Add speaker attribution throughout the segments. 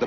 Speaker 1: The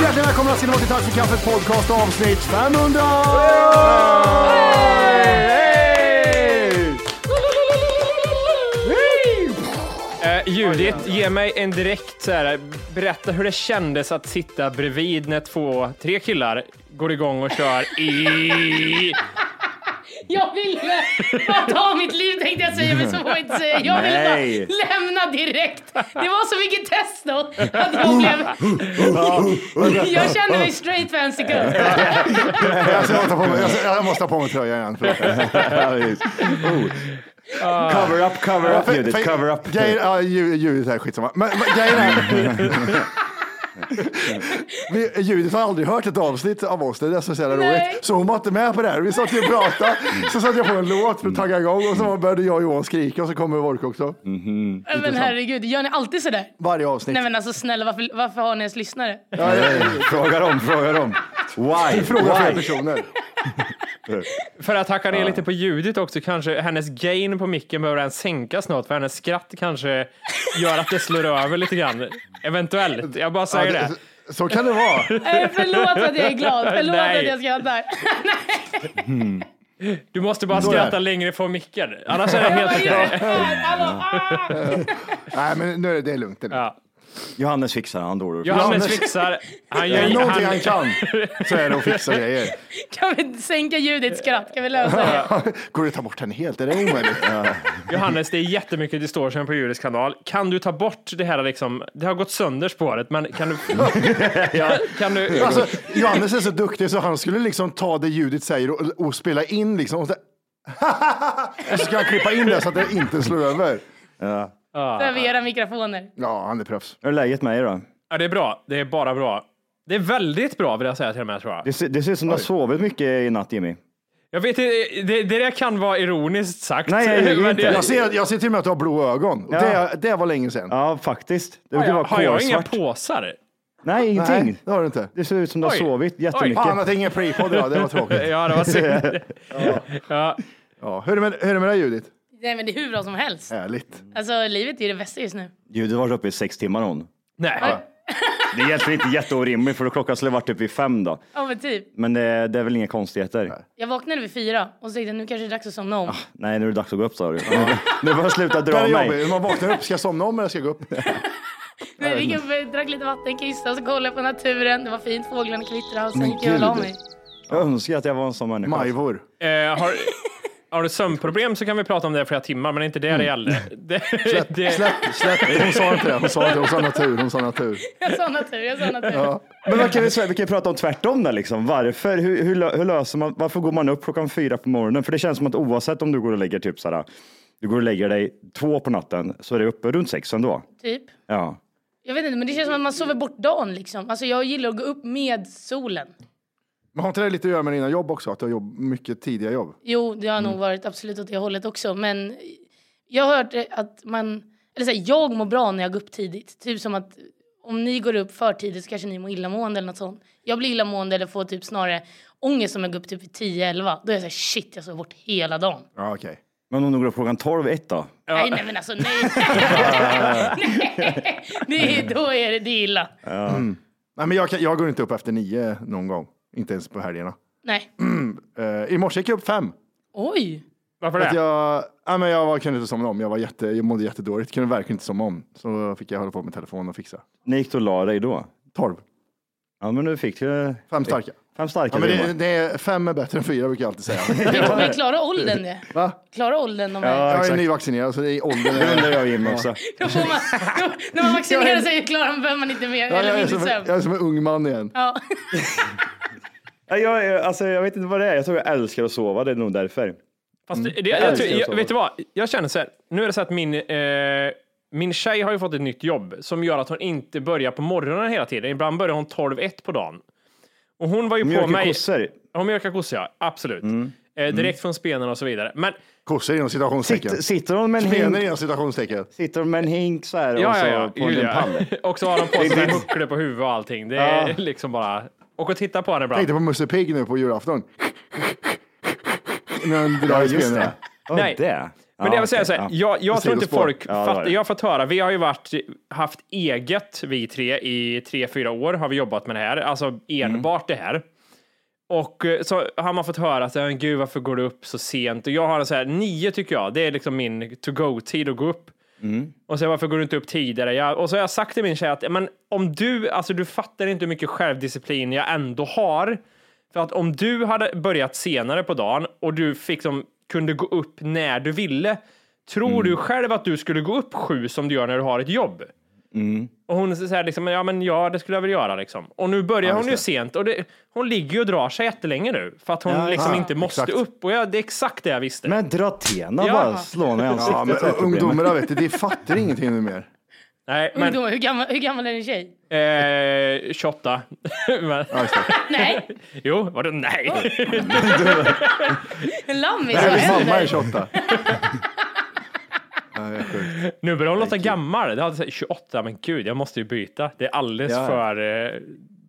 Speaker 2: Hjärtligt välkomna ska ni vara till Tack för kaffet podcast avsnitt 500!
Speaker 3: Eh, Judith, ge mig en direkt så här, berätta hur det kändes att sitta bredvid när två, tre killar går igång och kör i...
Speaker 4: Jag vill eh, ta mitt liv tänkte jag säga, men så får jag inte säga. Jag ville bara
Speaker 5: Nej.
Speaker 4: lämna direkt. Det var så mycket testo att jag blev... Jag kände mig straight för en sekund.
Speaker 2: Jag, ska ta på mig, jag, ska, jag måste ta på mig tröjan igen. förlåt.
Speaker 5: Ja, visst. Oh. Cover up, cover up,
Speaker 2: För-
Speaker 5: Judith.
Speaker 2: för-
Speaker 5: Cover up.
Speaker 2: Grejen, ja, ljud, ljudet här är skitsamma. Men, men grejen är... Vi, Judith har aldrig hört ett avsnitt av oss, det är det som är så jävla
Speaker 4: Nej.
Speaker 2: roligt. Så hon var inte med på det här. Vi satt ju och pratade, så satte jag på en låt för att tagga igång och så började jag och Johan skrika och så kommer Vork också.
Speaker 4: Men herregud, gör ni alltid sådär?
Speaker 2: Varje avsnitt.
Speaker 4: Mm. Nej men alltså snälla, varför, varför har ni ens lyssnare?
Speaker 2: Ja, ja, ja.
Speaker 5: Fråga dem, fråga dem. Why?
Speaker 2: Fråga fler
Speaker 5: Why?
Speaker 2: personer.
Speaker 3: För att hacka ner lite på ljudet också, kanske hennes gain på micken behöver den sänkas något, för hennes skratt kanske gör att det slår över lite grann. Eventuellt, jag bara säger det.
Speaker 2: Så kan det vara.
Speaker 4: Eh, Förlåt att jag är glad, förlåt
Speaker 3: Nej.
Speaker 4: att jag skrattar.
Speaker 3: Du måste bara
Speaker 2: är det.
Speaker 3: skratta längre från micken, annars är det
Speaker 4: Jag
Speaker 3: helt
Speaker 4: bara,
Speaker 3: okej.
Speaker 4: just det här, alltså, ah!
Speaker 2: Nej, men nu är det, det är lugnt. Det är lugnt.
Speaker 3: Ja.
Speaker 5: Johannes fixar, han dårar.
Speaker 3: Johannes
Speaker 2: Johannes-
Speaker 3: fixar, han
Speaker 2: Är det
Speaker 3: gör...
Speaker 2: någonting han
Speaker 3: Han,
Speaker 2: kan så är det att fixa grejer.
Speaker 4: Kan vi sänka ljudet skratt? Kan vi lösa det?
Speaker 2: Går det att ta bort henne helt? Är det omöjligt?
Speaker 3: Johannes, det är jättemycket distortion på Judiths kanal. Kan du ta bort det här liksom, det har gått sönder spåret, men kan du... Kan du...
Speaker 2: Alltså, Johannes är så duktig så han skulle liksom ta det ljudet säger och, och spela in liksom. Och så, och så ska han klippa in det så att det inte slår över.
Speaker 4: Över era mikrofoner.
Speaker 2: Ja, han är proffs.
Speaker 5: Hur är läget med er då?
Speaker 3: Ja, det är bra. Det är bara bra. Det är väldigt bra vill jag säga till och med tror jag.
Speaker 5: Det ser, det ser ut som du har sovit mycket i natt Jimmy.
Speaker 3: Jag vet inte, det, det där kan vara ironiskt sagt.
Speaker 5: Nej, jag ljuger
Speaker 3: men
Speaker 5: inte.
Speaker 3: det-
Speaker 2: Jag ser, jag ser till och med att du har blå ögon. Och Det, det var länge sedan.
Speaker 5: Ja, faktiskt. Det
Speaker 3: Har
Speaker 5: brukar
Speaker 3: jag,
Speaker 5: vara
Speaker 3: har jag inga
Speaker 5: kolsvart.
Speaker 3: påsar?
Speaker 5: Nej, ingenting.
Speaker 2: Nej, det har du inte.
Speaker 5: Det ser ut som du har
Speaker 3: Oj.
Speaker 5: sovit jättemycket.
Speaker 2: Fan att det är ingen pre-podd idag, det var tråkigt.
Speaker 3: Ja, det var synd. ja.
Speaker 2: Ja, hur, är det med, hur är det med dig Judith?
Speaker 4: Nej men det är hur bra som helst.
Speaker 2: Härligt.
Speaker 4: Alltså livet är det bästa just nu.
Speaker 5: Judith har varit uppe i sex timmar hon.
Speaker 3: Nej.
Speaker 5: Det är egentligen inte jätteorimligt för då klockan skulle varit uppe i fem då.
Speaker 4: Ja men typ.
Speaker 5: Men det, det är väl inga konstigheter. Nej,
Speaker 4: Jag vaknade vid fyra och så tänkte jag nu kanske det är dags att somna om.
Speaker 5: nu är det dags att gå upp sa du. Nu får jag sluta
Speaker 2: Det
Speaker 5: dra
Speaker 2: är
Speaker 5: mig.
Speaker 2: jobbigt. Man vaknar upp, ska jag somna om eller ska jag gå upp?
Speaker 4: Men jag gick upp, eh, drack lite vatten, kissade och så kollade jag på naturen. Det var fint, fåglarna kvittrade och sen
Speaker 2: Men
Speaker 4: gick jag och la
Speaker 2: gud.
Speaker 4: mig.
Speaker 5: Jag önskar att jag var en sån människa.
Speaker 2: Majvor.
Speaker 5: alltså.
Speaker 3: Eh, har, har du sömnproblem så kan vi prata om det i flera timmar, men det är inte det det gäller. Det, det,
Speaker 2: Släpp, släpp. Hon sa inte det, hon sa, inte det. hon sa natur, hon sa natur.
Speaker 4: Jag sa natur, jag sa natur.
Speaker 5: Men vad kan vi, säga? vi kan ju prata om tvärtom där liksom. Varför? Hur, hur, lö- hur löser man? Varför går man upp klockan fyra på morgonen? För det känns som att oavsett om du går och lägger typ såhär, du går och lägger dig två på natten så är det uppe runt sex ändå.
Speaker 4: Typ.
Speaker 5: Ja.
Speaker 4: Jag vet inte men det känns som att man sover bort dagen liksom. Alltså jag gillar att gå upp med solen.
Speaker 2: Men har inte det lite att göra med dina jobb också? Att du har jobb, mycket tidiga jobb?
Speaker 4: Jo, det har nog varit absolut åt det hållet också. Men jag har hört eh, att man... Eller så här, jag mår bra när jag går upp tidigt. Typ som att om ni går upp för tidigt så kanske ni mår illamående eller något sånt. Jag blir illamående eller får typ snarare ångest om jag går upp typ vid 10-11. Då är jag så här, shit, jag sov bort hela dagen.
Speaker 2: Ja, okej.
Speaker 5: Men om du går upp klockan 12, 1 då?
Speaker 4: Nej, nej, men alltså nej. nej. Det, är- då är det, det är illa.
Speaker 2: Nej, men jag, kan, jag går inte upp efter nio någon gång. Inte ens på helgerna.
Speaker 4: Nej.
Speaker 2: Uh, I morse gick jag upp fem.
Speaker 4: Oj.
Speaker 3: Varför
Speaker 2: Att
Speaker 3: det?
Speaker 2: jag, nej, men jag var, kunde inte somna om. Jag, var jätte, jag mådde jättedåligt. Kunde verkligen inte somna om. Så fick jag hålla på med telefonen och fixa.
Speaker 5: När gick du och la dig då?
Speaker 2: Tolv.
Speaker 5: Ja, men du fick ju...
Speaker 2: Fem starka.
Speaker 5: Fem starka
Speaker 2: Ja, men
Speaker 5: vimmar.
Speaker 2: det, det är, fem är bättre än fyra brukar jag alltid säga.
Speaker 4: Men klara åldern det.
Speaker 2: Va?
Speaker 4: Klara åldern de är.
Speaker 5: Ja,
Speaker 2: Jag är
Speaker 5: exakt.
Speaker 2: nyvaccinerad så det är åldern.
Speaker 5: Det undrar jag Jim också.
Speaker 4: Då får man, då, när man vaccinerar sig och klarar behöver man inte mer
Speaker 2: Ja,
Speaker 4: eller
Speaker 2: jag, är
Speaker 4: mindre
Speaker 2: som,
Speaker 4: sömn.
Speaker 2: jag är som en ung man igen.
Speaker 4: Ja.
Speaker 5: Ja, Jag, jag- alltså, jag vet inte vad det är. Jag tror jag älskar att sova. Det är nog därför.
Speaker 3: Fast det, det, jag, jag,
Speaker 5: Mm. älskar
Speaker 3: tror-
Speaker 5: att
Speaker 3: jag,
Speaker 5: sova.
Speaker 3: vet du vad? Jag känner så här. Nu är det så att min, eh, min tjej har ju fått ett nytt jobb som gör att hon inte börjar på morgonen hela tiden. Ibland börjar hon 12-1 på dagen. Och hon var ju på
Speaker 5: Mjölk och
Speaker 3: mig...
Speaker 5: kossor.
Speaker 3: Ja, mjölkar kossa, ja. Absolut.
Speaker 5: Mm.
Speaker 3: Eh, direkt från spenen och så vidare. Men
Speaker 2: Kossor inom citationstecken.
Speaker 5: Sitter, sitter hon med en
Speaker 2: Spenar
Speaker 5: hink,
Speaker 2: inom citationstecken.
Speaker 5: sitter hon med en hink så här och
Speaker 3: ja,
Speaker 5: så
Speaker 3: ja, ja.
Speaker 5: på en
Speaker 3: Julia.
Speaker 5: pall?
Speaker 3: och så har de på sig en huckle på huvudet och allting. Det är liksom bara... Och att titta på henne ibland.
Speaker 2: Tänkte på Musse Pigg nu på julafton. När han drar i spenen.
Speaker 5: Oh,
Speaker 3: Nej.
Speaker 5: Det.
Speaker 3: Men det jag vill säga så här, jag, jag tror inte
Speaker 2: sidospår.
Speaker 3: folk
Speaker 5: Ja, det var
Speaker 3: fattar.
Speaker 5: det.
Speaker 3: Jag har fått höra, vi har ju varit, haft eget, vi tre, i tre, fyra år har vi jobbat med det här,
Speaker 5: Mm.
Speaker 3: alltså enbart det här. Och eh, så har man fått höra att, "Men gud varför går du upp så sent? Och jag har så här, nio tycker jag, det är liksom min to go-tid att gå upp.
Speaker 5: Mm.
Speaker 3: Och så varför går du inte upp tidigare? Jag, och så har jag sagt till min tjej att, men om du, alltså du fattar inte hur mycket självdisciplin jag ändå har. För att om du hade börjat senare på dagen och du fick som, kunde gå upp när du ville, tror
Speaker 5: Mm.
Speaker 3: du själv att du skulle gå upp sju som du gör när du har ett jobb?
Speaker 5: Mm.
Speaker 3: Och hon säger liksom, ja men ja, det skulle jag väl göra liksom. Och nu börjar hon ju sent och det, hon ligger ju och drar sig jättelänge nu för att hon
Speaker 5: Ja,
Speaker 3: liksom
Speaker 5: ja,
Speaker 3: inte måste
Speaker 2: exakt.
Speaker 3: upp. Och jag, det är exakt det jag visste.
Speaker 5: Men dra tena
Speaker 3: Ja.
Speaker 5: bara, slå henne i ansiktet.
Speaker 2: Ja, men
Speaker 5: så är problemet.
Speaker 2: ungdomarna vet du, de fattar ingenting nu mer.
Speaker 3: Nej, men
Speaker 4: Ungdomar, hur, gammal, hur gammal är din tjej?
Speaker 3: eh, 28. men,
Speaker 4: Nej,
Speaker 3: jo, vadå nej?
Speaker 4: en lammis. Vad
Speaker 2: Hennes mamma
Speaker 4: händer?
Speaker 2: är 28. Ja, det är sjukt.
Speaker 3: Nu börjar hon låta gammal. Det hade sagt 28, men gud, jag måste ju byta. Det är alldeles
Speaker 5: Ja.
Speaker 3: för... eh,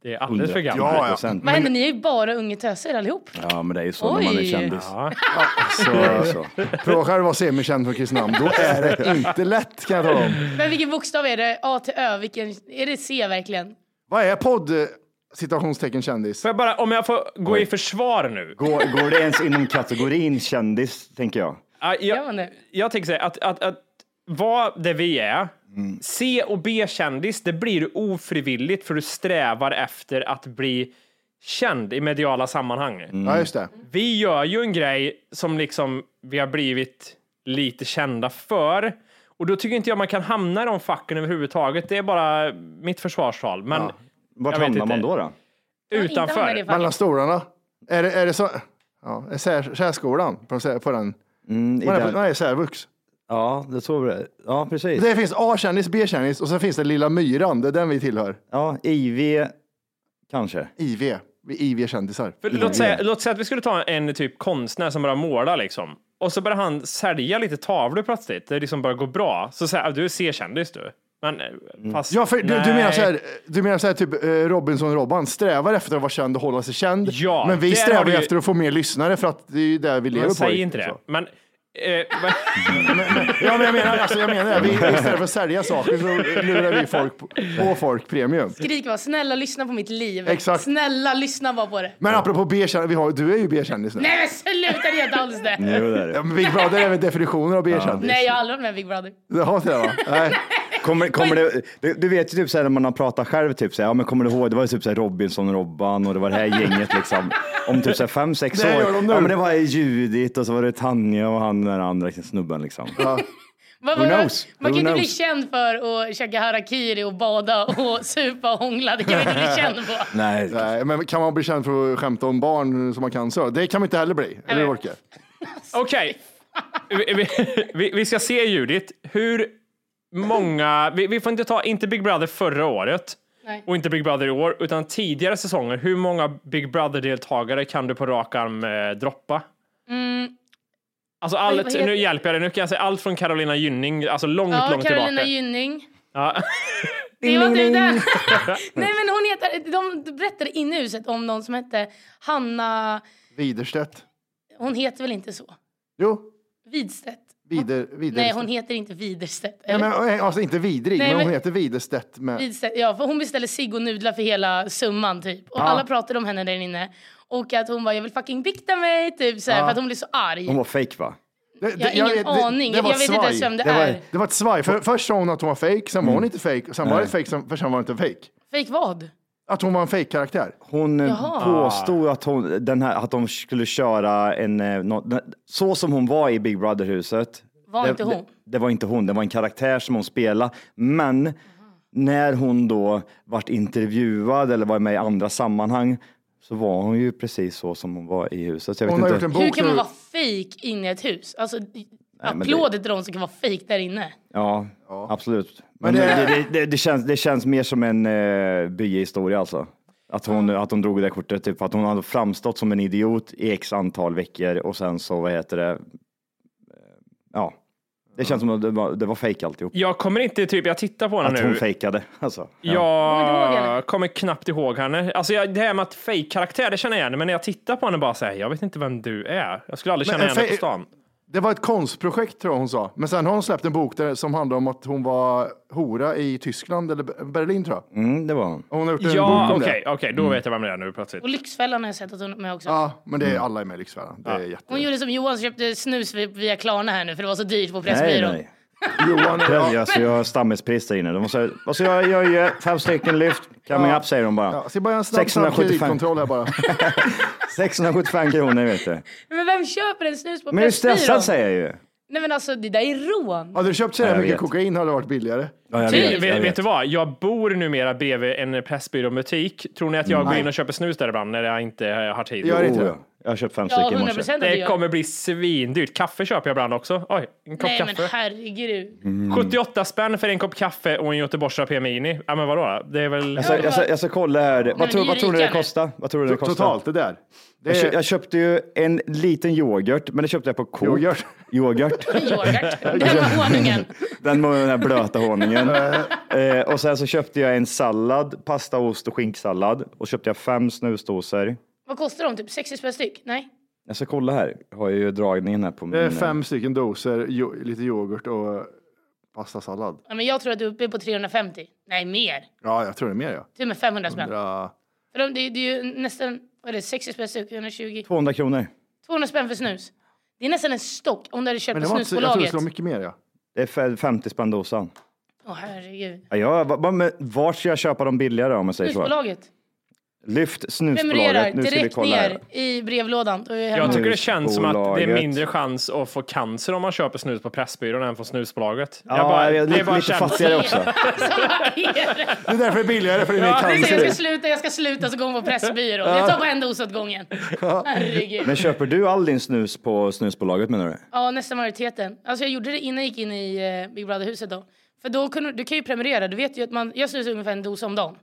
Speaker 3: Det är alldeles för gammalt.
Speaker 2: Ja, ja.
Speaker 5: 100%.
Speaker 4: Vad händer? Ni är ju bara unga töser allihop.
Speaker 5: Ja, men det är ju så när man är
Speaker 4: Oj.
Speaker 5: kändis.
Speaker 2: Så, så. Prova själv att vara semikänd från Kristinehamn. Då är det inte lätt kan jag tala om.
Speaker 4: Men vilken bokstav är det? A till Ö? Vilken, är det C verkligen?
Speaker 2: Vad är podd? eh, Citationstecken kändis.
Speaker 3: Får jag bara, om jag får gå i försvar nu.
Speaker 5: Går, går det ens inom kategorin kändis, tänker jag?
Speaker 3: Ah,
Speaker 4: Gör man
Speaker 3: Jag,
Speaker 4: det?
Speaker 3: jag tänker säga att, att, att vad det vi är, C och B-kändis, det blir ofrivilligt för du strävar efter att bli känd i mediala sammanhang.
Speaker 2: Ja, just det.
Speaker 3: Vi gör ju en grej som liksom vi har blivit lite kända för. Och då tycker inte jag man kan hamna i de facken överhuvudtaget. Det är bara mitt försvarstal. Men
Speaker 5: Vart
Speaker 3: Jag vet
Speaker 5: hamnar man
Speaker 3: inte.
Speaker 5: då? då?
Speaker 4: Inte hamnar i
Speaker 3: utanför.
Speaker 4: det facket.
Speaker 2: Mellan stolarna. Är det, är det så? Ja, är sär, särskolan på, sär- på den?
Speaker 5: Mm, i
Speaker 2: Man är,
Speaker 5: den-
Speaker 2: på- nej, särvux.
Speaker 5: Ja, det såg det. Ja, precis.
Speaker 2: Det finns A-kändis, B-kändis och sen finns det lilla myran. Det är den vi tillhör.
Speaker 5: Ja, IV kanske.
Speaker 2: IV. Vi är IV-kändisar.
Speaker 3: För låt, säga, låt säga att vi skulle ta en typ konstnär som börjar måla liksom. Och så börjar han sälja lite tavlor plötsligt. Det liksom börjar gå bra. Så säger jag, du är C-kändis du. Men eh, fast,
Speaker 2: Mm. Ja, för du, du menar
Speaker 3: nej.
Speaker 2: så här, du menar så här typ eh, Robinson-Robban strävar efter att vara känd och hålla sig känd.
Speaker 3: Ja,
Speaker 2: men vi
Speaker 3: där har
Speaker 2: strävar
Speaker 3: du ju-
Speaker 2: efter att få mer lyssnare för att det är ju där vi lever
Speaker 3: Men
Speaker 2: på.
Speaker 3: Säg
Speaker 2: liksom,
Speaker 3: inte det.
Speaker 2: så.
Speaker 3: Men, eh, men,
Speaker 2: Ja, men jag menar, alltså, jag menar det. Vi, istället för att sälja saker så lurar vi folk på, på folk premium.
Speaker 4: Skrik bara, snälla lyssna på mitt liv.
Speaker 2: Exakt.
Speaker 4: Snälla lyssna bara på det.
Speaker 2: Men apropå B-kändis, vi har- du är ju B-kändis nu.
Speaker 4: Nej men sluta, det är inte alls det.
Speaker 5: Jo, det är det.
Speaker 2: Ja, men Big Brother är väl definitionen av B-kändis?
Speaker 4: Nej, jag har aldrig varit med i Big Brother.
Speaker 2: Det har inte det va? Nej.
Speaker 5: Kommer, kommer det, du, du vet ju typ så här när man har pratat själv, typ så här, ja, men kommer du ihåg, det var ju typ så här Robinson, Robban och det var det här gänget liksom. Om typ så här fem, sex år.
Speaker 2: Det gör de nu.
Speaker 5: Ja, men det var Judith och så var det Tanja och han den andra snubben liksom.
Speaker 4: Man,
Speaker 5: Who
Speaker 4: man,
Speaker 5: knows?
Speaker 4: man
Speaker 5: Who
Speaker 4: kan inte bli
Speaker 5: knows?
Speaker 4: känd för att käka harakiri och bada och supa och hångla. Det kan man inte bli känd på.
Speaker 5: Nej,
Speaker 2: Nej, men kan man bli känd för att skämta om barn som man kan så? Det kan man inte heller bli. Eller hur, Orke?
Speaker 3: Okej. Vi, vi, vi- vi ska se Judith. Hur många... Vi, vi får inte ta, inte Big Brother förra året.
Speaker 4: Nej.
Speaker 3: Och inte Big Brother i år, utan tidigare säsonger. Hur många Big Brother-deltagare kan du på rak arm eh, droppa?
Speaker 4: Mm,
Speaker 3: Alltså
Speaker 4: Oj, vad
Speaker 3: allt,
Speaker 4: heter-
Speaker 3: nu hjälper jag dig, nu kan jag säga allt från Carolina Gynning, alltså långt,
Speaker 4: ja,
Speaker 3: långt
Speaker 4: Carolina
Speaker 3: tillbaka.
Speaker 4: Gynning.
Speaker 3: ja.
Speaker 4: Det var du den! Nej men hon heter, de berättade inne i huset om någon som hette Hanna,
Speaker 2: Widerstedt.
Speaker 4: hon heter väl inte så?
Speaker 2: Jo,
Speaker 4: Widstedt?
Speaker 2: Wider, Widerstedt.
Speaker 4: Nej hon heter inte Widerstedt.
Speaker 2: Nej,
Speaker 4: eller?
Speaker 2: men, alltså inte vidrig,
Speaker 4: Nej,
Speaker 2: men, hon
Speaker 4: men-
Speaker 2: heter Widerstedt. Med...
Speaker 4: Widstedt, ja, för hon beställde cigg och nudlar för hela summan typ. Och alla pratade om henne där inne. Och att hon bara, jag vill fucking bikta mig typ så här, för att hon blev så arg.
Speaker 5: Hon var fake va?
Speaker 2: Det- det-
Speaker 4: Jag har ingen
Speaker 2: det-
Speaker 4: aning.
Speaker 2: det var
Speaker 4: jag
Speaker 2: ett
Speaker 4: vet inte ens
Speaker 2: svaj.
Speaker 4: vem det,
Speaker 5: var-
Speaker 4: är.
Speaker 2: Det var ett svaj. För, först sa hon att hon var fake, sen var hon inte fake, och sen var det fake, sen, för sen var det inte fake.
Speaker 4: Fejk vad?
Speaker 2: Att hon var en fake karaktär
Speaker 5: Hon eh,
Speaker 4: Jaha.
Speaker 5: påstod att, hon, den här, att de skulle köra en... eh, nå- den- Så som hon var i Big Brother-huset.
Speaker 4: Var
Speaker 5: det,
Speaker 4: inte hon?
Speaker 5: Det, det var inte hon, det var en karaktär som hon spelade. Men när hon då vart intervjuad eller var med i andra sammanhang så var hon ju precis så som hon var i huset. Så Jag vet
Speaker 2: Hon har
Speaker 5: inte.
Speaker 2: gjort en
Speaker 4: Hur
Speaker 2: bok
Speaker 4: kan man
Speaker 2: nu.
Speaker 4: vara fejk inne i ett hus? Alltså,
Speaker 5: men det-
Speaker 4: applåder till de som kan vara fejk där inne.
Speaker 5: Ja, absolut.
Speaker 2: Men
Speaker 5: Men
Speaker 2: det-
Speaker 5: det, det, det, det, känns, det känns mer som en eh, byhistoria alltså. Att hon, att hon drog det kortet, typ, att hon hade framstått som en idiot i x antal veckor och sen så, vad heter det, eh, ja. Det känns som att det var, det var fejk alltihop.
Speaker 3: Jag kommer inte, typ, jag tittar på henne
Speaker 5: Att
Speaker 3: nu.
Speaker 5: hon fejkade alltså.
Speaker 4: Kommer inte ihåg henne.
Speaker 3: Jag kommer knappt ihåg henne. Alltså jag, det här med att fake karaktär det känner jag igen, men när jag tittar på henne bara säger jag vet inte vem du är. Jag skulle aldrig
Speaker 2: Men
Speaker 3: känna igen
Speaker 2: en
Speaker 3: dig på
Speaker 2: fake-
Speaker 3: stan.
Speaker 2: Det var ett konstprojekt tror jag hon sa. Men sen har hon släppt en bok där, som handlar om att hon var hora i Tyskland eller Be- Berlin tror jag.
Speaker 5: Mm, det var hon.
Speaker 2: Och hon har gjort en
Speaker 3: Ja,
Speaker 2: bok om
Speaker 3: okej,
Speaker 2: det. Mm.
Speaker 3: okej, då vet jag vem det är nu plötsligt.
Speaker 4: Och Lyxfällan har jag sett att hon är med också.
Speaker 2: Ja, men det är alla är med i Lyxfällan. Det är jätte...
Speaker 4: Hon gjorde som Johan som köpte snus vi- via Klarna här nu för det var så dyrt på
Speaker 5: Nej,
Speaker 4: Pressbyrån.
Speaker 5: nej.
Speaker 2: Johan,
Speaker 5: Ja.
Speaker 2: ja.
Speaker 5: Jag, så jag har stammispris där inne. De måste, alltså jag gör ju fem stycken lyft, coming up säger de bara.
Speaker 2: Ja, så jag bara en snabb, snabb
Speaker 5: 675.
Speaker 2: kreditkontroll här bara.
Speaker 5: 675 kronor vet du.
Speaker 4: Men vem köper en snus på
Speaker 5: Men jag är
Speaker 4: Pressbyrån?
Speaker 5: stressad säger jag ju.
Speaker 4: Nej men alltså det där är rån.
Speaker 2: Hade du köpt så här
Speaker 5: Ja, jag
Speaker 2: mycket
Speaker 5: vet.
Speaker 2: kokain hade det varit billigare.
Speaker 5: Ja, jag
Speaker 4: Typ.
Speaker 5: vet, jag
Speaker 3: Vet, vet
Speaker 5: vet.
Speaker 3: du vad? Jag bor numera bredvid en Pressbyrån-butik. Tror ni att jag går in och köper snus där ibland när jag inte eh, har tid?
Speaker 2: Mm. Gör inte
Speaker 5: Oh,
Speaker 2: det.
Speaker 5: ja. Jag har köpt fem
Speaker 4: Ja,
Speaker 5: stycken i
Speaker 4: 100
Speaker 5: morse.
Speaker 4: procent
Speaker 3: Det kommer bli svindyrt. Kaffe köper jag ibland också. Oj, en kopp
Speaker 4: Nej men
Speaker 3: kaffe.
Speaker 4: herregud.
Speaker 2: Mm.
Speaker 3: 78 spänn för en kopp kaffe och en Göteborgsra PMI. Ja, men vadå? då? Det är väl...
Speaker 2: Alltså,
Speaker 5: Jag ska, jag, ska, jag ska kolla här. vad,
Speaker 4: men
Speaker 5: tror,
Speaker 4: vi är
Speaker 5: vad tror du det
Speaker 4: rika nu.
Speaker 5: kostar? Vad tror du det kostar?
Speaker 2: Totalt det där.
Speaker 5: Jag,
Speaker 2: Det
Speaker 5: kö,
Speaker 2: är...
Speaker 5: jag köpte ju en liten yoghurt, men det köpte jag på Coop.
Speaker 2: Yoghurt.
Speaker 5: Yoghurt.
Speaker 4: Yoghurt. Den var honungen.
Speaker 5: Den med den här blöta honungen. eh, och sen så köpte jag en sallad, pasta, ost och skinksallad. Och köpte jag fem snusdosor.
Speaker 4: Vad kostar de? Typ 60 spänn styck? Nej?
Speaker 5: Jag ska kolla här. Jag har ju dragningen här på min...
Speaker 2: Det är
Speaker 5: eh,
Speaker 2: fem stycken doser, jo, lite yoghurt och pastasallad.
Speaker 4: Ja, men jag tror att du är uppe på 350. Nej mer.
Speaker 2: Ja, jag tror det är mer ja.
Speaker 4: Till och med 500 spänn.
Speaker 2: Bra.
Speaker 4: För de, det, är- det är ju nästan, vad är det, 60 spänn styck, 120.
Speaker 5: 200 kronor.
Speaker 4: 200 spänn för snus. Det är nästan en stock om du hade köpt
Speaker 2: Men
Speaker 4: på
Speaker 2: det var inte, så- jag tror det
Speaker 4: snusbolaget.
Speaker 2: skulle vara mycket mer ja.
Speaker 5: Det är fe- 50 spänn dosan.
Speaker 4: Åh herregud.
Speaker 5: Ja, jag- va- va- men vart ska jag köpa dem billigare om man säger så?
Speaker 4: Snusbolaget.
Speaker 5: Lyft
Speaker 4: Prenumererar
Speaker 5: snusbolaget. Nu ska vi
Speaker 4: direkt
Speaker 5: kolla här.
Speaker 4: ner i brevlådan. Då är jag hemma.
Speaker 3: Jag tycker det känns som att det är
Speaker 5: Snusbolaget.
Speaker 3: mindre chans att få cancer om man köper snus på Pressbyrån än från snusbolaget.
Speaker 5: Ja,
Speaker 3: jag bara,
Speaker 5: jag är
Speaker 3: det är
Speaker 5: lite,
Speaker 3: bara
Speaker 5: lite
Speaker 3: känslan.
Speaker 5: fattigare också.
Speaker 2: Det är därför det är billigare, för det är mer
Speaker 4: Jag ska
Speaker 2: cancer.
Speaker 4: sluta, jag ska sluta så går hon på Pressbyrån. Jag tar bara en dos åt gången. Herregud.
Speaker 5: Men köper du all din snus på snusbolaget menar du?
Speaker 4: Ja, nästan majoriteten. Alltså jag gjorde det innan jag gick in i eh, Big Brother-huset då. För då kunde, du kan ju prenumerera, du vet ju att man, jag snusar ungefär en dos om dagen.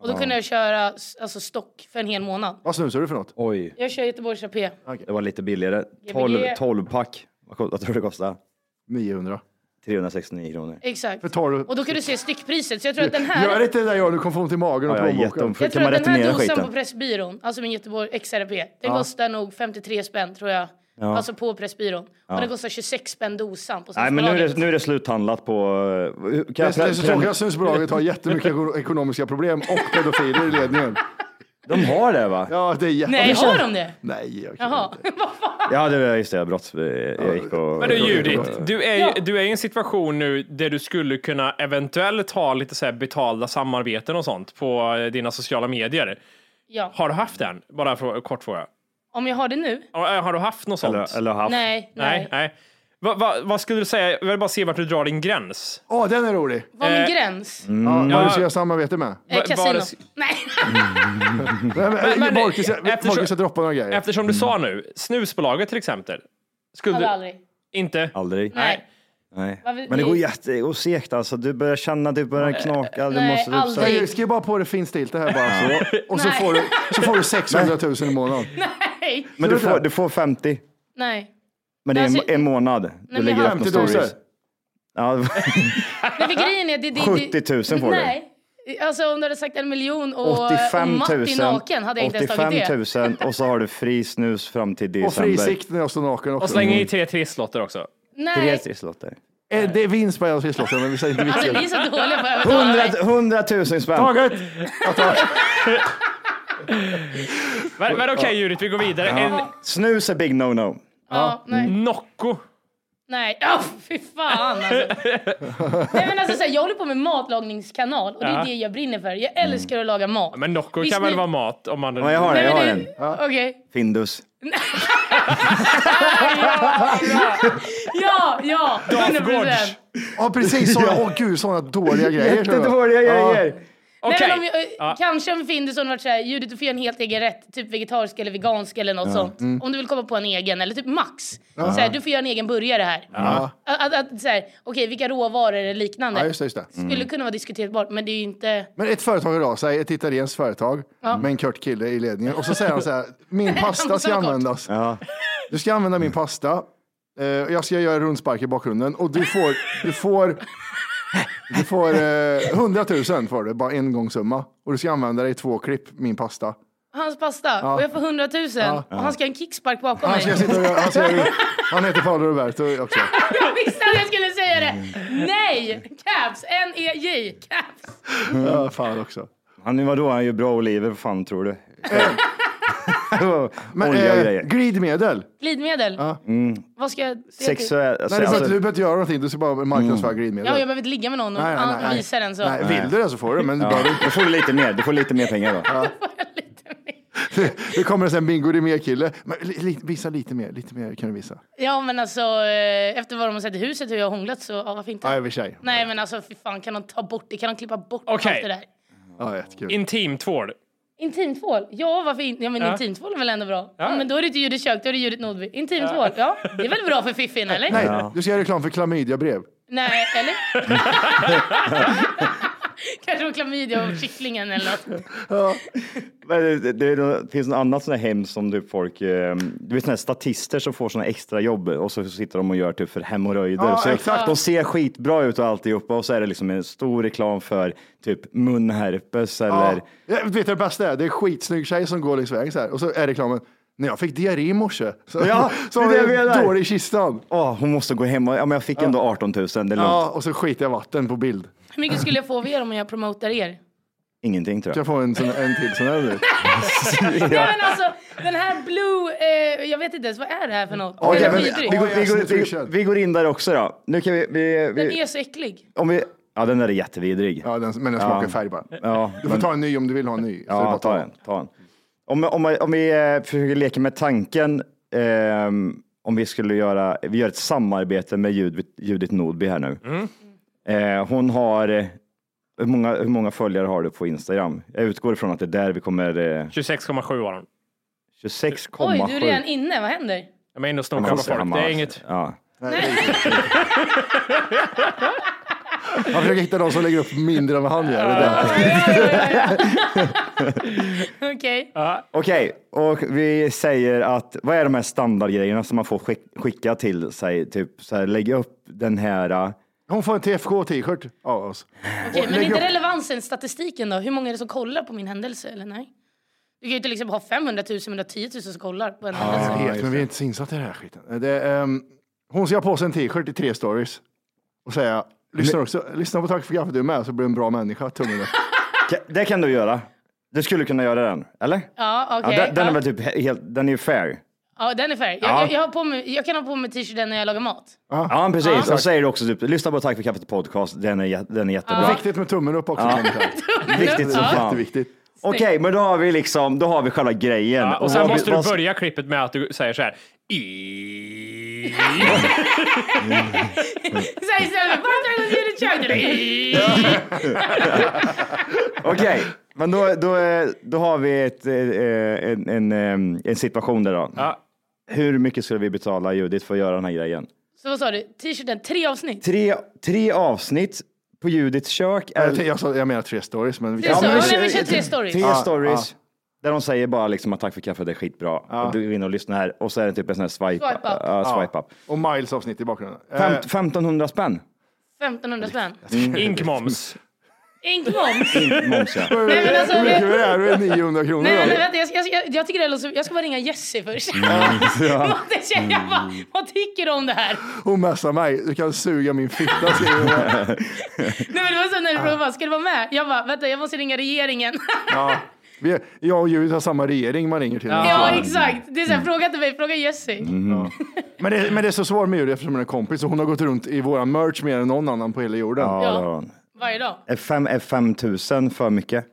Speaker 4: Och då kunde jag köra s- alltså, stock för en hel månad.
Speaker 2: Vad snusar du för något?
Speaker 5: Oj,
Speaker 4: Jag kör Göteborgs AP.
Speaker 5: det var lite billigare. 12, 12 pack. Vad ko- vad tror du det kostar?
Speaker 2: 900.
Speaker 5: 369 kronor.
Speaker 4: Exakt.
Speaker 2: För tar du...
Speaker 4: Och då kan du se styckpriset. Så jag tror att den
Speaker 2: Gör
Speaker 4: här,
Speaker 2: inte det där jag, du kommer få ont i magen och
Speaker 5: Ja, jag är
Speaker 2: plånboken.
Speaker 5: jätteomfri.
Speaker 4: jag
Speaker 5: Kan
Speaker 4: tror
Speaker 5: man
Speaker 4: att den här
Speaker 5: returnera
Speaker 4: dosan
Speaker 5: skiten?
Speaker 4: på Pressbyrån, alltså min Göteborg XRP, den kostar nog 53 spänn tror jag. Alltså på Pressbyrån. Och den kostar 26 spänn dosan på
Speaker 5: Nej, men nu är,
Speaker 4: Systembolaget.
Speaker 5: det, nu är det sluthandlat på... eh, Kan jag
Speaker 2: Det är så- det är
Speaker 5: pre-
Speaker 2: så
Speaker 5: pre-
Speaker 2: tråkigt att snusbolaget har jättemycket eko- ekonomiska problem och pedofiler i ledningen.
Speaker 5: de har det va? Ja,
Speaker 2: Ja, det är jätte...
Speaker 4: Nej, har de det?
Speaker 2: Nej, jag kan
Speaker 4: Jaha.
Speaker 2: inte.
Speaker 5: det var just det. Jag brotts... Jag gick och...
Speaker 3: Men du Judith, du är, du är i en situation nu där du skulle kunna eventuellt ha lite så här betalda samarbeten och sånt på eh, dina sociala medier.
Speaker 4: Ja.
Speaker 3: Har du haft den? Bara för, kort fråga. eh,
Speaker 4: Om jag har det nu?
Speaker 3: Har har du haft något sånt?
Speaker 5: Eller, eller haft.
Speaker 4: Nej,
Speaker 3: nej.
Speaker 4: nej.
Speaker 3: nej. Va, va, vad skulle du säga? Jag vill bara se vart du drar din gräns.
Speaker 2: Åh, den är rolig.
Speaker 4: Vad är min
Speaker 3: Eh,
Speaker 4: gräns?
Speaker 5: Mm.
Speaker 2: Ja, Vad du
Speaker 3: Ja.
Speaker 2: ska göra samarbete med.
Speaker 4: Eh,
Speaker 3: va-
Speaker 4: Kasino.
Speaker 3: var det-
Speaker 4: Nej.
Speaker 2: Nej, men-
Speaker 3: men-
Speaker 2: Marcus, jag-
Speaker 3: eftersom-
Speaker 2: Marcus, jag droppar några grejer.
Speaker 5: Mm.
Speaker 3: Eftersom du sa nu, snusbolaget till exempel. Skulle
Speaker 4: Hade
Speaker 3: du
Speaker 4: aldrig.
Speaker 3: inte?
Speaker 5: Aldrig.
Speaker 4: Nej.
Speaker 5: Nej.
Speaker 4: Vad vill
Speaker 5: Men det går
Speaker 4: ni?
Speaker 5: jätte och segt alltså. Du börjar känna, du börjar knaka. Du
Speaker 4: nej,
Speaker 5: måste typ så här-
Speaker 4: aldrig.
Speaker 2: Nej, skriv bara på det finstilt det här bara så. Och så
Speaker 4: Nej.
Speaker 2: får, du, så får du 600 000 i månaden.
Speaker 4: Nej.
Speaker 5: Men du får, du får 50.
Speaker 4: Nej.
Speaker 5: Men det är en,
Speaker 4: Alltså-
Speaker 5: en månad. Du
Speaker 4: men
Speaker 5: lägger
Speaker 4: jag- eh,
Speaker 5: upp på
Speaker 2: 50 doser.
Speaker 5: stories. Ja,
Speaker 4: Nej, för grejen är... Det, det,
Speaker 5: 70 000 får du.
Speaker 4: Nej. Alltså om du hade sagt en miljon och, och
Speaker 5: 85 000.
Speaker 4: Matti naken hade jag inte ens tagit det.
Speaker 5: 85 000 och så har du fri snus fram till
Speaker 2: Och fri
Speaker 5: december.
Speaker 2: sikt när jag står naken
Speaker 3: Och
Speaker 2: också.
Speaker 3: slänger
Speaker 5: Mm.
Speaker 3: i tre trisslotter också.
Speaker 5: Tre
Speaker 4: Nej.
Speaker 5: trisslotter.
Speaker 2: Eh, Det är vinst på en av trisslotter, men vi säger inte
Speaker 4: Alltså
Speaker 2: vilken.
Speaker 4: ni är så dåliga på att övertala mig.
Speaker 5: 100, 100 000 spänn.
Speaker 2: Taget!
Speaker 3: Men, men okej Judith, vi går vidare. En
Speaker 5: Snus är big no-no.
Speaker 4: Ja, nej.
Speaker 3: Nocco.
Speaker 4: Nej, oh, fy fan alltså. Nej, men alltså, så här, jag håller på med matlagningskanal och det är det jag brinner för. Jag älskar att laga mat.
Speaker 3: Men Nocco
Speaker 4: Visst
Speaker 3: kan väl
Speaker 4: ni-
Speaker 3: vara mat om man...
Speaker 5: Ja, jag har
Speaker 4: Nej,
Speaker 5: den, jag har
Speaker 4: men
Speaker 5: den.
Speaker 4: det- Okej.
Speaker 5: Findus.
Speaker 4: Ja, ja! 100%.
Speaker 3: Dafgårds.
Speaker 2: Ja, precis. Såna, åh gud, sådana dåliga grejer. tror jag.
Speaker 5: Jättedåliga
Speaker 2: Ja.
Speaker 5: grejer.
Speaker 4: Nej,
Speaker 3: Okej.
Speaker 4: men om jag, eh, Kanske om Findus hade varit såhär, Judith du får göra en helt egen rätt, typ vegetarisk eller vegansk eller något sånt. Om du vill komma på en egen, eller typ Max. Såhär, du får göra en egen burgare här. Att, att, att, såhär, Okej, vilka råvaror eller liknande.
Speaker 2: Ja, just det, Mm. just det.
Speaker 4: Skulle kunna vara diskuterbart, men det är ju inte...
Speaker 2: Men ett företag rör sig, ett italienskt företag med en kort kille i ledningen. Och så säger han så här, min pasta
Speaker 4: måste
Speaker 2: ska
Speaker 4: vara kort.
Speaker 2: användas.
Speaker 5: Ja.
Speaker 2: Du ska använda min pasta. Eh, Jag ska göra rundspark i bakgrunden och du får, du får, du får eh, 100 000 får du, bara en gångssumma. Och du ska använda det i två klipp, min pasta.
Speaker 4: Hans pasta, och jag får 100 000 och han ska ha en kickspark bakom
Speaker 2: Han
Speaker 4: mig.
Speaker 2: ska sitta och göra, han, säger, han heter Paolo Roberto också.
Speaker 4: Jag visste att jag skulle säga det! Nej! E Caps! N-E-J! Caps!
Speaker 5: Mm.
Speaker 2: Ja, fan också.
Speaker 5: Han, vadå, han gör bra oliver, vad fan tror du?
Speaker 2: Men,
Speaker 5: Olja och
Speaker 2: eh,
Speaker 5: grejer.
Speaker 2: glidmedel.
Speaker 4: Glidmedel.
Speaker 2: Mm.
Speaker 4: Vad ska jag... det till?
Speaker 5: Sexuell...
Speaker 2: Nej, du
Speaker 5: Alltså, Mm.
Speaker 2: behöver inte- du behöver inte göra någonting, du ska bara marknadsföra glidmedel.
Speaker 4: Ja, jag behöver inte ligga med någon och
Speaker 2: Nej, nej, nej,
Speaker 4: an-
Speaker 2: nej.
Speaker 4: visa den så.
Speaker 2: Nej, vill du det så får du, men du behöver inte.
Speaker 5: då får du lite mer, du får lite mer pengar då.
Speaker 2: Det kommer sen Bingo det är mer kille. Men, li, li, visa lite mer, lite mer kan du visa.
Speaker 4: Ja men alltså eh, efter vad de har sett i huset hur jag har hånglat så ja, varför inte?
Speaker 2: Ja, i och för sig.
Speaker 4: Nej men alltså fy fan kan de ta bort det? Kan de klippa bort
Speaker 3: Okej.
Speaker 4: allt det där?
Speaker 2: Ja, jättekul.
Speaker 3: Intimtvål.
Speaker 4: Intimtvål? Ja varför inte? Ja men intimtvål är väl ändå bra? Ja. men då är det inte Judith Kök, då är det Judith Nordby. Intimtvål, ja. Det är väl bra för fiffin eller?
Speaker 2: Nej, du ska göra reklam för klamydiabrev.
Speaker 4: Nej, eller? Kanske om klamydia och kycklingen eller något.
Speaker 5: Men det, det, det, det finns något annat sånt här hemskt som typ folk, eh, du vet såna här statister som får såna extra jobb och så sitter de och gör typ för hemorrojder.
Speaker 2: Ja,
Speaker 5: så
Speaker 2: exakt.
Speaker 5: De ser skitbra ut och alltihopa och så är det liksom en stor reklam för typ munherpes eller
Speaker 2: Ja, vet du det bästa är? Det är en skitsnygg tjej som går längs vägen så här och så är reklamen när jag fick diarré i morse så,
Speaker 5: Ja,
Speaker 2: så
Speaker 5: det är
Speaker 2: var
Speaker 5: det jag
Speaker 2: jag
Speaker 5: menar.
Speaker 2: dålig i kistan.
Speaker 5: åh, hon måste gå hem och, ja men jag fick ändå 18 000, det är lugnt.
Speaker 2: Ja, och så skiter jag vatten på bild.
Speaker 4: Hur mycket skulle jag få av er om jag promotar er?
Speaker 5: Ingenting tror
Speaker 2: Ska
Speaker 5: jag.
Speaker 2: jag få en, sån, en till sån här nu?
Speaker 4: Nej men alltså den här blue, eh, jag vet inte ens vad är det här för något?
Speaker 2: Okej,
Speaker 4: Den är
Speaker 2: men-
Speaker 4: vidrig.
Speaker 5: Vi går, vi, går,
Speaker 2: Snutrition.
Speaker 5: vi, vi går in där också då. Nu kan vi, vi,
Speaker 4: Den
Speaker 5: vi,
Speaker 4: är så äcklig.
Speaker 5: om vi, ja den där är jättevidrig.
Speaker 2: Ja, den, men den smakar färg bara.
Speaker 5: Ja,
Speaker 2: Du får ta en ny om du vill ha en ny. Så det är bara
Speaker 5: Ja,
Speaker 2: att
Speaker 5: ta den. Ta den. Om, om, om vi eh, försöker leka med tanken, ehm, om vi skulle göra, vi gör ett samarbete med Judith, Judith Nordby här nu.
Speaker 3: Mm.
Speaker 5: Eh, hon har, eh, hur många, hur många följare har du på Instagram? Jag utgår ifrån att det är där vi kommer, eh,
Speaker 3: 26,7 var han.
Speaker 5: 26,7.
Speaker 4: Oj, du är redan inne, vad händer?
Speaker 3: Jag är inne och
Speaker 5: Han
Speaker 3: snokar
Speaker 5: har-
Speaker 3: på folk.
Speaker 5: han
Speaker 3: Det
Speaker 5: har-
Speaker 3: är inget...
Speaker 5: Ja.
Speaker 2: Jag försöker hitta de som lägger upp mindre än vad han gör. Det där.
Speaker 4: Okej.
Speaker 5: Okej, och vi säger att vad är de här standardgrejerna som man får skick- skicka till sig? Typ så här, lägg upp den här. eh,
Speaker 2: Hon får en TFK-t-shirt av oss.
Speaker 4: Okej, men
Speaker 2: lägg
Speaker 4: inte
Speaker 2: upp-
Speaker 4: relevansen, statistiken då? Hur många är det som kollar på min händelse? Eller nej? Du kan ju till exempel ha 500 000 men du har 10 000 som kollar på en händelse.
Speaker 2: Jag vet, men vi är inte så insatta i den här skiten. Det, är, ehm, hon ska ha på sig en t-shirt i tre stories och säga, lyssna, också, lyssna på Tack för kaffet du är med så blir du en bra människa. Tummen upp.
Speaker 5: Ka- Det kan du göra. Du skulle kunna göra den, eller?
Speaker 4: Ja, okej.
Speaker 5: Ja, den, den är
Speaker 4: ja.
Speaker 5: väl typ he- helt, den är ju fair.
Speaker 4: ja, den är fair. Jag,
Speaker 5: Ja.
Speaker 4: jag, jag, har på mig, jag kan ha på mig t-shirten när jag lagar mat.
Speaker 5: Ja, precis. Och så säger du också typ, lyssna på Tack för kaffet podcast, den är, jä- den är jättebra.
Speaker 2: Viktigt med tummen upp också. kan vi säga.
Speaker 5: Viktigt som
Speaker 2: Det är
Speaker 5: fan.
Speaker 2: jätteviktigt.
Speaker 5: Okej, men då har vi liksom, då har vi själva grejen.
Speaker 3: Ja, och sen
Speaker 5: vad-
Speaker 3: måste du
Speaker 5: vad-
Speaker 3: börja klippet med att du säger så här. I...
Speaker 4: Säg istället, varför är det så kök?
Speaker 5: Okej, men då, då, eh, då har vi ett, eh, eh, en, en, eh, en situation där då.
Speaker 3: Ja.
Speaker 5: Hur mycket skulle vi betala Judith för att göra den här grejen?
Speaker 4: Så vad sa du? T-shirten, tre avsnitt?
Speaker 5: Tre, tre avsnitt på Judits kök.
Speaker 2: Jag,
Speaker 5: eller-
Speaker 2: tänkte- jag, sa, jag menar tre stories, men vi
Speaker 4: Tre
Speaker 2: kan-
Speaker 4: stories.
Speaker 2: Ja,
Speaker 4: men vi
Speaker 5: kö-
Speaker 4: kör tre stories.
Speaker 5: Tre
Speaker 4: Ja,
Speaker 5: stories. Där de säger bara liksom att tack för kaffet, det är skitbra. Och du är inne och lyssnar här. Och så är det typ en sån här swipe,
Speaker 4: Swipe up.
Speaker 5: Ja, swipe up.
Speaker 2: Och Miles avsnitt i bakgrunden. Eh,
Speaker 5: Fem, 1500 spänn.
Speaker 4: 1500 spänn.
Speaker 3: Inkmoms.
Speaker 4: Inkmoms!
Speaker 5: Moms, ja.
Speaker 4: Nej men alltså,
Speaker 2: Hur mycket
Speaker 4: vi-
Speaker 2: är det här? Det är 900 kronor.
Speaker 4: Nej, men
Speaker 2: då.
Speaker 4: vänta, jag, jag, jag, jag tycker det låter som, jag ska bara ringa Jesse först. Matte säger jag bara, vad tycker du om det här?
Speaker 2: Hon messar mig. Du kan suga min fitta. skriver hon.
Speaker 4: Nej men det var så när du bara, ska du vara med? Jag bara, vänta jag måste ringa regeringen.
Speaker 2: Ja. Vi, jag och Judit har samma regering man ringer till.
Speaker 4: ja exakt, det är
Speaker 2: Mm.
Speaker 4: såhär, fråga inte mig, fråga Jesse.
Speaker 2: Men, det, men det är så svårt med Judit eftersom hon är kompis. Och hon har gått runt i våran merch mer än någon annan på hela jorden.
Speaker 5: Ja,
Speaker 4: Ja.
Speaker 5: det har hon.
Speaker 4: Varje dag.
Speaker 5: Är fem- Är 5000 för mycket?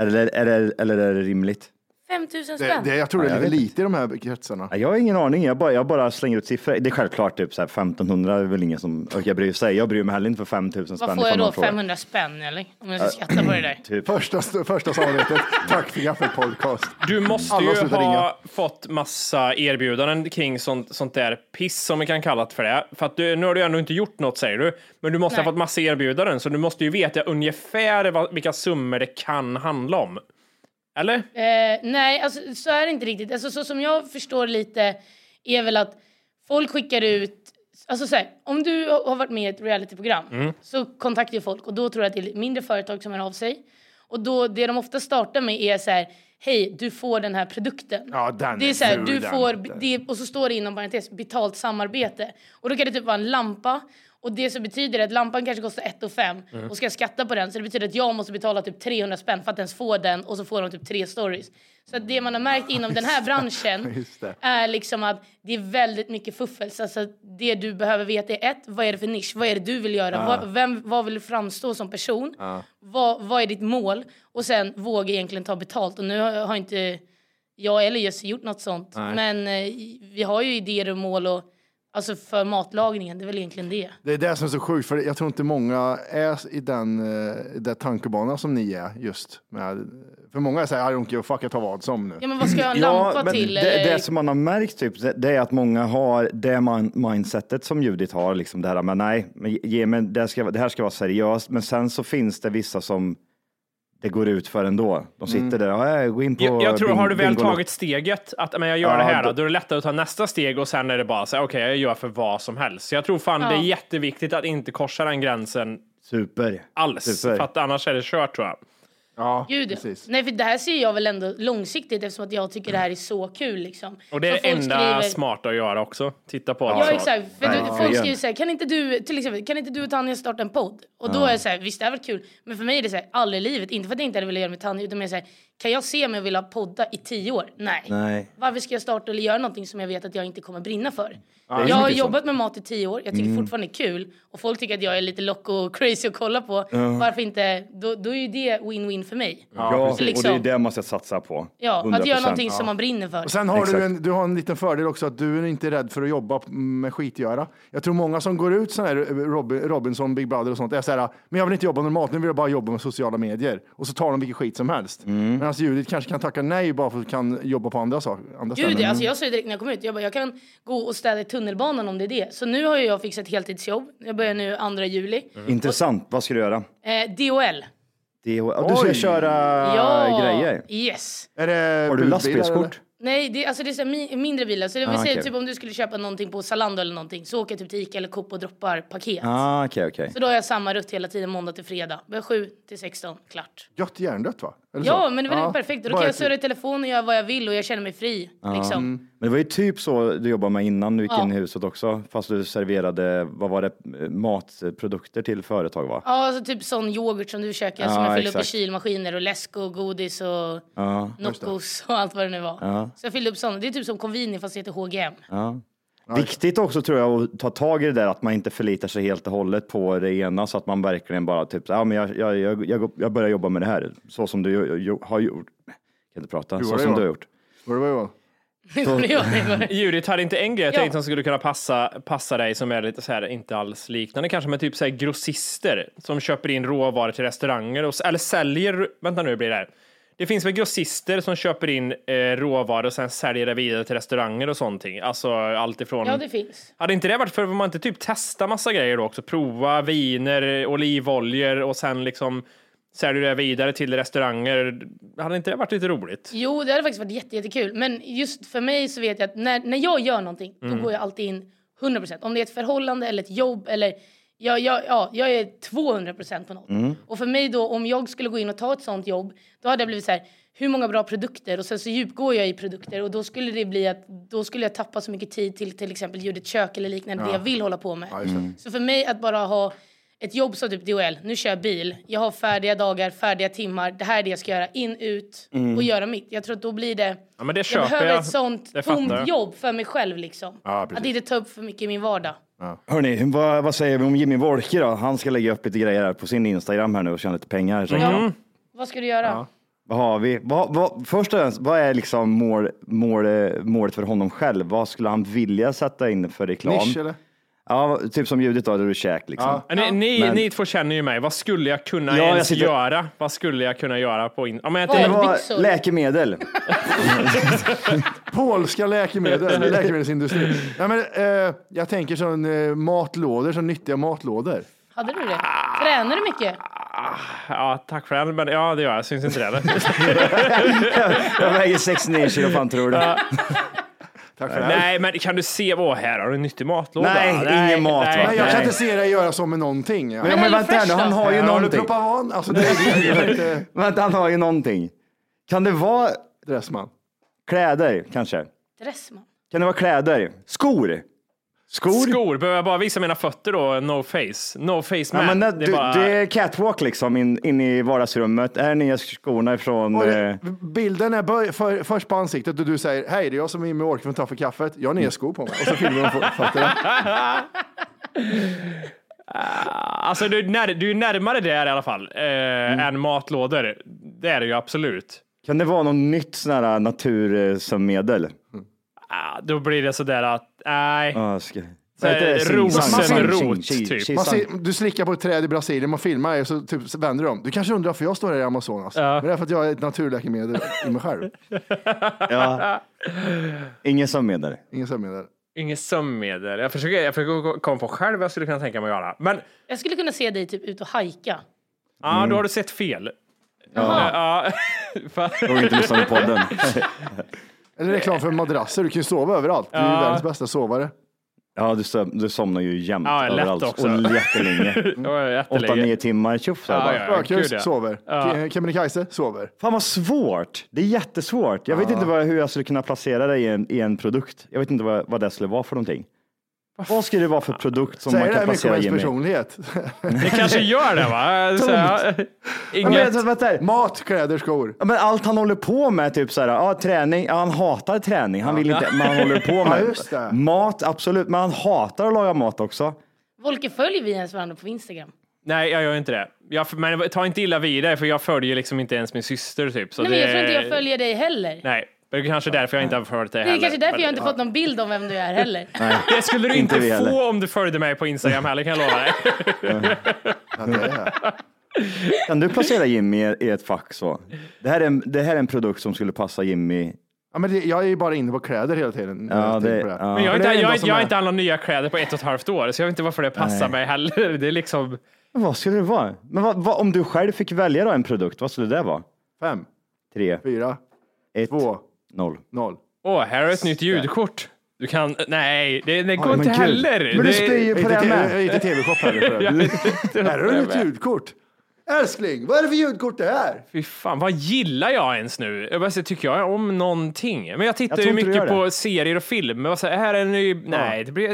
Speaker 5: Eller, eller, eller är det rimligt?
Speaker 4: 5000
Speaker 2: Det,
Speaker 4: spänn.
Speaker 2: det, jag tror det
Speaker 5: Ja,
Speaker 2: är
Speaker 5: jag
Speaker 2: lite
Speaker 5: vet
Speaker 2: lite i de här kretsarna.
Speaker 5: Ja, Jag har ingen aning, jag bara, jag bara slänger ut siffror. Det är självklart typ så här 1500 är väl ingen som orkar bry sig. Jag bryr mig heller inte för 5000 spänn.
Speaker 4: Vad får
Speaker 5: ifall
Speaker 4: jag då?
Speaker 5: någon frågar.
Speaker 4: 500 spänn eller? Om
Speaker 2: Äh,
Speaker 4: jag ska skatta på det där.
Speaker 5: Typ.
Speaker 2: Första, första samarbetet. Tack för kaffet podcast.
Speaker 3: Du måste
Speaker 2: Alla
Speaker 3: ju
Speaker 2: slutar
Speaker 3: ha fått massa erbjudanden kring sånt, sånt där piss som vi kan kalla det för det. För att du, nu har du ändå inte gjort något säger du, men du måste
Speaker 4: Nej.
Speaker 3: ha fått massa erbjudanden så du måste ju veta ungefär vad, vilka summor det kan handla om. Eller?
Speaker 4: Eh, nej, alltså, så är det inte riktigt. Alltså, så som jag förstår lite är väl att folk skickar ut... Alltså, så här, om du har har varit med i ett realityprogram
Speaker 2: Mm.
Speaker 4: så kontaktar ju folk och då tror jag att det är mindre företag som hör av sig. Och då, det de ofta startar med är så här, hej, du får den här produkten.
Speaker 2: Ja, den
Speaker 4: det är så här,
Speaker 2: ful,
Speaker 4: du
Speaker 2: den.
Speaker 4: får, det, och så står det inom parentes, betalt samarbete. Och då kan det typ vara en lampa. Och det så betyder det att lampan kanske kostar 1 5
Speaker 2: Mm.
Speaker 4: och ska jag skatta på den så det betyder att jag måste betala typ 300 spänn för att ens få den och så får de typ tre stories. Så att det man har märkt inom den här branschen
Speaker 2: Just det.
Speaker 4: är liksom att det är väldigt mycket fuffels. Alltså att det du behöver veta är ett, vad är det för nisch? Vad är det du vill göra? Vad, vem, vad vill du framstå som person? Vad, vad är ditt mål? Och sen våga egentligen ta betalt. Och nu har, har inte jag eller Jesse gjort något sånt. Men eh, vi har ju idéer och mål och, alltså för matlagningen. Det är väl egentligen det.
Speaker 2: Det är det som är så sjukt, för jag tror inte många är i den eh, där tankebanan som ni är just. Med, för många är så här, I don't give a fuck, jag tar vad som nu.
Speaker 4: Ja men vad ska jag ha en lampa
Speaker 5: men
Speaker 4: till? eh,
Speaker 5: Det,
Speaker 4: eller-
Speaker 5: det som man har märkt typ, det, det är att många har det man, mindsetet som Judit har, liksom det här men nej, men, ge, men det, här ska, det här ska vara seriöst, men sen så finns det vissa som det går ut för ändå. De sitter
Speaker 4: Mm.
Speaker 5: där, ja, jag går in på
Speaker 3: Jag, jag tror,
Speaker 5: bing-
Speaker 3: har du väl
Speaker 5: Bingolotto."
Speaker 3: tagit steget att men jag gör
Speaker 5: Ja,
Speaker 3: det här,
Speaker 5: då-
Speaker 3: då är det lättare att ta nästa steg och sen är det bara så här, okej, jag gör för vad som helst. Så jag tror fan det är jätteviktigt att inte korsa den gränsen
Speaker 5: Super.
Speaker 3: alls,
Speaker 5: Super.
Speaker 3: för att annars är det kört tror jag.
Speaker 2: Ja,
Speaker 4: Gud, ja.
Speaker 2: precis.
Speaker 4: Nej, för det här ser jag väl ändå långsiktigt eftersom att jag tycker det här är så kul. Liksom.
Speaker 3: Och det är
Speaker 4: Så
Speaker 3: det
Speaker 4: folk
Speaker 3: enda smarta att göra också. Titta på
Speaker 4: Ja,
Speaker 3: alltså.
Speaker 4: exakt. För då- folk
Speaker 5: Verkligen.
Speaker 4: skriver så här, kan inte, du, till exempel, kan inte du och Tanja starta en podd? Och då är jag så här, visst det här var kul. Men för mig är det så här, aldrig i livet. Inte för att jag inte hade velat göra det med Tanja, utan mer så här, kan jag se mig och vilja podda i tio år? Nej.
Speaker 5: Nej.
Speaker 4: Varför ska jag starta eller göra någonting som jag vet att jag inte kommer brinna för?
Speaker 2: det är
Speaker 4: jag har
Speaker 2: mycket
Speaker 4: jobbat med mat i tio år, jag tycker fortfarande det är kul. Och folk tycker att jag är lite loco och crazy att kolla på. Varför inte? Då, då är ju det win-win för mig.
Speaker 5: Ja, och det är
Speaker 4: Liksom.
Speaker 5: det man ska satsa på.
Speaker 4: Ja, att
Speaker 5: 100%.
Speaker 4: göra någonting som man brinner för.
Speaker 2: Och sen har
Speaker 5: Exakt.
Speaker 2: du, en, du har en liten fördel också att du är inte rädd för att jobba med skitgöra. Jag tror många som går ut sån här Robin, Robinson, Big Brother och sånt är så här, men jag vill inte jobba med mat, nu vill jag bara jobba med sociala medier. Och så tar de vilken skit som helst.
Speaker 5: Mm.
Speaker 2: Medan Judit kanske kan tacka nej bara för att kan jobba på andra saker. Andra
Speaker 4: Gud,
Speaker 2: ställen.
Speaker 4: alltså
Speaker 5: mm.
Speaker 4: jag sa ju direkt när jag kom ut, jag bara, jag kan gå och städa i tunnelbanan om det är det. Så nu har ju jag fixat heltidsjobb. Jag börjar nu 2 juli.
Speaker 5: Mm. Intressant. Vad ska du göra?
Speaker 4: Eh, DHL.
Speaker 5: Det, och du ska
Speaker 2: Oj.
Speaker 5: köra Ah, grejer.
Speaker 4: Yes.
Speaker 2: Är det
Speaker 5: Har du
Speaker 2: budbilar,
Speaker 5: lastbilskort?
Speaker 2: eller?
Speaker 4: Nej, det, alltså det är så här mi- mindre bilar. Så det vill
Speaker 5: Ah,
Speaker 4: säga
Speaker 5: okej.
Speaker 4: typ om du skulle köpa någonting på Zalando eller någonting så åker jag typ till Ica eller Coop och droppar paket.
Speaker 5: Ah, okej, okej.
Speaker 4: Så då har jag samma rutt hela tiden måndag till fredag. Börjar 7 till 16, klart.
Speaker 2: Gött hjärndött va? Eller
Speaker 4: Ja,
Speaker 2: så?
Speaker 4: men det var
Speaker 2: Ja,
Speaker 4: ja,
Speaker 5: Ah.
Speaker 4: perfekt. Och Då
Speaker 2: bara
Speaker 4: kan jag
Speaker 2: ett-
Speaker 4: surra i telefon och göra vad jag vill och jag känner mig fri. Liksom.
Speaker 5: Men det var ju typ så du jobbade med innan du gick
Speaker 4: Ja.
Speaker 5: in i huset också, fast du serverade, vad var det, matprodukter till företag va?
Speaker 4: Ja, alltså typ sån yoghurt som du käkar som
Speaker 5: Ja,
Speaker 4: jag fyller upp i
Speaker 5: exakt.
Speaker 4: kylmaskiner och läsk och godis och
Speaker 5: Ja.
Speaker 4: Noccos och allt vad det nu var. Så jag fyllde upp såna. Det är typ som Convini fast det heter HGM.
Speaker 5: Viktigt också tror jag att ta tag i det där att man inte förlitar sig helt och hållet på det ena så att man verkligen bara typ, ja men jag, jag, jag, jag, jag börjar jobba med det här, så som du ju- ju- har gjort. Kan inte prata,
Speaker 2: har
Speaker 5: så
Speaker 2: det
Speaker 5: som du har
Speaker 2: gjort.
Speaker 5: gjort.
Speaker 2: Vad det var, Johan?
Speaker 4: Det gör jag inte.
Speaker 3: Judith, hade inte en grej jag
Speaker 4: Ja.
Speaker 3: tänkte som skulle kunna passa, passa dig som är lite så här, inte alls liknande kanske, men typ så här grossister som köper in råvaror till restauranger och, s- eller säljer, vänta nu hur blir det här? Det finns väl grossister som köper in eh, råvaror och sen säljer det vidare till restauranger och sånt. Alltså allt ifrån...
Speaker 4: Ja, det finns.
Speaker 3: Hade inte det varit för att man inte typ testar massa grejer då också? Prova viner, olivoljor och sen liksom säljer det vidare till restauranger. Hade inte det varit lite roligt?
Speaker 4: Jo, det hade faktiskt varit jätte, jättekul. Men just för mig så vet jag att när, när jag gör någonting, då går jag alltid in 100%. Om det är ett förhållande eller ett jobb eller... Jag, jag, ja, jag är 200% på något. Och för mig då, om jag skulle gå in och ta ett sånt jobb, då hade jag blivit så här, hur många bra produkter? Och sen så djupgår jag i produkter och då skulle det bli att då skulle jag tappa så mycket tid till till exempel ljudet kök eller liknande, det jag vill hålla på med. Så för mig att bara ha ett jobb som typ DHL, nu kör jag bil, jag har färdiga dagar, färdiga timmar, det här är det jag ska göra, in, ut och göra mitt. Jag tror att då blir det...
Speaker 3: Mm. Ja, men det
Speaker 4: jag
Speaker 3: köper
Speaker 4: behöver
Speaker 3: jag.
Speaker 4: ett sånt
Speaker 3: Det fattar
Speaker 4: tomt
Speaker 3: jag.
Speaker 4: jobb för mig själv liksom.
Speaker 2: Ja, precis.
Speaker 4: att inte ta upp för mycket i min vardag.
Speaker 5: Hörni, vad, vad säger vi om Jimmy Wolke då? Han ska lägga upp lite grejer här på sin Instagram här nu och tjäna lite pengar. tänker jag.
Speaker 4: Ja. Vad ska du göra?
Speaker 5: Vad har vi? Vad, vad, först och främst, vad är liksom mål, mål, eh, målet för honom själv? Vad skulle han vilja sätta in för reklam?
Speaker 2: Nisch eller?
Speaker 5: Ja, typ som ljudet då, där du käk liksom.
Speaker 2: Ja.
Speaker 3: Ni, ni,
Speaker 5: Men-
Speaker 3: ni två känner ju mig. Vad skulle jag kunna
Speaker 5: Ja, jag
Speaker 3: ens
Speaker 5: sitter-
Speaker 3: göra? Vad skulle jag kunna göra på in... Ja, men jag
Speaker 4: Vad
Speaker 5: Det
Speaker 3: tänker-
Speaker 4: är-
Speaker 5: var
Speaker 4: Byxor.
Speaker 5: läkemedel.
Speaker 2: Polska läkemedel, läkemedelsindustrin. Nej, men, eh, jag tänker som eh, matlådor, som nyttiga matlådor.
Speaker 4: Hade du det? Tränar du mycket?
Speaker 3: ja, tack för den, men ja, det gör jag. Syns inte det? eller?
Speaker 5: Jag väger 69 kilo, fan tror du?
Speaker 2: Tack
Speaker 5: Eh,
Speaker 2: för det. här.
Speaker 3: Nej, men kan du se? Åh, här har du en nyttig matlåda.
Speaker 5: Nej, ingen mat, va?
Speaker 2: Nej, jag kan
Speaker 5: nej.
Speaker 2: inte se dig göra så med någonting. Ja.
Speaker 5: Ja, men vänta här nu, han har ju
Speaker 2: Här har du
Speaker 5: någonting.
Speaker 2: Propavan? Alltså, det är jag vet inte.
Speaker 5: Vänta, han har ju någonting. Kan det vara
Speaker 2: Dressman.
Speaker 5: kläder kanske?
Speaker 4: Dressman?
Speaker 5: Kan det vara kläder? Skor? Skor?
Speaker 3: Skor, behöver jag bara visa mina fötter då? No face. No face man.
Speaker 5: Ja, men det,
Speaker 3: det
Speaker 5: du,
Speaker 3: är bara...
Speaker 5: det är catwalk liksom in, in i vardagsrummet. Är nya skorna ifrån...
Speaker 2: Och
Speaker 5: Eh,
Speaker 2: det, bilden är bör, för, först på ansiktet och du säger hej, det är jag som är Jimmy Åkerman från Taffe Kaffet. Jag har nya skor på mig. Och så filmar de fo- fötterna.
Speaker 3: Alltså, du, är när, du är närmare där i alla fall, eh,
Speaker 5: Mm.
Speaker 3: än matlådor. Det är det ju absolut.
Speaker 5: kan det vara något nytt sån här natur eh, som medel?
Speaker 3: Ah, då blir det sådär att, nej.
Speaker 5: Ah, ska...
Speaker 3: Så här, rosenrot, typ.
Speaker 2: Man ser, du slickar på ett träd i Brasilien, man filmar och så typ, så vänder de. Du kanske undrar varför jag står här i Amazonas? Men det är för att jag är ett naturläkemedel i mig själv.
Speaker 5: Ja. Ingen som medel.
Speaker 2: Ingen sömnmedel.
Speaker 3: Inget sömnmedel. Jag försöker, jag försöker komma på själv vad jag skulle kunna tänka mig att göra. Men
Speaker 4: Jag skulle kunna se dig typ ut och hajka.
Speaker 3: ja,
Speaker 5: Mm.
Speaker 3: då har du sett fel. Ja. Fan.
Speaker 5: Jag inte lyssna på podden.
Speaker 2: Eller reklam för madrasser, du kan ju sova överallt. Du är ju världens bästa sovare.
Speaker 5: Ja, du, söm, du somnar ju jämt
Speaker 3: Ja, lätt
Speaker 5: överallt.
Speaker 3: också.
Speaker 5: Och jättelänge.
Speaker 3: Det var jättelänge.
Speaker 5: 8-9 timmar, tjoff så här
Speaker 3: Ja,
Speaker 5: bara.
Speaker 3: ja.
Speaker 2: Spökhus,
Speaker 3: gud, ja.
Speaker 2: sover. Ke- Kebnekaise, sover.
Speaker 5: Fan vad svårt. Det är jättesvårt. Jag vet inte vad, hur jag skulle kunna placera det i en, i en produkt. Jag vet inte vad, vad det skulle vara för någonting. Vad skulle det vara för produkt som man
Speaker 2: Säger det
Speaker 5: kan
Speaker 2: här mycket om
Speaker 5: placera
Speaker 2: ens
Speaker 5: Jimmy?
Speaker 2: personlighet?
Speaker 3: Det kanske gör det va? Så, ja.
Speaker 5: Ja, Men,
Speaker 3: Inget.
Speaker 5: vänta, vänta. här.
Speaker 2: Mat, kläder, skor.
Speaker 5: Ja, men allt han håller på med, typ så här, ja, träning, ja, han hatar träning, han vill inte, men han håller på med
Speaker 2: Ja, just det.
Speaker 5: mat, absolut, men han hatar att laga mat också.
Speaker 4: Volke, följer vi ens varandra på Instagram?
Speaker 3: Nej, jag gör inte det. Jag, men ta inte illa vid dig, för jag följer liksom inte ens min syster typ. Så
Speaker 4: Nej, men jag
Speaker 3: det-
Speaker 4: tror inte jag följer dig heller.
Speaker 3: Nej, det är kanske därför jag inte har följt dig
Speaker 4: det
Speaker 3: heller.
Speaker 4: är kanske därför
Speaker 3: Men-
Speaker 4: jag inte fått någon bild om vem du är heller.
Speaker 3: Det skulle du inte,
Speaker 5: Inte vi
Speaker 3: få
Speaker 5: heller.
Speaker 3: om du följde mig på Instagram heller, kan jag lova dig.
Speaker 2: Ja, det är det.
Speaker 5: Kan du placera Jimmy i- i ett fack så? Det här, är en, det här är en produkt som skulle passa Jimmy.
Speaker 2: Ja, men det, jag är ju bara inne på kläder hela tiden. när
Speaker 5: Ja,
Speaker 2: jag tänker
Speaker 5: det,
Speaker 2: på det.
Speaker 5: ja.
Speaker 3: Men jag har
Speaker 2: det
Speaker 3: inte, jag,
Speaker 2: är det
Speaker 3: har
Speaker 2: enda
Speaker 3: inte-
Speaker 2: som
Speaker 3: jag har
Speaker 2: är-
Speaker 3: inte handlat nya kläder på ett och ett halvt år, så jag vet inte varför det passar
Speaker 5: Nej.
Speaker 3: mig heller. Det är liksom...
Speaker 5: Vad skulle det vara? Men vad, vad, om du själv fick välja då en produkt, vad skulle det vara?
Speaker 2: Fem,
Speaker 5: Tre,
Speaker 2: fyra,
Speaker 5: ett,
Speaker 2: två,
Speaker 5: noll.
Speaker 2: noll.
Speaker 3: Åh, här har jag ett nytt ljudkort. Du kan... Nej, det, det går
Speaker 5: men
Speaker 3: inte
Speaker 5: gud.
Speaker 3: heller.
Speaker 5: Men
Speaker 3: det,
Speaker 5: du spyr ju
Speaker 2: Jag
Speaker 5: på
Speaker 2: gick
Speaker 5: det
Speaker 2: till-
Speaker 5: med.
Speaker 2: jag gick till tv-shop här. för övrigt. Här har du ett ljudkort. Älskling, vad är det för ljudkort det här?
Speaker 3: Fy fan, vad gillar jag ens nu? Jag bara, så, tycker jag om någonting? Men jag tittar
Speaker 5: tror
Speaker 3: ju
Speaker 5: inte du
Speaker 3: mycket
Speaker 5: gör
Speaker 3: på serier och filmer. Och så, här här är en ny... Nej, det blir...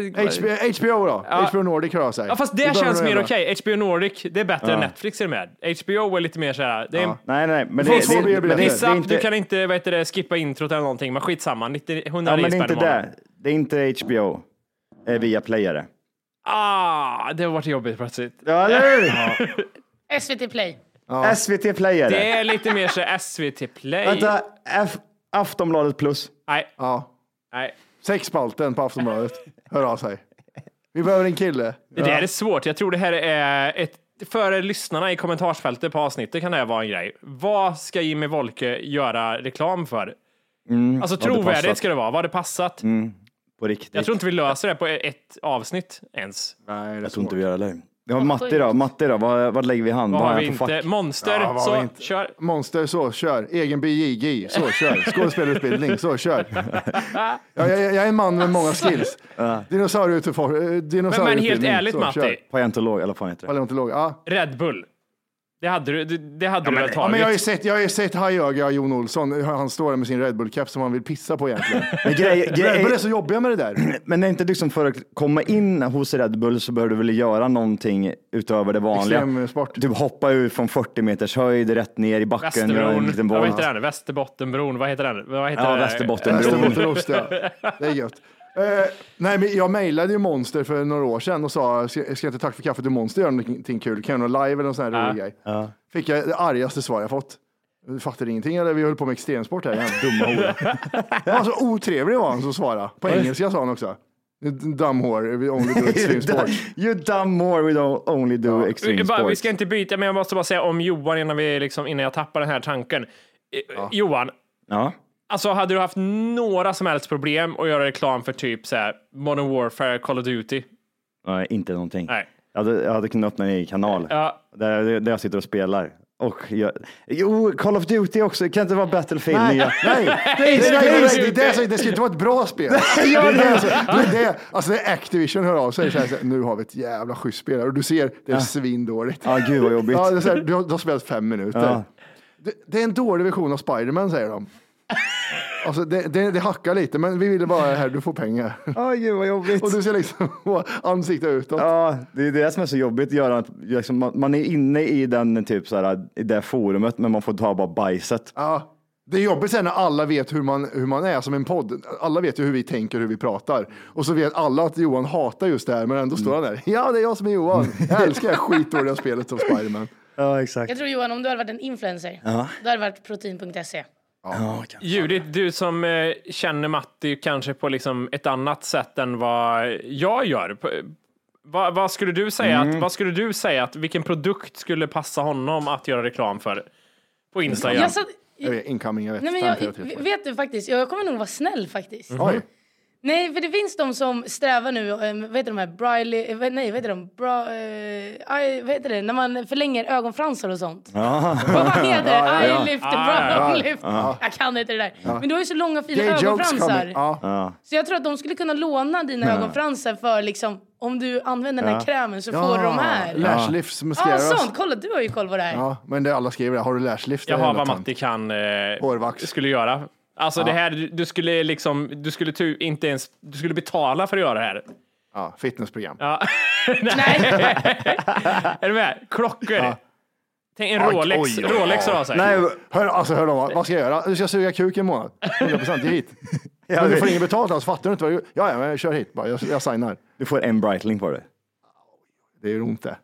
Speaker 2: HBO, HBO då? HBO Nordic hör jag säger.
Speaker 3: Ja, fast det,
Speaker 2: behöver
Speaker 3: känns
Speaker 2: nog
Speaker 3: mer
Speaker 2: göra.
Speaker 3: okej. HBO Nordic, det är bättre än Netflix är det med. HBO är lite mer så här... Det är en
Speaker 5: Nej, nej, men
Speaker 2: får
Speaker 5: det,
Speaker 2: två
Speaker 5: det, men det,
Speaker 2: biljetter.
Speaker 5: det
Speaker 3: Vissa,
Speaker 5: är inte,
Speaker 3: du kan inte vad heter det, skippa introt eller någonting, men skitsamma. 90, 100
Speaker 5: ja, men det är
Speaker 3: spänn
Speaker 5: inte
Speaker 3: i månaden.
Speaker 5: det. Det är inte HBO. Det är eh, via playare.
Speaker 3: Ah, det har varit jobbigt plötsligt.
Speaker 5: Ja, eller hur?
Speaker 4: SVT Play.
Speaker 5: SVT playare.
Speaker 3: Det är lite mer så här SVT Play.
Speaker 5: Vänta, F- Aftonbladet plus.
Speaker 3: Nej,
Speaker 2: Ja,
Speaker 3: nej.
Speaker 2: sexspalten på Aftonbladet. Hör av sig. Vi behöver en kille.
Speaker 3: Det där är svårt. Jag tror det här är ett för lyssnarna i kommentarsfältet på avsnittet kan det här vara en grej. Vad ska Jimmy Wolke göra reklam för? alltså
Speaker 5: hade
Speaker 3: trovärdigt
Speaker 5: passat.
Speaker 3: ska det vara. Vad hade passat?
Speaker 5: På riktigt.
Speaker 3: Jag tror inte vi löser det på ett avsnitt ens.
Speaker 2: Nej, det är
Speaker 5: Jag tror inte
Speaker 2: svårt.
Speaker 5: vi gör det. heller. Vi har Matti då, Matti då, vad, vad lägger vi i hand?
Speaker 3: Vad har
Speaker 5: han
Speaker 3: vi
Speaker 5: för
Speaker 3: inte?
Speaker 5: fack?
Speaker 3: Monster,
Speaker 2: Ja, vad har
Speaker 3: så
Speaker 2: vi inte?
Speaker 3: kör.
Speaker 2: Monster, så kör. Egen BJJ, så kör. Skådespelarutbildning, så kör. Ja, jag, jag är en man med många skills. Dinosaurieutbildning,
Speaker 3: Men, men helt ärligt Matti,
Speaker 5: Paleontolog, eller fan heter det?
Speaker 2: Paleontolog, ja.
Speaker 3: Red Bull. Det hade du, det, det hade du väl
Speaker 2: ja
Speaker 3: tagit?
Speaker 2: men jag har ju sett, jag har ju sett hajöga Jon Olsson. Han står där med sin Red Bull-keps som han vill pissa på egentligen.
Speaker 5: Men, grej,
Speaker 2: Red Bull är
Speaker 5: grej,
Speaker 2: så jobbiga med det där.
Speaker 5: men det är inte liksom för att komma in hos Red Bull så behöver du väl göra någonting utöver det vanliga?
Speaker 2: Extremsport.
Speaker 5: Typ hoppa ur från 40 meters höjd rätt ner i backen. göra en
Speaker 3: Västerbron.
Speaker 5: liten
Speaker 3: Vad
Speaker 5: boll.
Speaker 3: heter den? Västerbottenbron. Vad heter den? Vad heter
Speaker 5: Ja,
Speaker 3: det?
Speaker 5: Västerbottenbron.
Speaker 2: Västerbottenost, ja. Det är gött. Eh, nej, men jag mejlade ju Monster för några år sedan och sa, ska ska jag inte tacka för kaffet till Monster göra någonting kul? Kan jag göra något live eller någon sån här rolig grej? Fick jag det argaste svar jag fått. Du fattar ingenting eller? Vi höll på med extremsport här, jävla dumma hora. Han var så otrevlig var han som svarade. På engelska sa han också. Dumb whore, we only do extreme sport.
Speaker 5: You dumb more, we don't only do extreme
Speaker 3: Jag Eh, bara, vi
Speaker 5: sports.
Speaker 3: ska inte byta, men jag måste bara säga om Johan innan, vi liksom, innan jag tappar den här tanken. Eh, Johan,
Speaker 5: Ja.
Speaker 3: alltså hade du haft några som helst problem att göra reklam för typ så här Modern Warfare, Call of Duty?
Speaker 5: Nej, inte någonting.
Speaker 3: Nej.
Speaker 5: Jag, hade, jag hade kunnat öppna en egen kanal
Speaker 3: Ja.
Speaker 5: där, där jag sitter och spelar. Och jag, jo, Call of Duty också. Det kan inte vara Battlefield.
Speaker 2: Nej,
Speaker 5: nya.
Speaker 2: nej, det, är- det, är- det, är det, som- det ska inte vara ett bra spel. Det är det, som- det, är det, alltså det är Activision hör av sig så här, så här, nu har vi ett jävla schysst spel här. och du ser, det är svindåligt.
Speaker 5: Ja, gud vad jobbigt.
Speaker 2: Ja, det är så här, du, har, du har spelat fem minuter.
Speaker 5: Ja.
Speaker 2: Det, det är en dålig version av Spiderman säger de. Alltså det, det, det hackar lite, men vi ville bara här, du får pengar.
Speaker 5: Ja, gud vad jobbigt.
Speaker 2: Och du ser liksom ansiktet utåt.
Speaker 5: Ja, det är det som är så jobbigt. Göran, att liksom, man, man är inne i den typ så här, i det forumet, men man får ta bara bajset.
Speaker 2: Ja. Det är jobbigt sen när alla vet hur man, hur man är som en podd. Alla vet ju hur vi tänker, hur vi pratar. Och så vet alla att Johan hatar just det här, men ändå står han där. Ja, det är jag som är Johan. Jag älskar det här skitdåliga spelet som Spiderman.
Speaker 5: Ja, exakt.
Speaker 4: Jag tror Johan, om du hade varit en influencer, då hade det varit protein.se.
Speaker 3: Judith, du som eh, känner Matti kanske på liksom ett annat sätt än vad jag gör. P- Vad, vad skulle du säga? Att, vad skulle du säga att vilken produkt skulle passa honom att göra reklam för på Instagram?
Speaker 4: Jag satt,
Speaker 2: Jag vet, incoming, jag vet.
Speaker 4: nej men
Speaker 2: Fem, fyra,
Speaker 4: jag,
Speaker 2: tre, två.
Speaker 4: vet du faktiskt, jag kommer nog vara snäll faktiskt.
Speaker 2: Mhm. Oj,
Speaker 4: Nej, för det finns de som strävar nu, ehm, vad heter de här, Briley, eh, vad- nej vad heter de, Bra, eh, aj, vad heter det, när man förlänger ögonfransar och sånt. Vad fan heter det? Eyelift,
Speaker 3: ja,
Speaker 4: brow lift. Jag kan inte det där. Men du har ju så långa fina
Speaker 2: gay jokes coming.
Speaker 4: ögonfransar.
Speaker 2: Ja.
Speaker 4: Så jag tror att de skulle kunna låna dina ögonfransar för liksom, om du använder den här krämen så får du de här. Ja,
Speaker 2: Lash lifts
Speaker 4: ah,
Speaker 2: mascaras.
Speaker 4: sånt. Kolla, du har ju koll på det här.
Speaker 2: Ja, men det alla skriver, har du lash lift?
Speaker 3: Jag
Speaker 2: Det är
Speaker 3: har
Speaker 2: jävla
Speaker 3: vad
Speaker 2: tant.
Speaker 3: Matti kan eh,
Speaker 2: Hårvax.
Speaker 3: skulle göra. Alltså det här, du skulle liksom, du skulle tu, inte ens, du skulle betala för att göra det här.
Speaker 2: Ja, fitnessprogram.
Speaker 4: Nej,
Speaker 3: Är du med? Klockor. Tänk en
Speaker 2: Oj,
Speaker 3: Rolex,
Speaker 2: oj, oj, oj.
Speaker 3: Rolex har sig.
Speaker 5: Nej,
Speaker 2: Hör, alltså, hör de, vad vad ska jag göra? Du ska suga kuk en månad. 100 procent, ge hit.
Speaker 5: Ja,
Speaker 2: men du
Speaker 5: vi-
Speaker 2: får inget betalt alls, fattar du inte? Vad du, ja, ja, men kör hit bara, jag, jag signar.
Speaker 5: du får en brightling på det.
Speaker 2: Det gör ont det.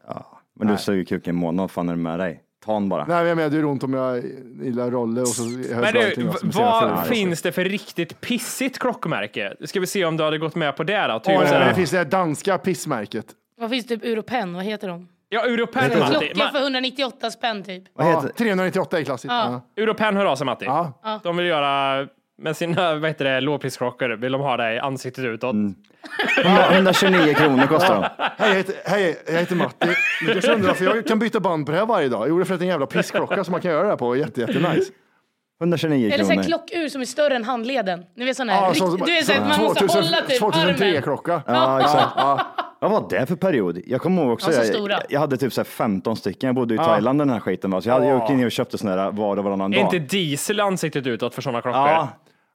Speaker 5: Men du suger kuken en månad, fan är det med dig? Ta en bara.
Speaker 2: Nej, men jag menar, det gör ont om jag gillar roller och så hörs
Speaker 3: Men du,
Speaker 2: allting av som
Speaker 3: v-
Speaker 2: senast förra
Speaker 3: vad
Speaker 2: året.
Speaker 3: finns det för riktigt pissigt klockmärke? Ska vi se om du hade gått med på det då? Typ
Speaker 2: Åh,
Speaker 3: så
Speaker 2: nej,
Speaker 3: här-
Speaker 2: Det finns det här danska pissmärket.
Speaker 4: vad finns typ Europen? Vad heter de?
Speaker 3: Ja, Europen, Matti.
Speaker 4: Klocka för
Speaker 3: Ma-
Speaker 4: 198 spänn typ.
Speaker 5: Vad
Speaker 2: Ja,
Speaker 5: heter
Speaker 2: 398 är klassiskt. Ja.
Speaker 3: Europen hör av sig, Matti.
Speaker 2: Ja.
Speaker 3: De vill göra med sina vad heter det, lågprisklockor, vill de ha dig ansiktet utåt.
Speaker 5: 129 kronor kostar de.
Speaker 2: Hej, jag heter, hej, jag heter Matti. Du kanske undrar för jag kan byta band på det här varje dag. Jag gjorde för att det är en jävla pissklocka som man kan göra det här på. Jätte, jätte nice.
Speaker 5: 129
Speaker 4: Eller såhär
Speaker 5: kronor.
Speaker 4: klockur som är större än handleden. Ni vet sån här,
Speaker 2: Ja,
Speaker 4: rikt-
Speaker 2: som-
Speaker 4: du vet såhär,
Speaker 2: som
Speaker 4: man måste
Speaker 2: 2000
Speaker 4: hålla typ
Speaker 2: 2003
Speaker 4: armen.
Speaker 2: klocka.
Speaker 5: Ja, exakt. Vad var det för period? Jag kommer ihåg också,
Speaker 4: Ja, så stora.
Speaker 5: jag, jag hade typ så här 15 stycken. Jag bodde i Thailand den här skiten. va. Så jag, hade, jag åkte in och köpte såna där var och varannan
Speaker 3: Är
Speaker 5: dag.
Speaker 3: inte diesel ansiktet utåt för sådana klockor?
Speaker 5: Ja,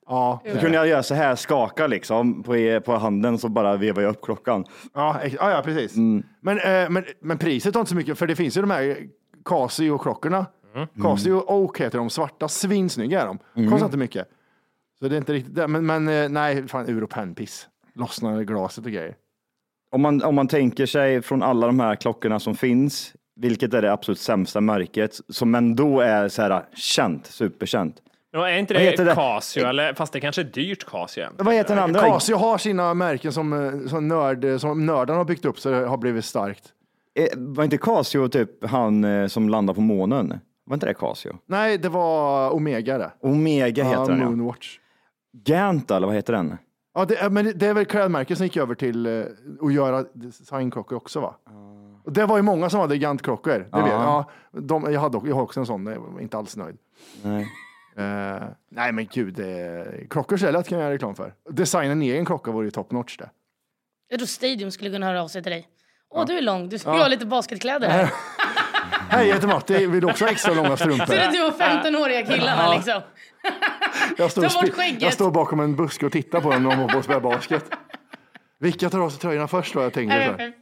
Speaker 2: Ja,
Speaker 5: då kunde jag göra så här, skaka liksom på, på handen så bara vevade jag upp klockan.
Speaker 2: ja, ex- ja, ja precis.
Speaker 5: Mm.
Speaker 2: Men, eh, men, men priset har inte så mycket, för det finns ju de här Casio-klockorna.
Speaker 5: Mm.
Speaker 2: Casio Oak heter de, svarta, svinsnygga är de. Kostar inte mycket. Så det är inte riktigt det. Men, men eh, nej, fan europenpiss. Lossnar glaset och grejer.
Speaker 5: Om man, om man tänker sig från alla de här klockorna som finns, vilket är det absolut sämsta märket som ändå är så här känt, superkänt.
Speaker 3: Men Är inte
Speaker 5: Vad heter
Speaker 3: det
Speaker 5: det?
Speaker 3: Casio? Eller, fast det kanske är dyrt Casio. egentligen.
Speaker 5: Vad heter den andra?
Speaker 2: eh, Casio har sina märken som, eh, som, nörd, som nördarna har byggt upp så det har blivit starkt.
Speaker 5: Eh, Var inte Casio typ han eh, som landade på månen? Var inte det Casio?
Speaker 2: Nej, det var Omega det.
Speaker 5: Omega heter
Speaker 2: ja,
Speaker 5: den ja.
Speaker 2: Moonwatch.
Speaker 5: Ganta eller vad heter den?
Speaker 2: Ja, det, är- men det- det är väl klädmärket som gick över till eh, att göra designklockor också va? Och det var ju många som hade gigantklockor. Det vet jag. Ja, de, jag, hade, också- jag har också en sån, jag var inte alls nöjd.
Speaker 5: Nej.
Speaker 2: Eh, nej men gud, det, klockor så lätt kan jag göra reklam för. Designa en egen klocka vore ju top notch det.
Speaker 4: Jag tror Stadium skulle kunna höra av sig till dig. Åh, du är lång. Du ska ju ha lite basketkläder här.
Speaker 2: Hej, jag heter Matti, vill du också ha extra långa strumpor?
Speaker 4: Så det är du och 15-åriga killarna liksom.
Speaker 2: Jag står,
Speaker 4: Ta
Speaker 2: och
Speaker 4: bort
Speaker 2: spe-
Speaker 4: skägget.
Speaker 2: jag står bakom en buske och tittar på dem när de håller på att spela basket. Vilka tar av sig tröjorna först då? Jag
Speaker 4: Nej,
Speaker 2: tänker
Speaker 4: men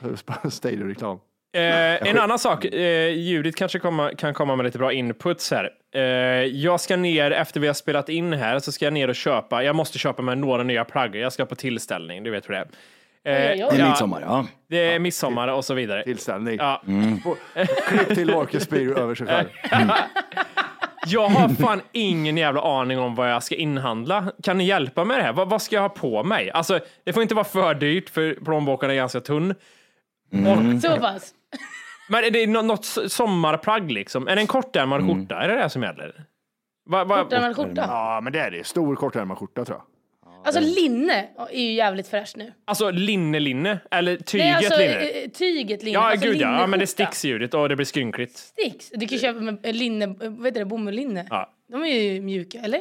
Speaker 4: för fan.
Speaker 2: så. Stadium-reklam.
Speaker 3: Eh, en annan sak, eh, Judith kanske komma, kan komma med lite bra inputs här. Eh, jag ska ner, efter vi har spelat in här, så ska jag ner och köpa, jag måste köpa med några nya plagg, jag ska på tillställning, du vet hur det är.
Speaker 4: Oj,
Speaker 3: Eh,
Speaker 4: oj, oj.
Speaker 5: Det är
Speaker 3: Ja.
Speaker 5: midsommar, ja.
Speaker 3: det är midsommar och så vidare.
Speaker 2: Tillställning.
Speaker 3: Ja.
Speaker 2: Och- Klipp till Marcus spyr över sig själv.
Speaker 3: Jag har fan ingen jävla aning om vad jag ska inhandla. Kan ni hjälpa mig med det här? Vad, vad ska jag ha på mig? Alltså, det får inte vara för dyrt för plånboken är ganska tunn.
Speaker 4: Så pass.
Speaker 3: Men är det nå- något so- sommarplagg liksom? Är det en kortärmad skjorta? Är det det som gäller? Va, va,
Speaker 4: Kortärmad skjorta.
Speaker 2: Ja, men det är det. Stor kortärmad skjorta tror jag.
Speaker 4: Alltså linne är ju jävligt fräscht nu.
Speaker 3: alltså linne-linne? Eller tyget
Speaker 4: Nej, alltså
Speaker 3: linne?
Speaker 4: eh, tyget linne.
Speaker 3: Ja,
Speaker 4: alltså,
Speaker 3: gud ja. ja. Men det
Speaker 4: linneskjorta.
Speaker 3: sticks ljudet och det blir skrynkligt.
Speaker 4: Sticks. Du kan köpa med eh, linne, eh, vad heter det, bomullslinne.
Speaker 3: Ja.
Speaker 4: De är ju mjuka, eller?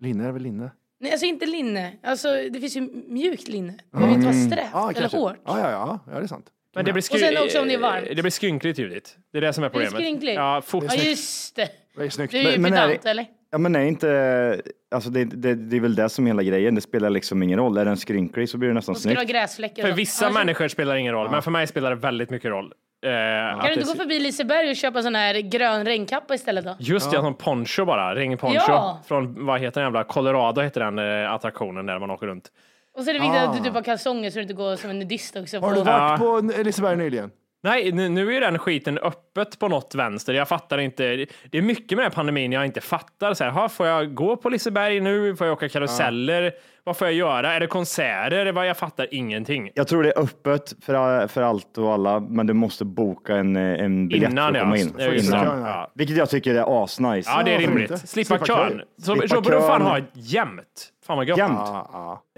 Speaker 2: Linne är väl linne?
Speaker 4: Nej, alltså inte linne. Alltså, det finns ju mjukt linne. Det behöver inte vara strävt eller
Speaker 2: kanske.
Speaker 4: hårt.
Speaker 2: Ja, ja, ja, ja, det är sant.
Speaker 3: Men det blir
Speaker 4: Och sen också om det är varmt.
Speaker 3: Det blir skrynkligt ljudet. Det är det som är
Speaker 4: det
Speaker 3: problemet.
Speaker 4: skrynkligt?
Speaker 3: Ja, fort.
Speaker 4: Ja, just det.
Speaker 2: Det är snyggt.
Speaker 4: Du är ju
Speaker 2: Men-
Speaker 5: men är det-
Speaker 4: pedant, eller?
Speaker 5: Ja men är inte, alltså det, det, det är väl det som är hela grejen, det spelar liksom ingen roll. Är den skrynklig så blir det nästan
Speaker 4: Då ska du ha
Speaker 5: snyggt.
Speaker 4: gräsfläckar. och
Speaker 3: För
Speaker 4: sånt.
Speaker 3: vissa
Speaker 4: Annars-
Speaker 3: människor spelar det ingen roll, men för mig spelar det väldigt mycket roll. Eh, att
Speaker 4: Kan du
Speaker 3: det-
Speaker 4: inte gå förbi Liseberg och köpa sån här grön regnkappa istället då?
Speaker 3: Just det, ja. som poncho bara. Regnponcho.
Speaker 4: Ja.
Speaker 3: Från, vad heter den jävla, Colorado heter den eh, attraktionen där man åker runt.
Speaker 4: Och så är det viktigt att du typ har kalsonger så du inte går som en nudist också.
Speaker 2: Har du
Speaker 4: på-
Speaker 2: varit på Liseberg nyligen?
Speaker 3: Nej, nu, nu är den skiten öppet på något vänster. Jag fattar inte. Det är mycket med den här pandemin jag inte fattar. Så här, ha, får jag gå på Liseberg nu? Får jag åka karuseller? Vad får jag göra? Är det konserter? Vad- Jag fattar ingenting.
Speaker 5: Jag tror det är öppet för, för allt och alla, men du måste boka en, en biljett
Speaker 3: Innan
Speaker 5: för att
Speaker 3: ja.
Speaker 5: komma in.
Speaker 3: Ja, just det.
Speaker 2: Innan.
Speaker 3: Ja.
Speaker 5: Vilket jag tycker är asnice.
Speaker 3: ja, det är
Speaker 2: varför
Speaker 3: rimligt.
Speaker 2: inte?
Speaker 3: Slippa
Speaker 2: Slippa
Speaker 3: kön.
Speaker 2: kön.
Speaker 3: Så,
Speaker 5: Slippa
Speaker 3: så borde du fan
Speaker 5: kön.
Speaker 3: ha jämnt. Fan vad gött.
Speaker 5: Jämt.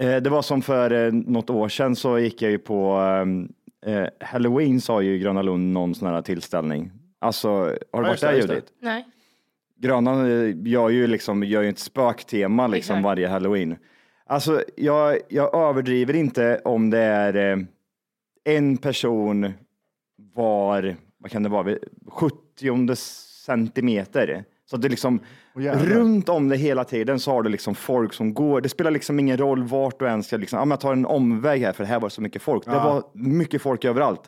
Speaker 5: Eh, Det var som för eh, något år sedan så gick jag ju på eh, eh, Halloween så har ju Gröna Lund någon sån här tillställning. Alltså, har du varit
Speaker 2: just det,
Speaker 5: där
Speaker 2: just det.
Speaker 5: Judith?
Speaker 4: Nej.
Speaker 5: Gröna eh, gör ju liksom, gör ju ett spöktema liksom
Speaker 4: Exakt.
Speaker 5: varje halloween. Alltså jag, jag överdriver inte om det är eh, en person var, vad kan det vara, 70 centimeter. Så att det liksom,
Speaker 2: jävlar.
Speaker 5: runt om det hela tiden så har du liksom folk som går. Det spelar liksom ingen roll vart du än ska, liksom, ja, men jag tar en omväg här för här var det så mycket folk. Det var mycket folk överallt.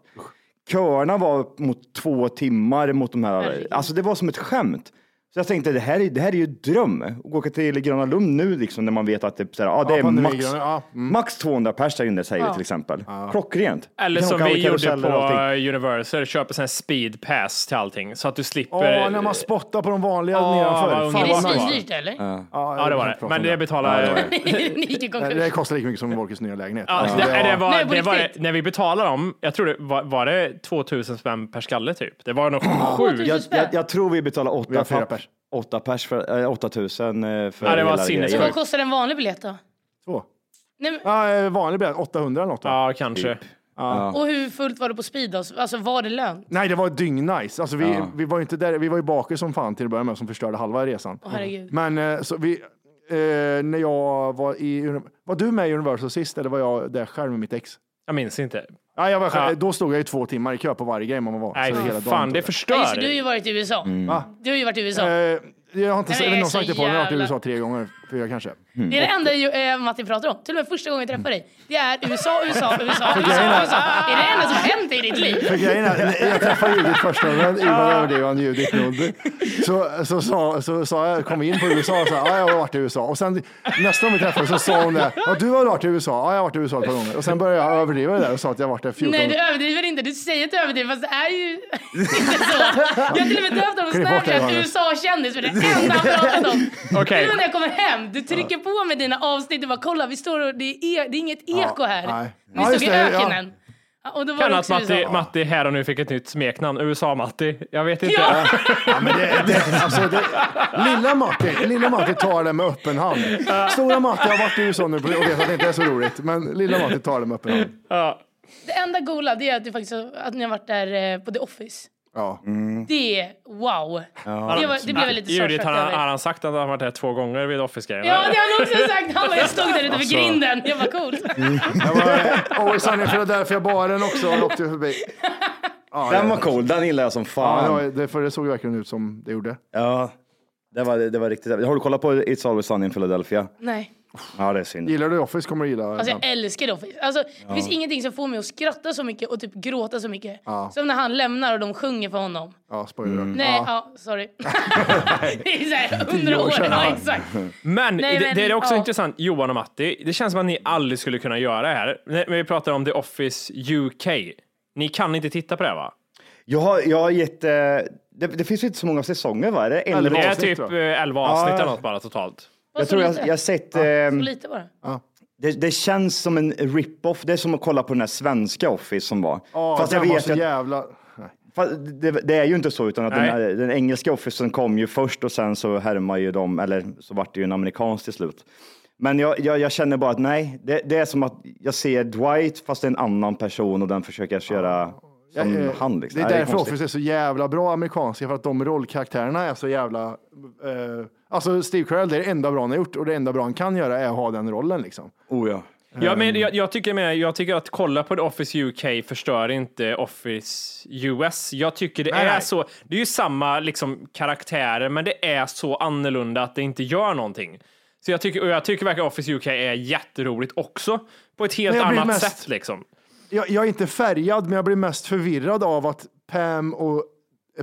Speaker 5: Köerna var mot två timmar mot de här,
Speaker 4: Herregud.
Speaker 5: alltså det var som ett skämt. Så jag tänkte, det här, är- det här är ju ett dröm. Att åka till Gröna Lund nu liksom, när man vet att typ, såhär, ah, det
Speaker 2: Ja,
Speaker 5: är
Speaker 2: pandemi,
Speaker 5: max,
Speaker 2: Gröna- ja, mm.
Speaker 5: max 200 pers där inne, säger vi till exempel. Klockrent.
Speaker 3: Eller
Speaker 5: kan
Speaker 3: som
Speaker 5: åka
Speaker 3: vi gjorde
Speaker 5: karuseller
Speaker 3: på
Speaker 5: och allting.
Speaker 3: Universal, köpa sån här speed pass till allting. Så att du slipper...
Speaker 2: Åh, när man spottar på de vanliga
Speaker 3: Ja, vad
Speaker 2: nedanför.
Speaker 3: underbart.
Speaker 4: Är det
Speaker 3: vad nice.
Speaker 4: svindyrt eller?
Speaker 2: Ja,
Speaker 3: Ja, det var
Speaker 2: kan
Speaker 3: det.
Speaker 2: prata
Speaker 3: Men
Speaker 2: om
Speaker 3: det betalar...
Speaker 4: Ni gick i konkurs.
Speaker 2: Det Det kostar lika mycket som Marcus nya lägenhet.
Speaker 3: Ja,
Speaker 2: Alltså,
Speaker 3: det, det var,
Speaker 4: Nej, på
Speaker 3: det var det,
Speaker 4: riktigt.
Speaker 3: när vi betalade dem, jag tror det var, var det 2000 spänn per skalle typ? Det var nog sjukt.
Speaker 4: 2000
Speaker 5: Jag,
Speaker 4: spänn.
Speaker 5: jag, jag tror vi betalar
Speaker 2: Vi har
Speaker 5: 8
Speaker 2: fyra
Speaker 5: papp-
Speaker 2: pers.
Speaker 5: åtta pers för, äh, 8000 eh, för
Speaker 3: Ja, det var
Speaker 5: hela grejen.
Speaker 4: Så
Speaker 3: sinnessjukt.
Speaker 4: vad kostar en vanlig biljett då?
Speaker 2: Två.
Speaker 4: Nej, men,
Speaker 2: Ja, eh, vanlig biljett, 800 eller något. va?
Speaker 3: Ja, kanske.
Speaker 4: och hur fullt var det på speed då? Alltså var det lönt?
Speaker 2: Nej, det var dyngnice. Alltså, vi, vi var ju inte där, vi var ju bakis som fan till att börja med, som förstörde halva resan.
Speaker 4: Åh herregud.
Speaker 2: Men eh, så vi, eh, när jag var i, Uni- var du med i Universal sist eller var jag där själv med mitt ex?
Speaker 3: Jag minns inte.
Speaker 2: Ja, jag var själv,
Speaker 3: Ja.
Speaker 2: Då stod jag i två timmar i kö på varje grej man var.
Speaker 3: Nej,
Speaker 2: Så
Speaker 3: fy
Speaker 2: hela dagen
Speaker 3: fan,
Speaker 2: tog
Speaker 3: det
Speaker 4: Ja, just det, du har
Speaker 3: förstör.
Speaker 4: ju varit i USA. Du har ju varit i USA.
Speaker 2: Eh, jag har inte,
Speaker 4: Nej,
Speaker 2: jag
Speaker 4: men
Speaker 2: vet
Speaker 4: jag
Speaker 2: inte
Speaker 4: är
Speaker 2: om jag
Speaker 4: så
Speaker 2: sagt det på den, jag har varit i
Speaker 4: jävla-
Speaker 2: USA tre gånger, fyra kanske.
Speaker 4: Det är det enda ju, eh, Matti pratar om. Till och med första gången jag träffar dig. Det är USA, USA, USA, USA, USA. Det är det enda som har hänt i ditt liv.
Speaker 2: För grejen är, jag träffade Judith första gången, innan jag överdrev han Judith Nordby. Så, så, sa- så, sa jag, kom in på USA och sa, ja jag har varit i USA. Och sen nästa gång vi träffades så sa hon det, ja du har varit i USA, ja jag har varit i USA ett par gånger. Och sen började jag överdriva det där och sa att jag har varit där 14
Speaker 4: Nej, du
Speaker 2: gånger.
Speaker 4: överdriver inte. Du säger att du överdriver, fast det är ju inte så. Jag har till och med döpt honom på
Speaker 2: Klipp bort det,
Speaker 4: Snapchat
Speaker 2: Johannes.
Speaker 4: USA-kändis, för det är det enda han pratat om.
Speaker 3: Okej.
Speaker 4: Till och med när jag kommer hem, du trycker på med dina avsnitt. Du bara, kolla, vi står och, det, är, e- det är inget eko här.
Speaker 2: nej.
Speaker 4: Vi
Speaker 2: Ja,
Speaker 4: stod
Speaker 2: just
Speaker 4: i
Speaker 2: det, ja.
Speaker 4: öknen. Ja, Och då var
Speaker 3: Kan
Speaker 4: det
Speaker 3: att
Speaker 4: också
Speaker 3: Matti,
Speaker 4: USA.
Speaker 3: Matti här och nu fick ett nytt smeknamn, USA-Matti. Jag vet inte.
Speaker 4: Ja.
Speaker 2: Ja, men det, det, alltså det, lilla, Matti, lilla Matti tar det med öppen hand. Stora Matti har varit i USA nu och vet att det inte är så roligt, men lilla Matti tar det med öppen hand.
Speaker 4: Det enda gola det är att, det faktiskt, att ni har varit där eh, på The Office.
Speaker 2: Ja.
Speaker 4: Det, wow. Det, var, det blev jag lite
Speaker 3: Judith,
Speaker 4: starstruck
Speaker 3: har, han-
Speaker 4: över.
Speaker 3: har han sagt att han har varit här två gånger vid Office-grejen?
Speaker 4: Ja, det har han också sagt. Han bara, jag stod där ute vid grinden. Jag var cool.
Speaker 2: Jag var always sunny för det därför jag baren också och åkte förbi. Ja,
Speaker 5: Den var
Speaker 2: det-
Speaker 5: cool, den gillade jag som
Speaker 2: Ja, det,
Speaker 5: fan.
Speaker 2: var, det, för det såg verkligen ut som det gjorde.
Speaker 5: Ja, det var, det var riktigt. Har du kollat på It's Always Sunny in Philadelphia?
Speaker 4: Nej.
Speaker 5: Ja, det är synd.
Speaker 2: Gillar du Office kommer du gilla
Speaker 4: Alltså
Speaker 2: den.
Speaker 4: jag älskar The Office. Alltså, Det finns ingenting som får mig att skratta så mycket och typ gråta så mycket. Som när han lämnar och de sjunger för honom.
Speaker 2: Ja, spoiler.
Speaker 5: Mm.
Speaker 4: Nej, ja, sorry. det är såhär,
Speaker 2: Tio
Speaker 4: hundra
Speaker 2: år
Speaker 4: år.
Speaker 2: sedan,
Speaker 4: Ja,
Speaker 2: ja.
Speaker 4: exakt.
Speaker 3: Men,
Speaker 4: Nej,
Speaker 3: det,
Speaker 4: men,
Speaker 3: det är också
Speaker 4: ja.
Speaker 3: intressant, Johan och Matti, det känns som att ni aldrig skulle kunna göra det här. När när vi pratar om The Office UK, ni kan inte titta på det va?
Speaker 5: Jag har, jag har gett... eh, Det, det finns ju inte så många säsonger, va? Är det elva
Speaker 3: Det är
Speaker 5: avsnitt?
Speaker 3: typ
Speaker 2: tror
Speaker 3: eh, 11 avsnitt
Speaker 5: Ja.
Speaker 3: eller något bara totalt.
Speaker 4: Vad
Speaker 5: Jag
Speaker 4: så
Speaker 5: tror jag
Speaker 4: lite?
Speaker 5: jag har sett... ehm,
Speaker 4: Så lite bara.
Speaker 5: Det, det känns som en rip-off. Det är som att kolla på den här svenska Office som var.
Speaker 2: Ja,
Speaker 5: fast jag
Speaker 2: den var
Speaker 5: vet
Speaker 2: så
Speaker 5: att,
Speaker 2: jävla... Nej.
Speaker 5: fast det, det är ju inte så, utan att den,
Speaker 3: Nej.
Speaker 5: här, den engelska Officen kom ju först och sen så härmar ju de, eller så vart det ju en amerikansk till slut. Men jag, jag, jag känner bara att nej, det, det är som att jag ser Dwight fast det är en annan person och den försöker jag göra som
Speaker 2: Eh,
Speaker 5: han. Liksom.
Speaker 2: Det är
Speaker 5: Nej,
Speaker 2: därför
Speaker 5: konstigt.
Speaker 2: Office är så jävla bra amerikanska, för att de rollkaraktärerna är så jävla... Eh, alltså Steve Carell, det är det enda bra han har gjort och det enda bra han kan göra är att ha den rollen liksom.
Speaker 5: Oh, ja.
Speaker 3: Ja,
Speaker 2: Ehm.
Speaker 3: men jag, jag, tycker, jag, menar, jag tycker att kolla på The Office UK förstör inte Office US. Jag tycker det
Speaker 2: Nej,
Speaker 3: är
Speaker 2: nej.
Speaker 3: så. Det är ju samma liksom, karaktärer, men det är så annorlunda att det inte gör någonting. Så jag tycker, och jag tycker verkligen Office UK är jätteroligt också på ett helt
Speaker 2: Men jag blir
Speaker 3: annat
Speaker 2: mest-
Speaker 3: sätt. Liksom.
Speaker 2: Jag, jag är inte färgad, men jag blir mest förvirrad av att Pam och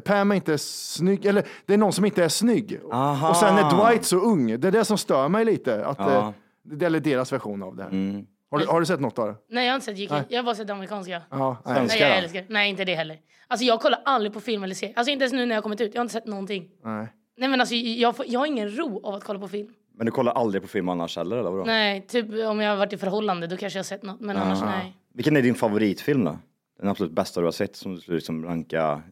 Speaker 2: Pam är inte snygg, eller det är någon som inte är snygg. Och sen är Dwight så ung. Det är det som stör mig lite. Att, eh, det, eller deras version av det här.
Speaker 5: Mm.
Speaker 2: Har, du, har du sett något av det?
Speaker 4: Nej, jag har inte sett UK. Jag har bara sett amerikanska.
Speaker 2: Ja, nej.
Speaker 4: Nej, jag älskar det. Nej, inte det heller. Alltså jag kollar aldrig på film eller serie. Alltså inte ens nu när jag har kommit ut. Jag har inte sett någonting.
Speaker 2: nej.
Speaker 4: Nej men alltså jag, får, jag har ingen ro av att kolla på film.
Speaker 5: Men du kollar aldrig på film annars heller? Eller vadå?
Speaker 4: Nej, typ om jag har varit i förhållande då kanske jag har sett något. Men
Speaker 5: Ah.
Speaker 4: annars nej.
Speaker 5: Vilken är din favoritfilm då? Den absolut bästa du har sett som du skulle liksom ranka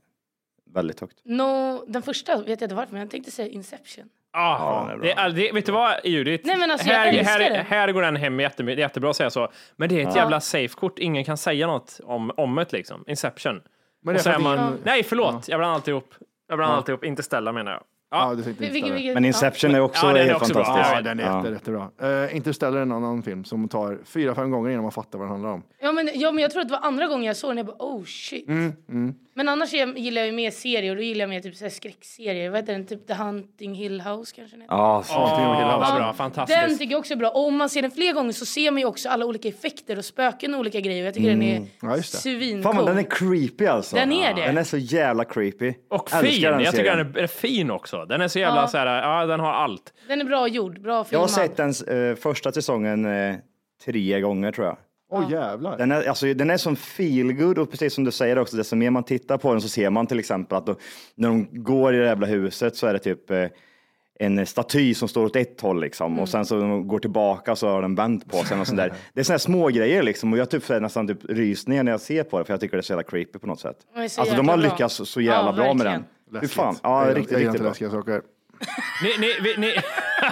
Speaker 5: väldigt högt?
Speaker 4: No, den första vet jag inte varför men jag tänkte säga Inception.
Speaker 3: Ah,
Speaker 5: den är
Speaker 3: det, är- det, vet du vad, Judith?
Speaker 4: Nej, men alltså, jag
Speaker 3: här,
Speaker 4: älskar
Speaker 3: här,
Speaker 4: den.
Speaker 3: här går den hem jättemy- jättebra att säga så. Men det är ett jävla safekort. Ingen kan säga något om, om det, liksom. Inception.
Speaker 2: Men
Speaker 3: Och
Speaker 2: det
Speaker 3: så
Speaker 2: är
Speaker 3: är
Speaker 2: för att
Speaker 3: man, nej, förlåt. Jag blandar alltid ihop. Jag blandar alltid ihop. Inte ställa menar jag.
Speaker 2: Ja, det tänkte
Speaker 4: Vil-
Speaker 2: jag inte
Speaker 4: vilken-
Speaker 2: ställa.
Speaker 4: vilken-
Speaker 5: Men Inception är också
Speaker 3: Ja, den är
Speaker 5: helt
Speaker 3: också bra.
Speaker 5: fantastisk.
Speaker 2: Ja, den är jätte, jättebra. Uh, Interstellar är en annan film som tar fyra, fem gånger innan man fattar vad den handlar om.
Speaker 4: Ja men, ja men jag tror att det var andra gången jag såg den. Jag bara oh shit.
Speaker 5: Mm,
Speaker 4: Men annars är, jag- gillar jag ju mer serier. Då gillar jag mer typ så här skräckserier. Vad heter den? Typ The Hunting Hill House kanske den heter.
Speaker 5: Ja, fan.
Speaker 3: Ja, vad
Speaker 4: Ja,
Speaker 3: bra. Fantastiskt.
Speaker 4: Den tycker jag också är bra. Och om man ser den fler gånger så ser man ju också alla olika effekter och spöken och olika grejer. Jag tycker
Speaker 5: Mm.
Speaker 4: den är
Speaker 2: Ja, just det.
Speaker 4: svincool.
Speaker 5: Fan vad den är creepy alltså.
Speaker 4: Den är det.
Speaker 5: Den är så jävla creepy.
Speaker 3: Och
Speaker 5: Älskar
Speaker 3: fin.
Speaker 5: den
Speaker 3: jag tycker
Speaker 5: serien.
Speaker 3: den är, är fin också. Den är så jävla
Speaker 4: Ja.
Speaker 3: så här, ja den har allt.
Speaker 4: Den är bra gjord, bra
Speaker 5: Jag har
Speaker 4: filmad.
Speaker 5: sett den eh, första säsongen eh, tre gånger tror jag.
Speaker 2: Åh jävlar.
Speaker 5: Den är, alltså, den är som feelgood och precis som du säger också, desto mer man tittar på den så ser man till exempel att då, när de går i det jävla huset så är det typ eh, en staty som står åt ett håll liksom
Speaker 2: Mm.
Speaker 5: och sen så när de går tillbaka så har den vänt på sig. Och sånt där. Det är sådana små grejer liksom och jag typ får nästan typ rysningar när jag ser på det för jag tycker det är så jävla creepy på något sätt.
Speaker 4: Den är så
Speaker 5: Alltså de
Speaker 4: jäkla
Speaker 5: har
Speaker 4: bra.
Speaker 5: lyckats så- så jävla
Speaker 4: Ja,
Speaker 5: bra med
Speaker 4: verkligen.
Speaker 5: den. Hur fan, ja,
Speaker 2: jag,
Speaker 5: riktigt,
Speaker 2: jag gillar
Speaker 5: riktigt
Speaker 2: inte
Speaker 5: bra.
Speaker 2: läskiga saker.
Speaker 3: Ni, ni, vi- ni...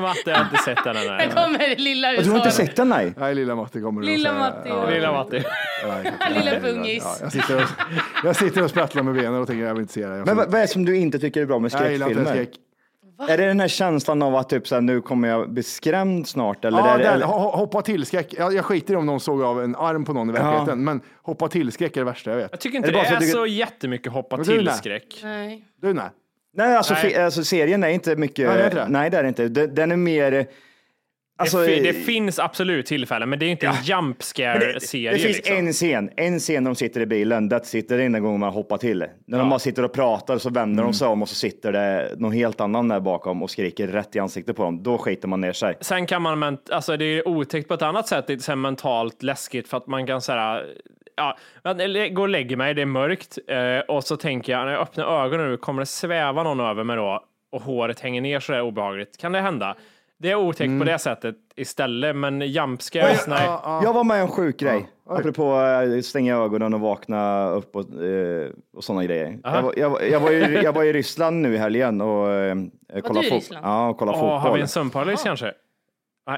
Speaker 3: Matte har inte sett den än.
Speaker 4: Där kommer det lilla
Speaker 5: Du har inte
Speaker 4: USA.
Speaker 5: sett den nej?
Speaker 2: Nej, lilla Matti kommer du
Speaker 4: Lilla
Speaker 2: och säger-
Speaker 4: Matti.
Speaker 2: Ja,
Speaker 3: Lilla Matti.
Speaker 2: ja, jag-
Speaker 4: Lilla pungis.
Speaker 2: Ja, jag, sitter och, jag sitter och sprattlar med benen och tänker jag vill inte se det.
Speaker 5: Men
Speaker 2: Jag får-
Speaker 5: vad vad är det som du inte tycker är bra med
Speaker 2: jag gillar inte
Speaker 5: skräckfilmer?
Speaker 2: skräck.
Speaker 5: Är det den här känslan av att typ så här, nu kommer jag bli skrämd snart? Eller
Speaker 2: Ja,
Speaker 5: är det,
Speaker 2: den,
Speaker 5: eller,
Speaker 2: ho- hoppa till skräck. Jag, jag skiter i om någon såg av en arm på någon i verkligheten, men hoppa till skräck är det värsta jag
Speaker 3: Jag
Speaker 2: vet.
Speaker 3: tycker inte
Speaker 5: Är
Speaker 3: det,
Speaker 5: det bara för
Speaker 3: är
Speaker 5: att du-
Speaker 3: så jättemycket hoppa
Speaker 2: Vad tror du
Speaker 3: till
Speaker 2: det?
Speaker 3: skräck.
Speaker 4: Nej.
Speaker 2: Du, nej.
Speaker 5: nej, alltså,
Speaker 3: Nej.
Speaker 5: fi- alltså serien är inte mycket...
Speaker 2: Nej, det är inte det.
Speaker 5: det är det inte. Den, den är mer... eh, Alltså,
Speaker 3: det, fi- det
Speaker 5: eh,
Speaker 3: finns absolut tillfällen, men det är inte en jump scare-serie.
Speaker 5: det finns
Speaker 3: liksom.
Speaker 5: en scen, en scen när de sitter i bilen, that's it, det är enda gången man hoppar till. När de bara sitter och pratar så vänder
Speaker 2: Mm.
Speaker 5: de sig om och så sitter det någon helt annan där bakom och skriker rätt i ansiktet på dem. Då skiter man ner sig.
Speaker 3: Sen kan man, men, alltså det är otäckt på ett annat sätt, det är så här mentalt läskigt för att man kan säga Ja, men jag går och lägger mig, det är mörkt eh, och så tänker jag när jag öppnar ögonen nu kommer det sväva någon över mig då och håret hänger ner så där obehagligt. Kan det hända? Det är otäckt
Speaker 6: Mm.
Speaker 3: på det sättet istället, men jumpscares, nej.
Speaker 2: Ja, ja.
Speaker 5: Jag var med om en sjuk grej.
Speaker 2: Oj.
Speaker 5: Apropå eh, stänga ögonen och vakna upp och, eh, och sådana grejer. Jag var, jag, var- jag, var i, jag var i Ryssland nu i helgen och eh, kolla
Speaker 4: du i
Speaker 5: fot-
Speaker 4: Ryssland?
Speaker 5: Ja, och kolla
Speaker 6: Ah.
Speaker 3: Åh, har vi
Speaker 5: fotboll.
Speaker 3: en sömnparalys kanske?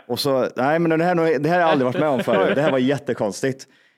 Speaker 5: Och så, nej men det här, det här har jag aldrig varit med om förut. Det här var jättekonstigt.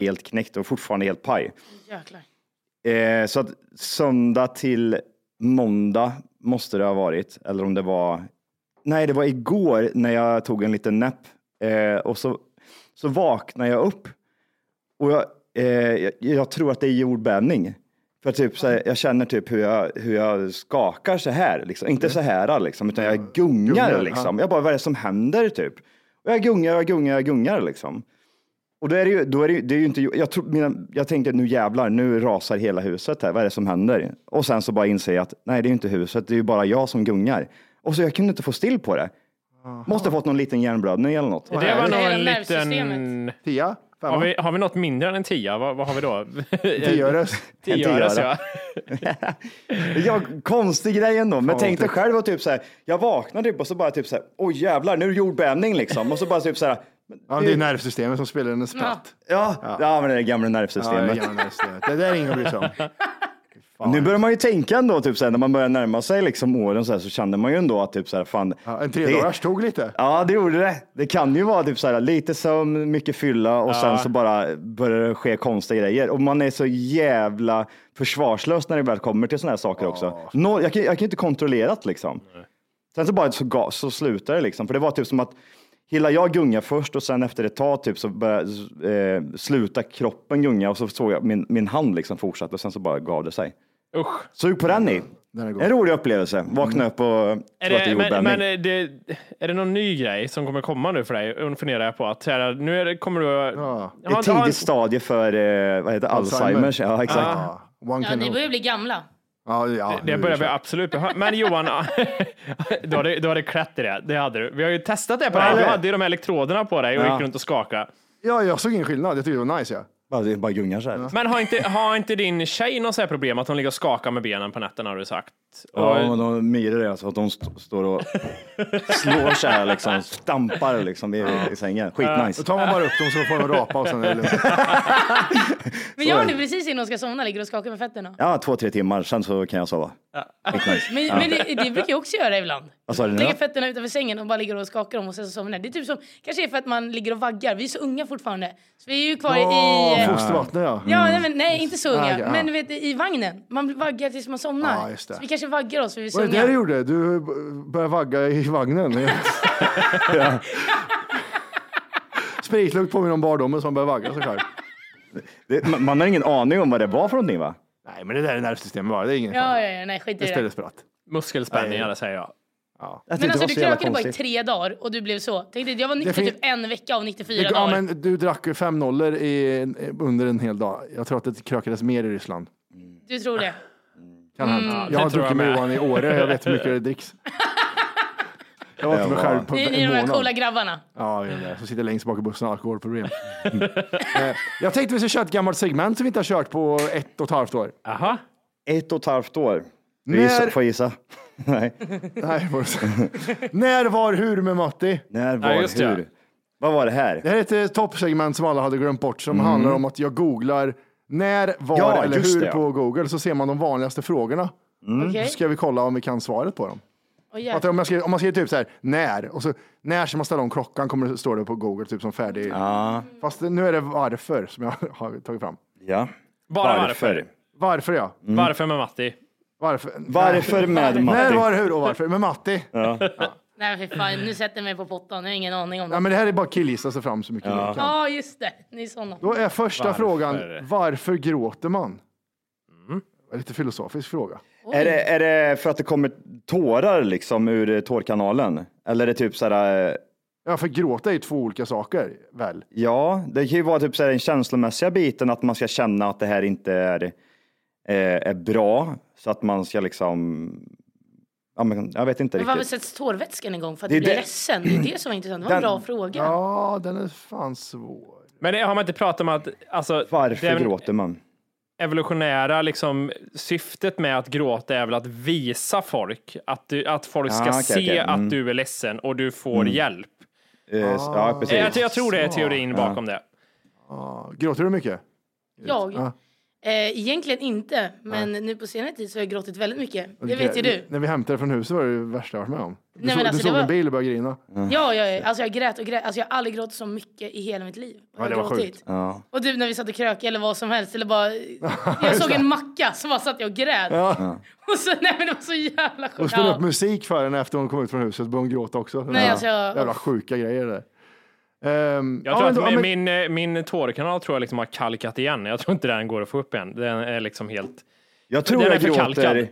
Speaker 5: helt knäckt och fortfarande helt paj.
Speaker 4: Jäklar.
Speaker 5: Eh, så att söndag till måndag måste det ha varit, eller om det var, nej det var igår när jag tog en liten napp eh, och så, så vaknade jag upp och jag, eh, jag, jag tror att det är jordbävning. För typ, så här, jag känner typ hur jag, hur jag skakar så här, liksom. inte så här liksom, utan jag gungar,
Speaker 2: Gungar,
Speaker 5: liksom. Jag bara, vad är det som händer typ? Och jag gungar, jag gungar, jag gungar liksom. Och då är det ju, då är det, ju- det är ju inte, jag, tror, mina, jag tänkte nu jävlar, nu rasar hela huset här, vad är det som händer? Och sen så bara inser jag att nej, det är ju inte huset, det är ju bara jag som gungar. Och så jag kunde inte få still på det. Måste ha fått någon liten hjärnblödning eller något.
Speaker 3: Det var nog
Speaker 4: Hela
Speaker 3: en liten...
Speaker 4: nervsystemet.
Speaker 2: Tia,
Speaker 3: Har
Speaker 2: femma,
Speaker 3: vi, har vi något mindre än en tia? Vad, vad har vi då? alltså.
Speaker 2: tioöres.
Speaker 3: Tioöres, ja.
Speaker 5: Ja, konstig grej ändå. Men tänk dig själv och typ så här, jag vaknar typ och så bara typ så här, oj jävlar, nu är det jordbävning liksom. Och så bara typ så här,
Speaker 2: Ja, det är nervsystemet som spelar en spratt.
Speaker 5: ja, ja. ja men det är gamla
Speaker 2: Ja, det, är
Speaker 5: nervsystemet.
Speaker 2: gamla nervsystemet. det där är ingen bryr sig om.
Speaker 5: Nu börjar man ju tänka ändå, typ så här, när man börjar närma sig liksom åren så här, så kände man ju ändå att typ så här, fan.
Speaker 2: Ja, en
Speaker 5: det-
Speaker 2: tredagars tog lite.
Speaker 5: Ja, det gjorde det. Det kan ju vara typ så här, lite sömn, mycket fylla och sen så bara börjar det ske konstiga grejer. Och man är så jävla försvarslös när det väl kommer till sådana här saker också. Nå, jag, kan, jag kan inte kontrollera det liksom. Sen så bara så, ga- så slutar det liksom. För det var typ som att hela jag gunga först och sen efter ett tag typ så började, eh, sluta kroppen gunga och så såg jag min, min hand liksom fortsatte och sen så bara gav det sig.
Speaker 3: Usch.
Speaker 5: Sug på den ni.
Speaker 2: Den är god.
Speaker 5: En rolig upplevelse. Vakna upp och
Speaker 3: Mm. Är
Speaker 5: tro att det är
Speaker 3: det, men,
Speaker 5: jordbävning.
Speaker 3: men är det, är det någon ny grej som kommer komma nu för dig? Funderar jag på att här, nu är det, kommer du...
Speaker 2: Ja.
Speaker 5: Det är
Speaker 3: Ja,
Speaker 5: ett
Speaker 3: du har en-
Speaker 5: tidigt stadie för eh, vad heter det?
Speaker 2: Alzheimer.
Speaker 5: Alzheimers. Ja, exakt.
Speaker 2: Ja, one
Speaker 4: Ja,
Speaker 2: can
Speaker 4: ni
Speaker 2: hope.
Speaker 4: börjar bli gamla.
Speaker 2: ja, ja,
Speaker 3: Det
Speaker 2: nu
Speaker 3: börjar
Speaker 2: är
Speaker 3: vi absolut behöva. Men Johan, du hade, du hade klätt i det. Det hade du. Vi har ju testat det på dig. Du
Speaker 5: eller?
Speaker 3: hade ju de här elektroderna på dig och
Speaker 5: Ja.
Speaker 3: gick runt och skakade.
Speaker 2: Ja, jag såg ingen skillnad. Jag tyckte det var nice. Ja.
Speaker 5: Bara, det bara gungar så här.
Speaker 3: Men har inte, har inte din tjej något sånt här problem att hon ligger och skakar med benen på nätterna har du sagt?
Speaker 5: Ja,
Speaker 3: Och-
Speaker 5: och de myror är alltså att de st- står och slår så här liksom, stampar liksom i, i sängen.
Speaker 2: Då
Speaker 5: Skitnice.
Speaker 2: tar man bara upp dem så får de rapa och sen är det lugnt.
Speaker 4: Men jag nu precis innan hon ska somna ligger och skakar med fötterna.
Speaker 5: Ja, två, tre timmar, sen så kan jag sova. Skitnice.
Speaker 4: Men, men det, det brukar jag också göra ibland.
Speaker 5: Vad sa du nu
Speaker 4: Lägger
Speaker 5: då?
Speaker 4: fötterna utanför sängen och bara ligger och skakar dem och sen så somnar jag. Det är typ som, kanske är för att man ligger och vaggar. Vi är så unga fortfarande. Så vi är ju kvar i...
Speaker 2: Åh, fostervattnet ja.
Speaker 4: Ja, nej, men, nej, inte så unga.
Speaker 2: Ah, ja.
Speaker 4: Men du vet, i vagnen. Man vaggar tills man somnar.
Speaker 2: Ja, just det.
Speaker 4: Så vi kanske vaggar oss för vi är så
Speaker 2: Mm. Vad är det där du
Speaker 4: unga.
Speaker 2: gjorde? Du började vagga i vagnen. Ja. Spritlukt påminner om barndomen som börjar vagga sig själv.
Speaker 5: Det, man- man har ingen aning om vad det var för någonting va?
Speaker 2: Nej, men det där är nervsystemet bara. Det är ingen
Speaker 4: Ja, ja, ja, nej, skit i
Speaker 2: Det
Speaker 4: det.
Speaker 2: spelar
Speaker 4: där.
Speaker 2: spratt.
Speaker 3: Muskelspänningar säger jag.
Speaker 5: Jag
Speaker 4: Men
Speaker 5: tyckte
Speaker 4: alltså du
Speaker 5: det var så jävla
Speaker 4: krökade bara i
Speaker 5: konstigt.
Speaker 4: tre dagar och du blev så. Tänkte, jag var nykter
Speaker 2: fin-
Speaker 4: typ en vecka av 94
Speaker 2: Det, ja,
Speaker 4: dagar.
Speaker 2: men du drack ju fem nollor i, under en hel dag. Jag tror att det krökades mer i Ryssland.
Speaker 4: Du tror det?
Speaker 2: Kan
Speaker 4: Mm.
Speaker 2: ha hänt. jag har
Speaker 3: tror
Speaker 2: druckit
Speaker 3: jag
Speaker 2: med
Speaker 3: med.
Speaker 2: Johan i Åre. Jag vet hur mycket det dricks. Jag var inte mig
Speaker 5: Jag
Speaker 2: själv
Speaker 5: var-
Speaker 2: på
Speaker 4: Ni, ni är
Speaker 2: en
Speaker 4: de här
Speaker 2: månad.
Speaker 4: coola grabbarna.
Speaker 2: Ja, det är det. Som sitter längst bak i bussen, alkoholproblem. Eh, jag tänkte vi ska köra ett gammalt segment som vi inte har kört på ett och ett halvt år.
Speaker 3: Aha.
Speaker 5: Ett och ett halvt år. Du gissa,
Speaker 2: När-
Speaker 5: får gissa. Nej.
Speaker 2: Nej, får du säga. När, var, hur med Matti?
Speaker 5: När, var,
Speaker 3: Ja, just det.
Speaker 5: hur? Vad var det här?
Speaker 2: Det här är ett eh, toppsegment som alla hade glömt bort som handlar om att jag googlar när, var
Speaker 5: Mm. Ja,
Speaker 2: eller
Speaker 5: just
Speaker 2: hur
Speaker 5: det, ja.
Speaker 2: på Google så ser man de vanligaste frågorna.
Speaker 4: Okej.
Speaker 2: Så Mm, ska vi kolla om vi kan svaret på dem.
Speaker 4: Åh,
Speaker 2: Att
Speaker 4: jäklar.
Speaker 2: om, man skriver, om man skriver typ så här, när, och så när ska man ställa om klockan kommer det, står det på Google typ som färdig. Fast nu är det varför som jag har tagit fram.
Speaker 5: Ja.
Speaker 3: Bara varför. Varför,
Speaker 2: Varför ja.
Speaker 3: med Matti?
Speaker 2: Varför?
Speaker 5: Mm. Varför med
Speaker 2: När,
Speaker 5: Matti?
Speaker 2: var, hur och varför? Med Matti. Ja.
Speaker 4: Nej för fan, nu sätter jag mig på pottan. Jag har ingen aning om det.
Speaker 2: men det här är bara killgissa sig fram så mycket ni kan.
Speaker 4: Ja just det, ni är såna.
Speaker 2: Då är första frågan, varför gråter man?
Speaker 3: Mm.
Speaker 2: En Lite filosofisk fråga.
Speaker 5: Är det, är det för att det kommer tårar liksom ur eh, tårkanalen? Eller är det typ sådär, eh,
Speaker 2: Ja, för gråta är ju två olika saker, väl?
Speaker 5: ja, det kan ju vara typ sådär den känslomässiga biten att man ska känna att det här inte är, eh, är bra. Så att man ska liksom, ja, men, jag vet inte
Speaker 4: Men varför
Speaker 5: riktigt.
Speaker 4: sätts tårvätskan igång? För att
Speaker 5: Det är
Speaker 4: du blir
Speaker 5: det-
Speaker 4: ledsen? Det är det som var intressant. Det var en
Speaker 5: Den-
Speaker 4: bra fråga.
Speaker 2: Ja, den är fan svår.
Speaker 3: Men det- har man inte pratat om att alltså,
Speaker 5: Varför
Speaker 3: det är väl
Speaker 5: gråter man?
Speaker 3: evolutionära liksom, syftet med att gråta är väl att visa folk att, du, att folk ska
Speaker 5: Ah, okej,
Speaker 3: se
Speaker 5: okej. Mm.
Speaker 3: att du är ledsen och du får hjälp.
Speaker 5: Eh, ja, precis.
Speaker 3: Ah. Jag, jag tror det är teorin bakom det.
Speaker 2: Ja, Gråter du mycket?
Speaker 4: Jag?
Speaker 2: Ja.
Speaker 4: Eh, egentligen inte, men nu på senare tid så har jag gråtit väldigt mycket. Det vet ju
Speaker 2: Okej,
Speaker 4: du.
Speaker 2: När vi hämtade dig från huset var det det värsta jag varit med om. Du,
Speaker 4: men
Speaker 2: såg-
Speaker 4: alltså,
Speaker 2: du
Speaker 4: det
Speaker 2: såg en
Speaker 4: var-
Speaker 2: bil och började grina.
Speaker 4: Ja, jag, alltså jag grät och grät. Alltså jag har aldrig gråtit så mycket i hela mitt liv.
Speaker 2: Ja, det var
Speaker 4: Gråtit.
Speaker 2: sjukt.
Speaker 5: Ja.
Speaker 4: Och du när vi satt och krökade eller vad som helst. Eller bara, jag såg en macka så bara satt jag och grät. Och så, nej, men det var så jävla
Speaker 2: Och
Speaker 4: sjukt.
Speaker 2: spelade
Speaker 4: Ja.
Speaker 2: upp musik för henne efter hon kom ut från huset. Började hon gråta också.
Speaker 4: Nej, alltså, jag-
Speaker 2: Jävla sjuka grejer det där. Ehm,
Speaker 3: Jag
Speaker 2: ja,
Speaker 3: tror
Speaker 2: men då-
Speaker 3: att
Speaker 2: ja, men-
Speaker 3: min, min, min tårkanal tror jag liksom har kalkat igen. Jag tror inte den går att få upp igen. Den är liksom helt...
Speaker 5: Jag tror
Speaker 3: Den är
Speaker 5: jag gråter.
Speaker 3: förkalkad.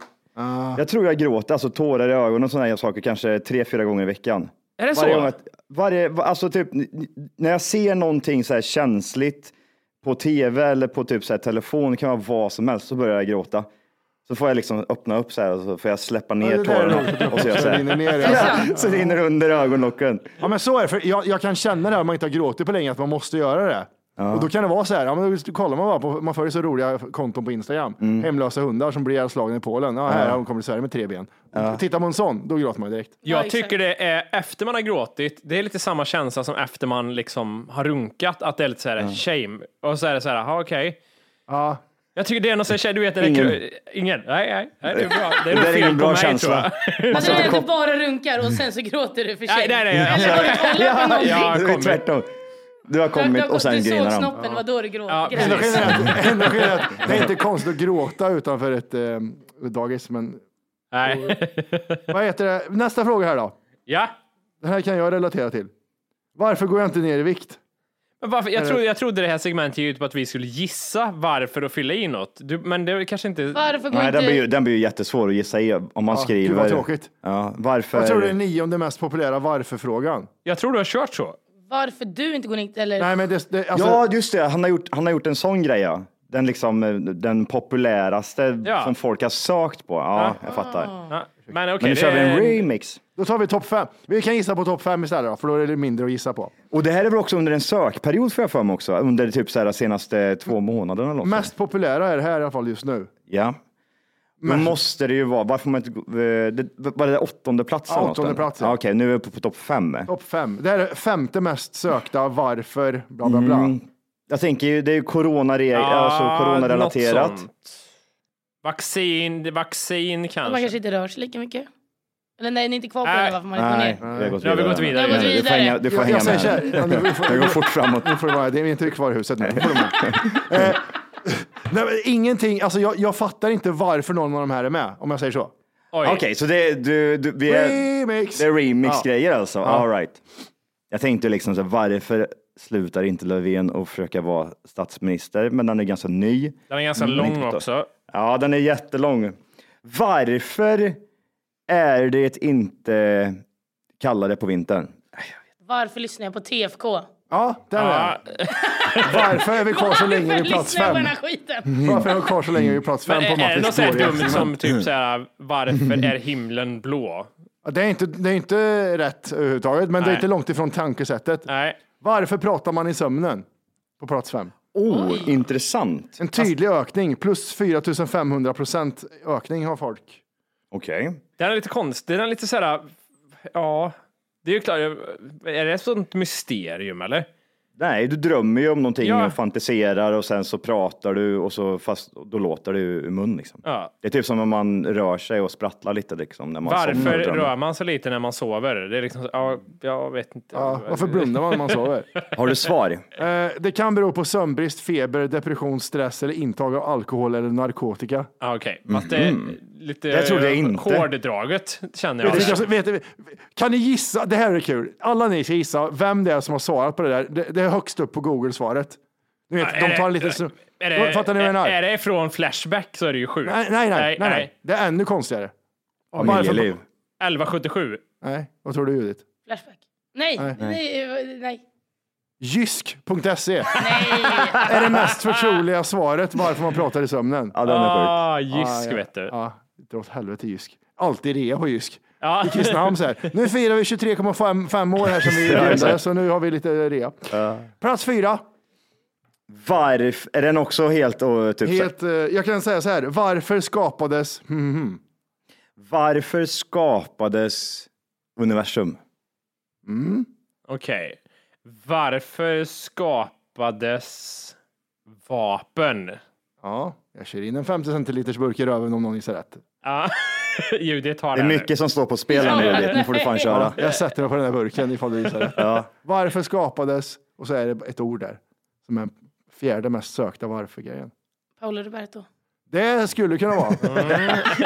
Speaker 5: Jag tror jag gråter, alltså tårar i ögonen och sådana här saker kanske tre, fyra gånger i veckan.
Speaker 3: Är det
Speaker 5: Varje gång
Speaker 3: så?
Speaker 5: att, varje, va- alltså typ, n- n- när jag ser någonting så här känsligt på tv eller på typ så här telefon, det kan vara vad som helst, så börjar jag gråta. Så får jag liksom öppna upp så här och så får jag släppa
Speaker 2: Ja,
Speaker 5: ner
Speaker 2: det där är nog
Speaker 5: tårarna. Och så, gör jag så,
Speaker 2: så det
Speaker 5: här.
Speaker 2: rinner ner. Ja.
Speaker 5: så rinner det under ögonlocken.
Speaker 2: ja, men så är det. För jag, jag kan känna det här om man inte har gråtit på länge, att man måste göra det. Och då kan det vara så här, ja, men då kollar man bara på, man följer så roliga konton på Instagram.
Speaker 5: Mm.
Speaker 2: Hemlösa hundar som blir ihjälslagna i Polen. Ja, här har de kommit till Sverige med tre ben. Tittar man på en sån, då gråter man direkt.
Speaker 3: Jag
Speaker 4: exakt.
Speaker 3: tycker det är efter man har gråtit, det är lite samma känsla som efter man liksom har runkat, att det är lite så här shame. Och så är det så här, aha, okej.
Speaker 2: Ja,
Speaker 3: Jag tycker det är någon sån här, du vet, när det
Speaker 5: Ingen.
Speaker 3: kru- ingen. Nej, nej, nej, det är bra. Det
Speaker 5: Det
Speaker 3: är, nog
Speaker 5: är
Speaker 3: fel
Speaker 5: ingen
Speaker 3: på
Speaker 5: bra
Speaker 3: mig,
Speaker 5: känsla.
Speaker 3: tror jag.
Speaker 4: Alltså, du, vet, du bara runkar och sen så gråter du för sig.
Speaker 3: Nej, nej, nej. Alltså,
Speaker 4: Eller har du kollat på någonting?
Speaker 5: det
Speaker 3: Ja,
Speaker 5: är
Speaker 3: kommit.
Speaker 5: tvärtom. Du har
Speaker 4: Du,
Speaker 5: kommit
Speaker 4: har gått-
Speaker 5: och sen
Speaker 4: du såg
Speaker 5: grinar han.
Speaker 4: snoppen, vad då du grå-
Speaker 3: Ja,
Speaker 4: grät.
Speaker 2: Enda
Speaker 3: precis.
Speaker 2: skillnaden enda skillnaden är att det är inte konstigt att gråta utanför ett eh, dagis. Men
Speaker 3: nej.
Speaker 2: vad heter det? Nästa fråga här då.
Speaker 3: Ja.
Speaker 2: Den här kan jag relatera till. Varför går jag inte ner i vikt?
Speaker 3: Men varför,
Speaker 5: Eh.
Speaker 3: jag, trodde, jag trodde det här segmentet gick ut på att vi skulle gissa varför och fylla i något. Du, men det är kanske inte...
Speaker 4: Varför går
Speaker 5: Nej,
Speaker 4: inte...
Speaker 5: den blir, ju, den blir ju jättesvår att gissa i om man
Speaker 2: Ja,
Speaker 5: skriver.
Speaker 2: gud, vad tråkigt.
Speaker 5: Ja, varför?
Speaker 2: Jag tror det är nionde mest populära varför-frågan.
Speaker 3: Jag tror du har kört så.
Speaker 4: Varför du inte går in... Eller...
Speaker 2: Nej, men det, det, alltså,
Speaker 5: Ja, just det. Han har gjort, han har gjort en sån grej. Ja. Den, liksom, eh, den populäraste
Speaker 3: Ja.
Speaker 5: som folk har sökt på. Ja, jag fattar.
Speaker 3: Ja, men okej.
Speaker 5: Men nu kör vi
Speaker 3: det
Speaker 5: en
Speaker 3: är-
Speaker 5: remix.
Speaker 2: Då tar vi topp fem. Vi kan gissa på topp fem istället, då, för då är det mindre att gissa på.
Speaker 5: Och det här är väl också under en sökperiod får jag för mig också. Under typ så här senaste två månaderna. Eller något sånt.
Speaker 2: Mest populära är det här i alla fall just nu.
Speaker 5: Ja. Men måste det ju vara, varför får man inte, gå- eh, det, var det åttonde platsen?
Speaker 2: Ja, åttonde plats, ja.
Speaker 5: Ja, Okej, nu är vi uppe på topp fem.
Speaker 2: Topp fem. Det här är femte mest sökta varför, bla bla bla.
Speaker 5: Mm, Jag tänker ju, det är ju corona, alltså
Speaker 3: något
Speaker 5: coronarelaterat.
Speaker 3: sånt. Vaccin, vaccin kanske.
Speaker 4: Man kanske inte rör sig lika mycket. Eller nej, ni är inte kvar på
Speaker 3: alltså. Nej.
Speaker 4: det varför man inte går ner.
Speaker 5: Nej, vi har gått
Speaker 3: Nu har vi gått vidare.
Speaker 4: Nu har vi gått
Speaker 5: Du får hänga, du får
Speaker 2: Jag,
Speaker 5: hänga
Speaker 2: jag säger
Speaker 5: med.
Speaker 2: så här, ja, nu får-
Speaker 5: Det går fort framåt.
Speaker 2: Nu får det vara, det är inte kvar i huset nu. Nu får de vara. Eh, Nej, men ingenting, alltså jag, jag fattar inte varför någon av de här är med, om jag säger så.
Speaker 3: Oj.
Speaker 5: Okej, så det är, du, du, vi är,
Speaker 2: Remix.
Speaker 5: det är remix-grejer
Speaker 2: Ja.
Speaker 5: alltså? All right. Jag tänkte liksom så här, varför slutar inte Löfven och försöka vara statsminister? Men den är ganska ny.
Speaker 3: Den är ganska
Speaker 5: Mm,
Speaker 3: lång
Speaker 5: riktigt.
Speaker 3: också.
Speaker 5: Ja, den är jättelång. Varför är det inte kallare på vintern?
Speaker 4: Varför lyssnar jag på TFK?
Speaker 2: Ja, där är jag. Varför är vi kvar så länge vid plats
Speaker 4: lyssnar jag på
Speaker 2: fem? Mm.
Speaker 4: den här skiten?
Speaker 2: Varför är vi kvar så länge vid plats fem
Speaker 3: Men
Speaker 2: på
Speaker 3: är, är det eh, något
Speaker 2: Mattis
Speaker 3: så här dumt
Speaker 2: spårreaktion?
Speaker 3: som typ så här, varför är himlen blå?
Speaker 2: Ja, Det är, inte, det är inte rätt överhuvudtaget, men det är
Speaker 3: Nej.
Speaker 2: inte långt ifrån tankesättet.
Speaker 3: Nej.
Speaker 2: Varför pratar man i sömnen? På plats fem.
Speaker 5: Oh,
Speaker 3: Ah.
Speaker 5: intressant.
Speaker 2: En tydlig ökning, plus 4500 procent ökning har folk.
Speaker 5: Okej.
Speaker 3: Den är lite konstig, den är lite såhär, ja, det är ju klart, är det ett sånt mysterium eller?
Speaker 5: Nej, du drömmer ju om någonting
Speaker 3: Ja.
Speaker 5: och fantiserar och sen så pratar du och så fast då låter det ju ur mun liksom.
Speaker 3: Ja.
Speaker 5: Det är typ som om man rör sig och sprattlar lite liksom när man somnar
Speaker 3: Varför
Speaker 5: och drömmer.
Speaker 3: rör man sig lite när man sover? Det är liksom, ja, jag vet inte.
Speaker 2: Ja, varför blundar man när man sover?
Speaker 5: Har du svar?
Speaker 2: Eh, det kan bero på sömnbrist, feber, depression, stress eller intag av alkohol eller narkotika.
Speaker 3: Ja, Okej, fast det är lite
Speaker 5: Det trodde jag inte.
Speaker 3: hårddraget känner
Speaker 2: Vet,
Speaker 3: jag.
Speaker 2: ni- vet, ni- kan ni gissa? Det här är kul. Alla ni ska gissa vem det är som har svarat på det där. Det, det är högst upp på Google-svaret. Ni vet,
Speaker 3: är
Speaker 2: de tar
Speaker 3: det-
Speaker 2: lite... så-
Speaker 3: Är det,
Speaker 2: Fattar ni vad jag menar?
Speaker 3: är det från Flashback så är det ju sjukt.
Speaker 2: Nej, nej, nej, nej, nej, Det är ännu konstigare.
Speaker 5: Familjeliv.
Speaker 3: 1177.
Speaker 2: Nej, vad tror du Judith?
Speaker 4: Flashback. Nej, nej, nej. nej.
Speaker 2: Jysk.se E. är det mest förtroliga svaret varför man pratar i sömnen.
Speaker 5: Ja, den är sjuk.
Speaker 3: Ah, jysk
Speaker 2: ja.
Speaker 3: vet du.
Speaker 2: Ja, dra åt helvete Jysk. Alltid rea på Jysk.
Speaker 3: Ja.
Speaker 2: I Kristinehamn så här. Nu firar vi 23,5 fem år här som vi
Speaker 5: exakt.
Speaker 2: gjorde, så nu har vi lite rea. Plats fyra.
Speaker 5: Varför? Är den också helt och typ så-
Speaker 2: Helt, eh, jag kan säga så här, varför skapades... Mhm.
Speaker 5: Varför skapades universum?
Speaker 3: Okej. Varför skapades vapen?
Speaker 2: Ja, jag kör in en 50 centiliters burk i röven om någon gissar rätt.
Speaker 3: Ja, Judit har
Speaker 5: Det är
Speaker 3: här nu.
Speaker 5: mycket som står på spel här nu, Judith. nu får du fan köra.
Speaker 2: Jag sätter mig på den här burken ifall du gissar rätt. Varför skapades, och så är det ett ord där, som är fjärde mest sökta varför-grejen.
Speaker 4: Paolo Roberto.
Speaker 2: Det skulle kunna vara.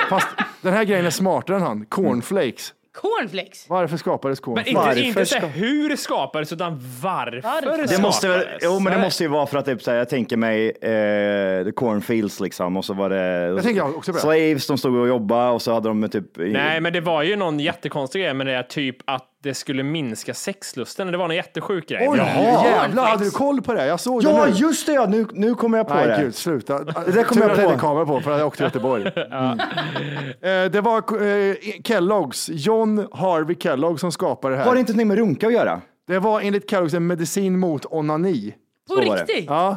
Speaker 2: Fast den här grejen är smartare än han. Cornflakes.
Speaker 4: Cornflakes.
Speaker 2: Varför skapades
Speaker 3: Men
Speaker 2: cornflakes?
Speaker 3: inte,
Speaker 5: Varför
Speaker 3: inte så
Speaker 5: ska-
Speaker 3: här hur det skapades, utan varför,
Speaker 4: Varför?
Speaker 3: skapades.
Speaker 5: Det måste, väl- jo, men det måste ju vara för att typ, så här, jag tänker mig eh, the cornfields liksom och så var det
Speaker 2: tänker jag också på det.
Speaker 5: slaves, de stod och jobbade och så hade de typ i-
Speaker 3: Nej, men det var ju någon jättekonstig grej med det här typ att det skulle minska sexlusten. Det var en jättesjuk grej.
Speaker 2: Oj,
Speaker 3: Ja.
Speaker 2: jävlar, hade du koll på det? Jag såg det
Speaker 5: Ja,
Speaker 2: nu.
Speaker 5: just det! Ja, nu, nu kommer jag på
Speaker 2: Nej,
Speaker 5: det.
Speaker 2: gud, sluta. Det
Speaker 5: där kom jag på.
Speaker 2: kamera på för jag åkte till Göteborg. Eh, Det var eh, Kelloggs, John Harvey Kellogg som skapade det här.
Speaker 5: Har det inte någonting med runka att göra?
Speaker 2: Det var enligt Kelloggs en medicin mot onani.
Speaker 4: På
Speaker 5: Så var det.
Speaker 4: riktigt?
Speaker 2: Ja,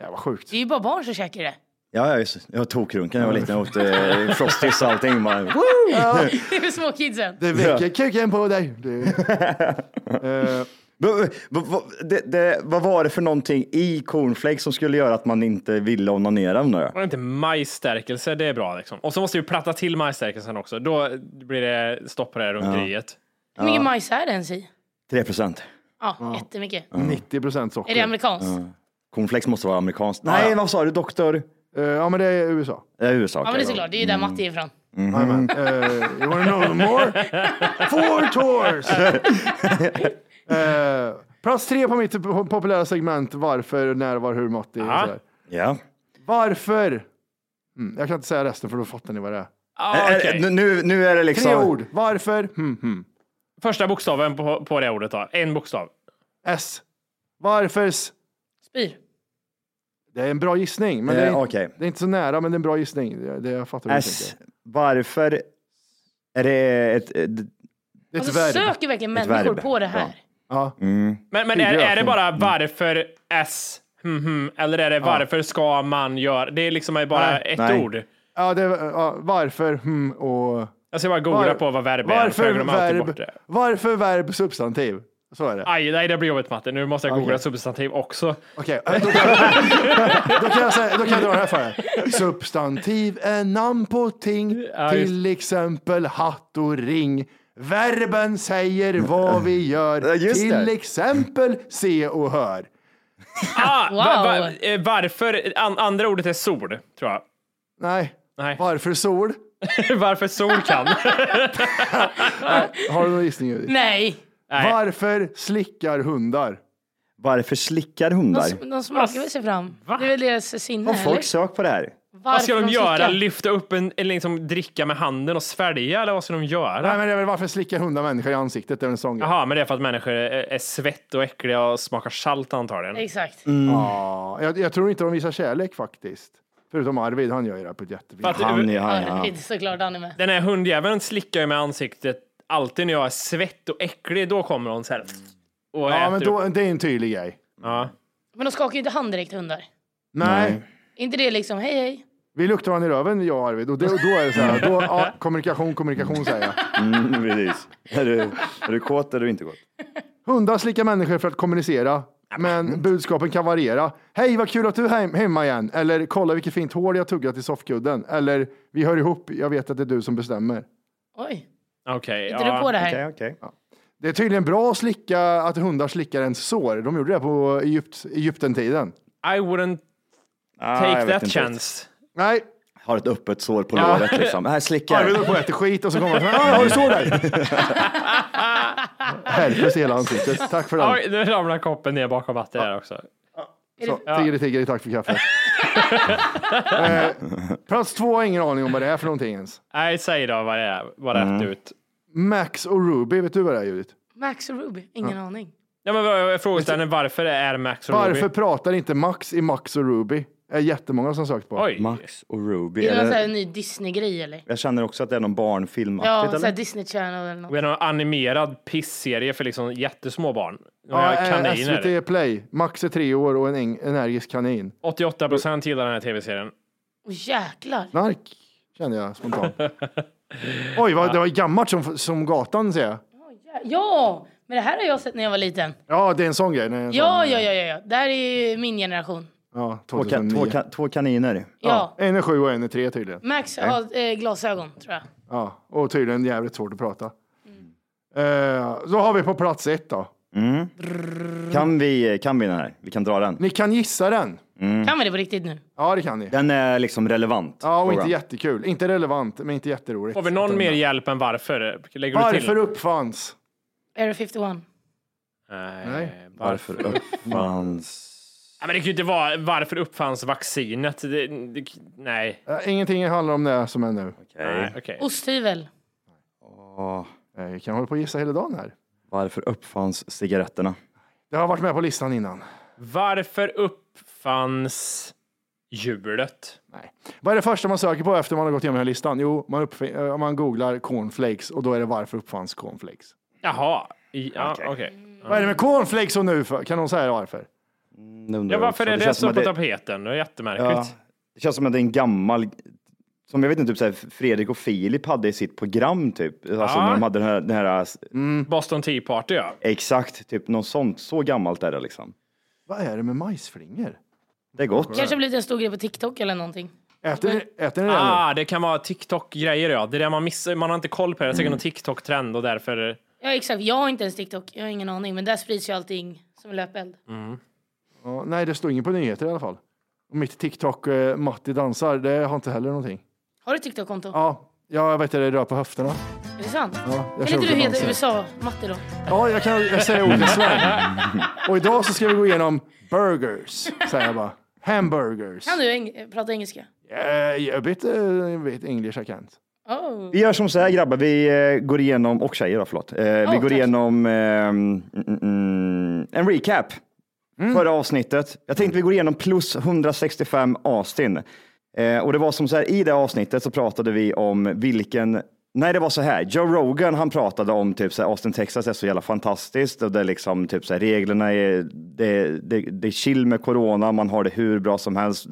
Speaker 2: det var sjukt.
Speaker 4: Det är ju bara barn som käkar det.
Speaker 5: Ja, ja, just, jag tokrunkade när jag var liten. Jag åt eh, frosties och allting. Man, woo!
Speaker 4: Det är för små kidsen.
Speaker 2: Det väcker kuken på dig. Det-
Speaker 5: Vad- vad- vad- det, det, vad var det för någonting i cornflakes som skulle göra att man inte ville onanera? undrar jag?
Speaker 3: Var det inte majsstärkelse? Det är bra liksom. Och så måste vi platta till majsstärkelsen också. Då blir det stopp på det här runkeriet.
Speaker 4: Hur mycket majs är det ens i?
Speaker 5: 3 procent.
Speaker 4: Ja, jättemycket.
Speaker 5: Mm.
Speaker 2: 90 procent socker.
Speaker 4: Är det amerikanskt?
Speaker 5: Cornflakes måste vara amerikanskt. Nej, vad sa du? Doktor?
Speaker 2: Eh, Ja, men det är USA.
Speaker 5: Eh, USA.
Speaker 4: Ja, men det är såklart. Det är ju där Matti är ifrån.
Speaker 5: Mhm.
Speaker 2: Jajamän. Eh, you wanna know more? Four tours! Eh, plats tre på mitt pop- populära segment varför, när, var, hur, Matti. och
Speaker 3: Ja.
Speaker 2: sådär.
Speaker 5: Ja.
Speaker 2: Varför? Mm, jag kan inte säga resten för då fattar ni vad det är.
Speaker 3: Ah,
Speaker 5: Eh,
Speaker 3: okej.
Speaker 5: eh, Nu, nu är det
Speaker 2: Tre
Speaker 5: liksom...
Speaker 2: ord. Varför? Mm, mm.
Speaker 3: Första bokstaven på, på det ordet då. En bokstav.
Speaker 2: S. Varförs?
Speaker 4: Spyr.
Speaker 2: Det är en bra gissning. Men
Speaker 5: Eh,
Speaker 2: det, är,
Speaker 5: okej.
Speaker 2: det är inte så nära, men det är en bra gissning. Det, det jag fattar vad du
Speaker 5: S.
Speaker 2: tänker.
Speaker 5: Varför är det ett... ett
Speaker 2: Det är ett
Speaker 4: Alltså
Speaker 2: verb.
Speaker 4: söker verkligen människor
Speaker 5: verb.
Speaker 4: på det här.
Speaker 2: Ja.
Speaker 5: Mm.
Speaker 3: Men, men är, är det
Speaker 5: alltså.
Speaker 2: Tydliggör.
Speaker 3: bara varför S? Hmm, hmm, eller är det varför ska man göra? Det är liksom bara
Speaker 2: Nej.
Speaker 3: ett
Speaker 5: Nej.
Speaker 3: ord.
Speaker 2: Ja, det, är- ja, varför? Hmm, och...
Speaker 3: Jag ska bara googla
Speaker 2: Var-
Speaker 3: på vad verb är. för
Speaker 2: Varför
Speaker 3: jag glömmer alltid
Speaker 2: verb,
Speaker 3: bort det.
Speaker 2: varför verb substantiv? Så är det.
Speaker 3: Aj, nej, det blir jobbigt Matte. Nu måste jag googla substantiv också.
Speaker 2: Okej, eh, då, kan, då, kan jag säga, då kan jag dra det här för er. Substantiv är namn på ting, till exempel hatt och ring. Verben säger vad vi
Speaker 5: Ja,
Speaker 2: gör,
Speaker 5: just
Speaker 2: till
Speaker 5: det.
Speaker 2: exempel se och hör.
Speaker 3: Ah, va, va,
Speaker 4: Wow.
Speaker 3: eh, varför? An, andra ordet är sol, tror jag.
Speaker 2: Nej,
Speaker 3: Nej.
Speaker 2: varför sol?
Speaker 3: varför sol kan?
Speaker 2: Har du någon gissning? Judith?
Speaker 4: Nej.
Speaker 3: Nej.
Speaker 2: Varför slickar hundar?
Speaker 5: varför slickar
Speaker 4: De,
Speaker 5: hundar?
Speaker 4: sm- de smakar väl sig fram. Det är väl deras sinne,
Speaker 5: Har
Speaker 4: eller?
Speaker 5: folk sökt på det här?
Speaker 3: vad ska
Speaker 4: Varför
Speaker 3: de göra?
Speaker 4: slickar?
Speaker 3: Lyfta upp en, en liksom dricka med handen och svälja, eller vad ska de
Speaker 2: Nej,
Speaker 3: göra?
Speaker 2: men det är väl varför slickar hundar människor i ansiktet? Det är väl en sån grej.
Speaker 3: Jaha, men det är för att människor är, är svett och äckliga och smakar salt antagligen.
Speaker 4: Exakt.
Speaker 2: Ja, jag, jag tror inte de visar kärlek faktiskt. Förutom Arvid, han gör ju det här på ett jättefint
Speaker 3: Fast-
Speaker 5: Han, ja, han, ja.
Speaker 4: Arvid, såklart han är med.
Speaker 3: Den här hundjäveln slickar ju med ansiktet alltid när jag är svett och äcklig. Då kommer hon så här och
Speaker 2: Ja,
Speaker 3: äter
Speaker 2: men
Speaker 3: upp.
Speaker 2: då, det är en tydlig grej.
Speaker 3: Ja.
Speaker 4: Men de skakar ju inte hand direkt hundar.
Speaker 2: Nej.
Speaker 4: Är inte det liksom, hej hej?
Speaker 2: Vi luktar varandra i röven, jag och Arvid. Och det, och då är det så här, då, ja, kommunikation, kommunikation säger jag.
Speaker 5: Mm, precis. Är du, är du kåt eller inte kåt?
Speaker 2: Hundar slickar människor för att kommunicera, men budskapen kan variera. Hej, vad kul att du är hem, hemma igen. Eller kolla vilket fint hår jag tuggat i soffkudden. Eller vi hör ihop, jag vet att det är du som bestämmer.
Speaker 4: Oj,
Speaker 3: Okej.
Speaker 4: hittar du på det här?
Speaker 5: Okej, okej.
Speaker 2: Det är tydligen bra att, slicka, att hundar slickar ens sår. De gjorde det på Egypt, Egyptenten-tiden.
Speaker 3: I wouldn't
Speaker 5: Ah, jag
Speaker 3: take
Speaker 5: vet
Speaker 3: that
Speaker 5: inte.
Speaker 3: chance.
Speaker 2: Nej,
Speaker 5: Har ett öppet sår på låret liksom. Här slickar
Speaker 2: Arvid
Speaker 5: jag.
Speaker 2: håller på och äter skit och så kommer han så här, "Ah, har du sår där? Herpes i hela ansiktet. Tack för den.
Speaker 3: Oj, nu ramlar koppen ner bakom vattnet här också.
Speaker 2: Så, tiggeri, tiggeri, tack för kaffet. eh, plats två har ingen aning om vad det är för någonting ens.
Speaker 3: Nej, säg då vad det är. Vad det är
Speaker 2: Mm.
Speaker 3: ut.
Speaker 2: Max och Ruby, vet du vad det är Judith?
Speaker 4: Max och Ruby? Ingen aning.
Speaker 3: Ja, men vad- jag frågeställde varför det är Max och
Speaker 2: Varför
Speaker 3: Ruby?
Speaker 2: pratar inte Max i Max och Ruby? Det är jättemånga som sökt på.
Speaker 3: Oj.
Speaker 5: Max och Ruby.
Speaker 4: Det är någon
Speaker 5: Eller-
Speaker 4: sån här ny Disney-grej eller?
Speaker 5: Jag känner också att det är någon barnfilmaktigt.
Speaker 4: Ja,
Speaker 5: eller?
Speaker 4: sån här Disney Channel eller något.
Speaker 3: Det är någon animerad pissserie för liksom jättesmå barn.
Speaker 2: Ja,
Speaker 3: Några
Speaker 2: eh,
Speaker 3: kaniner.
Speaker 2: SVT Play. Max är tre år och en eng- energisk kanin.
Speaker 3: 88 procent gillar den här tv-serien.
Speaker 4: Åh jäklar.
Speaker 2: Knark, känner jag spontant. Oj, vad, det var gammalt som, som gatan ser jag.
Speaker 4: Ja, men det här har jag sett när jag var liten.
Speaker 2: Ja, det är en sån grej. Det är en
Speaker 4: Ja,
Speaker 2: sån,
Speaker 4: ja, ja, ja. ja. Det här är ju min generation.
Speaker 2: ja.
Speaker 5: Två, ka-
Speaker 2: 2009.
Speaker 5: två, ka- två kaniner.
Speaker 4: Ja.
Speaker 2: En är sju och en är tre tydligen.
Speaker 4: Max har eh, glasögon tror jag.
Speaker 2: Ja, och tydligen jävligt svårt att prata. Eh, så har vi på plats ett då.
Speaker 5: Kan vi, kan vi den här? Vi kan dra den.
Speaker 2: Ni kan gissa den.
Speaker 4: Kan vi det på riktigt nu?
Speaker 2: Ja, det kan ni.
Speaker 5: Den är liksom relevant.
Speaker 2: Ja, och
Speaker 5: frågan.
Speaker 2: inte jättekul. Inte relevant, men inte jätteroligt.
Speaker 3: Får vi någon mer hjälp än varför? Lägger du till?
Speaker 2: Varför uppfanns?
Speaker 4: Area 51.
Speaker 3: Nej.
Speaker 2: Nej.
Speaker 3: Varför?
Speaker 5: Varför uppfanns...
Speaker 3: Nej, men det kan ju inte vara varför uppfanns vaccinet. Det, det, nej.
Speaker 2: Eh, ingenting handlar om det som är nu.
Speaker 3: Nej,
Speaker 5: Okej.
Speaker 3: okej.
Speaker 4: Osthyvel.
Speaker 5: Åh,
Speaker 2: Eh, Vi kan hålla på och gissa hela dagen här.
Speaker 5: Varför uppfanns cigaretterna?
Speaker 2: Det har varit med på listan innan.
Speaker 3: Varför uppfanns hjulet?
Speaker 2: Nej. Vad är det första man söker på efter man har gått igenom den här listan? Jo, man, uppf- eh, man googlar cornflakes och då är det varför uppfanns cornflakes.
Speaker 3: Jaha. I, ja,
Speaker 5: Okej.
Speaker 3: okej.
Speaker 2: Vad är det med cornflakes och nu för? Kan någon säga varför?
Speaker 5: Det undrar
Speaker 3: Ja,
Speaker 5: jag också.
Speaker 3: varför är det
Speaker 5: känns som
Speaker 3: så
Speaker 5: att
Speaker 3: på tapeten? Det är jättemärkligt.
Speaker 5: Ja, det känns som att det är en gammal... Som jag vet inte, typ så här, Fredrik och Filip hade i sitt program typ. Alltså
Speaker 3: Ja.
Speaker 5: när de hade den här, den här...
Speaker 3: Boston Tea Party, ja.
Speaker 5: Exakt, typ något sånt. Så gammalt är det liksom.
Speaker 2: Vad är det med majsflingor?
Speaker 5: Det är gott.
Speaker 4: Kanske har blivit en stor grej på TikTok eller någonting.
Speaker 2: Äter ni, äter ni det nu?
Speaker 3: Ah, det kan vara TikTok-grejer, ja. Det är det man missar. Man har inte koll på det. Det är säkert
Speaker 5: Mm.
Speaker 3: någon TikTok-trend och därför...
Speaker 4: Ja exakt, jag har inte ens TikTok. Jag har ingen aning. Men där sprids ju allting som löpeld.
Speaker 2: Mm. Ja, nej, det står ingen på nyheter i alla fall. Och mitt TikTok, eh, Matti dansar, det har inte heller någonting.
Speaker 4: Har du TikTok-konto?
Speaker 2: Ja, jag vet att det rör på höfterna.
Speaker 4: Är det sant?
Speaker 2: Ja,
Speaker 4: Kan
Speaker 2: jag
Speaker 4: inte
Speaker 2: också
Speaker 4: du heta
Speaker 2: dansa.
Speaker 4: USA-Matte då?
Speaker 2: Ja, jag kan jag säger olika slang. Och idag så ska vi gå igenom burgers, säger jag bara. Hamburgers.
Speaker 4: Kan du eng- eh, prata engelska?
Speaker 2: Uh, a bit, uh, bit English I can't.
Speaker 4: Oh.
Speaker 5: Vi gör som så här grabbar, vi eh, går igenom, och tjejer då, förlåt. Eh, vi
Speaker 4: Ja,
Speaker 5: går
Speaker 4: tack.
Speaker 5: igenom eh, mm, mm, mm, en recap. Förra avsnittet. Jag tänkte vi går igenom plus 165 Austin. Eh, och det var som så här, i det avsnittet så pratade vi om vilken Nej, det var så här. Joe Rogan, han pratade om typ så här, Austin, Texas är så jävla fantastiskt och det är liksom typ så här, reglerna är, det, det, det är chill med corona, man har det hur bra som helst.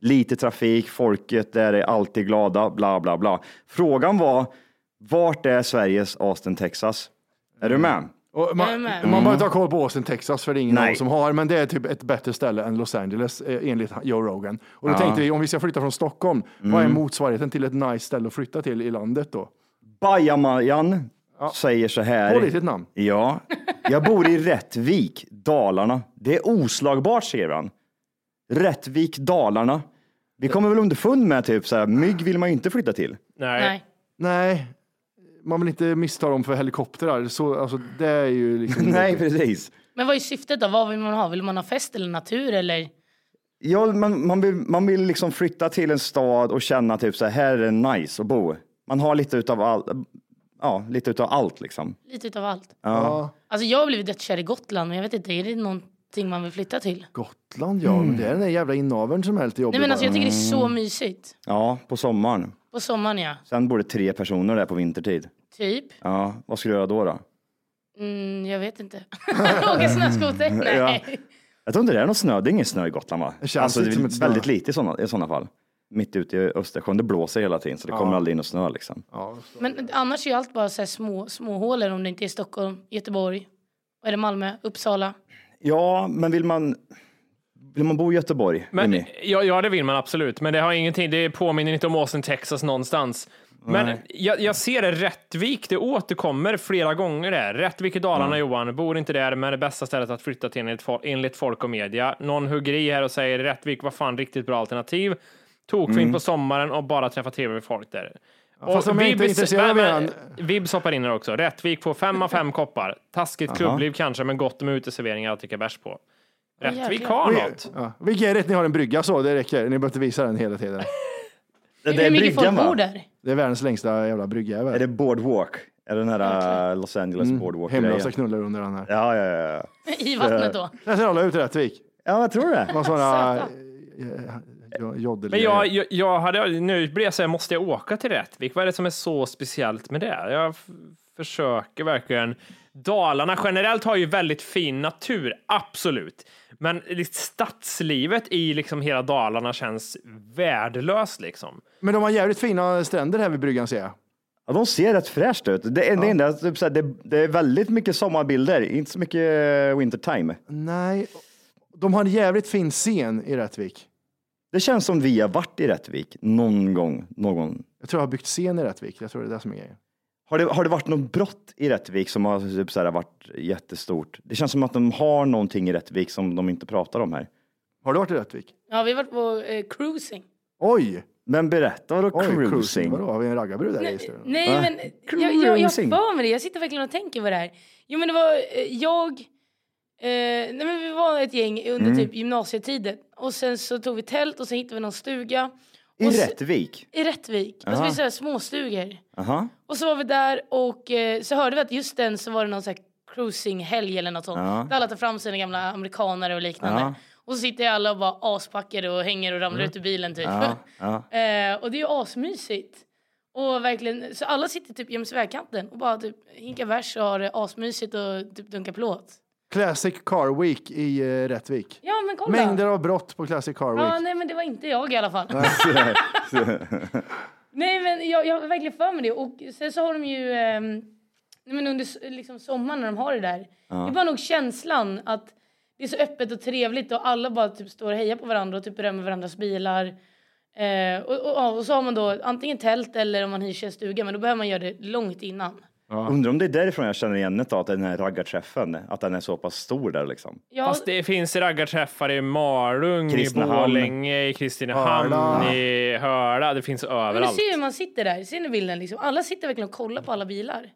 Speaker 5: Lite trafik, folket där är alltid glada, bla bla bla. Frågan var, vart är Sveriges Austin, Texas? Är du med?
Speaker 2: Och
Speaker 4: Jag är
Speaker 2: man,
Speaker 4: med.
Speaker 2: man behöver inte ha koll på Austin, Texas, för det är ingen
Speaker 5: Nej.
Speaker 2: av oss som har, men det är typ ett bättre ställe än Los Angeles eh, enligt Joe Rogan. Och då tänkte vi, om vi ska flytta från Stockholm, vad är motsvarigheten till ett nice ställe att flytta till i landet då?
Speaker 5: Bajamajan säger så här.
Speaker 2: Pålitligt namn.
Speaker 5: Ja, jag bor i Rättvik, Dalarna. Det är oslagbart, säger han. Rättvik, Dalarna. Vi kommer väl underfund med typ så här, mygg vill man ju inte flytta till.
Speaker 3: Nej.
Speaker 4: Nej.
Speaker 2: Nej, man vill inte missta dem för helikoptrar. Så, alltså, det är ju liksom...
Speaker 5: Nej, precis.
Speaker 4: Men vad är syftet då? Vad vill man ha? Vill man ha fest eller natur eller?
Speaker 5: Ja, man, man, vill, man vill liksom flytta till en stad och känna typ så här, här är det nice att bo. Man har lite utav allt. Ja, lite utav allt liksom.
Speaker 4: Lite utav allt.
Speaker 2: Ja,
Speaker 4: Alltså jag har blivit dödskär i Gotland men jag vet inte, är det någonting man vill flytta till?
Speaker 2: Gotland, ja. Men det är den där jävla inaveln som är lite jobbig.
Speaker 4: Nej men alltså jag
Speaker 2: bara.
Speaker 4: tycker det är så
Speaker 2: Mm.
Speaker 4: mysigt.
Speaker 5: Ja, på sommaren.
Speaker 4: På sommaren ja,
Speaker 5: Sen bor det tre personer där på vintertid.
Speaker 4: typ.
Speaker 5: Ja, vad ska du göra då? då?
Speaker 4: Mm, jag vet inte. Åka snöskoter? Nej.
Speaker 5: Jag tror inte det är någon snö. Det är ingen snö i Gotland va?
Speaker 2: Det känns inte som ett snö.
Speaker 5: väldigt lite i sådana, i sådana fall. mitt ute i Östersjön. Det blåser hela tiden så det kommer aldrig in och snö liksom.
Speaker 4: Men annars är ju allt bara så här små, små hålor om det inte är Stockholm, Göteborg, vad är det Malmö, Uppsala.
Speaker 5: Ja, men vill man, vill man bo i Göteborg?
Speaker 3: Men,
Speaker 5: Jimmy?
Speaker 3: ja, ja, det vill man absolut, men det har ingenting. Det påminner inte om Austin, Texas någonstans. Men jag, jag ser det, Rättvik, det återkommer flera gånger där. Rättvik i Dalarna, Johan, bor inte där, men det bästa stället att flytta till enligt, fo- enligt folk och media. Någon hugger i här och säger Rättvik var fan riktigt bra alternativ. Tokfint på sommaren och bara träffa tv med folk där.
Speaker 2: Mm. fast de är inte intresserade av
Speaker 3: men-
Speaker 2: eran-
Speaker 3: Vibs hoppar in här också. Rättvik får fem av fem koppar. Taskigt klubbliv kanske, men gott med uteserveringar att dricka bärs på. Rättvik
Speaker 4: jäklar.
Speaker 3: har
Speaker 2: Vi-
Speaker 3: något.
Speaker 2: Ja. Vi ger det, ni har en brygga så, det räcker. Ni behöver inte visa den hela tiden.
Speaker 5: Det,
Speaker 4: Hur mycket folk
Speaker 5: va?
Speaker 4: bor där?
Speaker 2: Det är världens längsta jävla brygga i
Speaker 5: Är det
Speaker 2: världen.
Speaker 5: Boardwalk? Är det den här äh, Los Angeles boardwalk
Speaker 2: Mm, Hemlösa knullar under den här.
Speaker 5: Ja, ja, ja, ja.
Speaker 4: I vattnet då?
Speaker 2: Där ser alla ut i Rättvik.
Speaker 5: Ja, jag tror det.
Speaker 2: Någon sån här
Speaker 4: Alltså,
Speaker 2: eh, jodel...
Speaker 3: Men jag, jag, jag hade, nu blir jag så här, måste jag åka till Rättvik? Vad är det som är så speciellt med det? Jag f- försöker verkligen. Dalarna generellt har ju väldigt fin natur, absolut. Men liksom stadslivet i liksom hela Dalarna känns värdelöst liksom.
Speaker 2: Men de har jävligt fina stränder här vid bryggan ser jag.
Speaker 5: Ja, de ser rätt fräscht ut. Det, är det, enda, typ, såhär, det, det är väldigt mycket sommarbilder, inte så mycket eh, wintertime.
Speaker 2: Nej, de har en jävligt fin scen i Rättvik.
Speaker 5: Det känns som vi har varit i Rättvik någon gång. Någon.
Speaker 2: Jag tror jag har byggt scen i Rättvik. Jag tror det är det som är grejen.
Speaker 5: Har, det, har det varit något brott i Rättvik som har typ, såhär, varit jättestort? Det känns som att de har någonting i Rättvik som de inte pratar om här.
Speaker 2: Har du varit i Rättvik?
Speaker 4: Ja, vi har varit på eh, cruising.
Speaker 2: Oj!
Speaker 5: Men berätta, vadå
Speaker 2: Oj,
Speaker 5: cruising?
Speaker 2: Vadå, har vi en raggarbrud där i? istället?
Speaker 4: Nej,
Speaker 5: Va?
Speaker 4: men jag, jag, jag
Speaker 5: Cruising.
Speaker 4: för mig det. Jag sitter verkligen och tänker på det här. Jo, men det var eh, jag... Eh, nej, men vi var ett gäng under
Speaker 5: Mm.
Speaker 4: typ gymnasietiden. Och sen så tog vi tält och sen hittade vi någon stuga.
Speaker 5: I
Speaker 4: Och så-
Speaker 5: Rättvik?
Speaker 4: I Rättvik. Alltså, vi såhär småstugor.
Speaker 5: Aha.
Speaker 4: Och så var vi där och eh, så hörde vi att just den så var det någon så här cruisinghelg eller något sånt. Där alla tar fram sina gamla amerikanare och liknande.
Speaker 5: Ja. Mm.
Speaker 4: Och så sitter alla och bara aspackade och hänger och ramlar ut ur bilen typ.
Speaker 5: Ja, ja.
Speaker 4: Eh, och det är ju asmysigt. Och verkligen, så alla sitter typ jäms vägkanten och bara typ hinkar bärs och har det asmysigt och typ dunkar plåt.
Speaker 2: Classic Car Week i eh, Rättvik.
Speaker 4: Ja men kolla!
Speaker 2: Mängder av brott på Classic Car Week.
Speaker 4: Ja, nej men det var inte jag i alla fall. nej men jag, jag har verkligen för mig det. Och sen så har de ju, ehm, nej, men under s- liksom sommaren när de har det där. Det är bara nog känslan att det är så öppet och trevligt och alla bara typ står och hejar på varandra och typ berömmer varandras bilar. Eh, och, och, ja, och så har man då antingen tält eller om man hyr sig en stuga men då behöver man göra det långt innan.
Speaker 5: Undrar om det är därifrån jag känner igen det då, att den här raggarträffen, att den är så pass stor där liksom.
Speaker 4: Ja,
Speaker 3: Fast det finns raggarträffar i Malung, i
Speaker 5: Kristinehamn.
Speaker 3: Borlänge, i Kristinehamn,
Speaker 2: Hörla.
Speaker 3: i Hörla. Det finns
Speaker 4: men du
Speaker 3: överallt.
Speaker 4: ser hur man sitter där, ser ni bilden liksom? Alla sitter verkligen och kollar på alla bilar.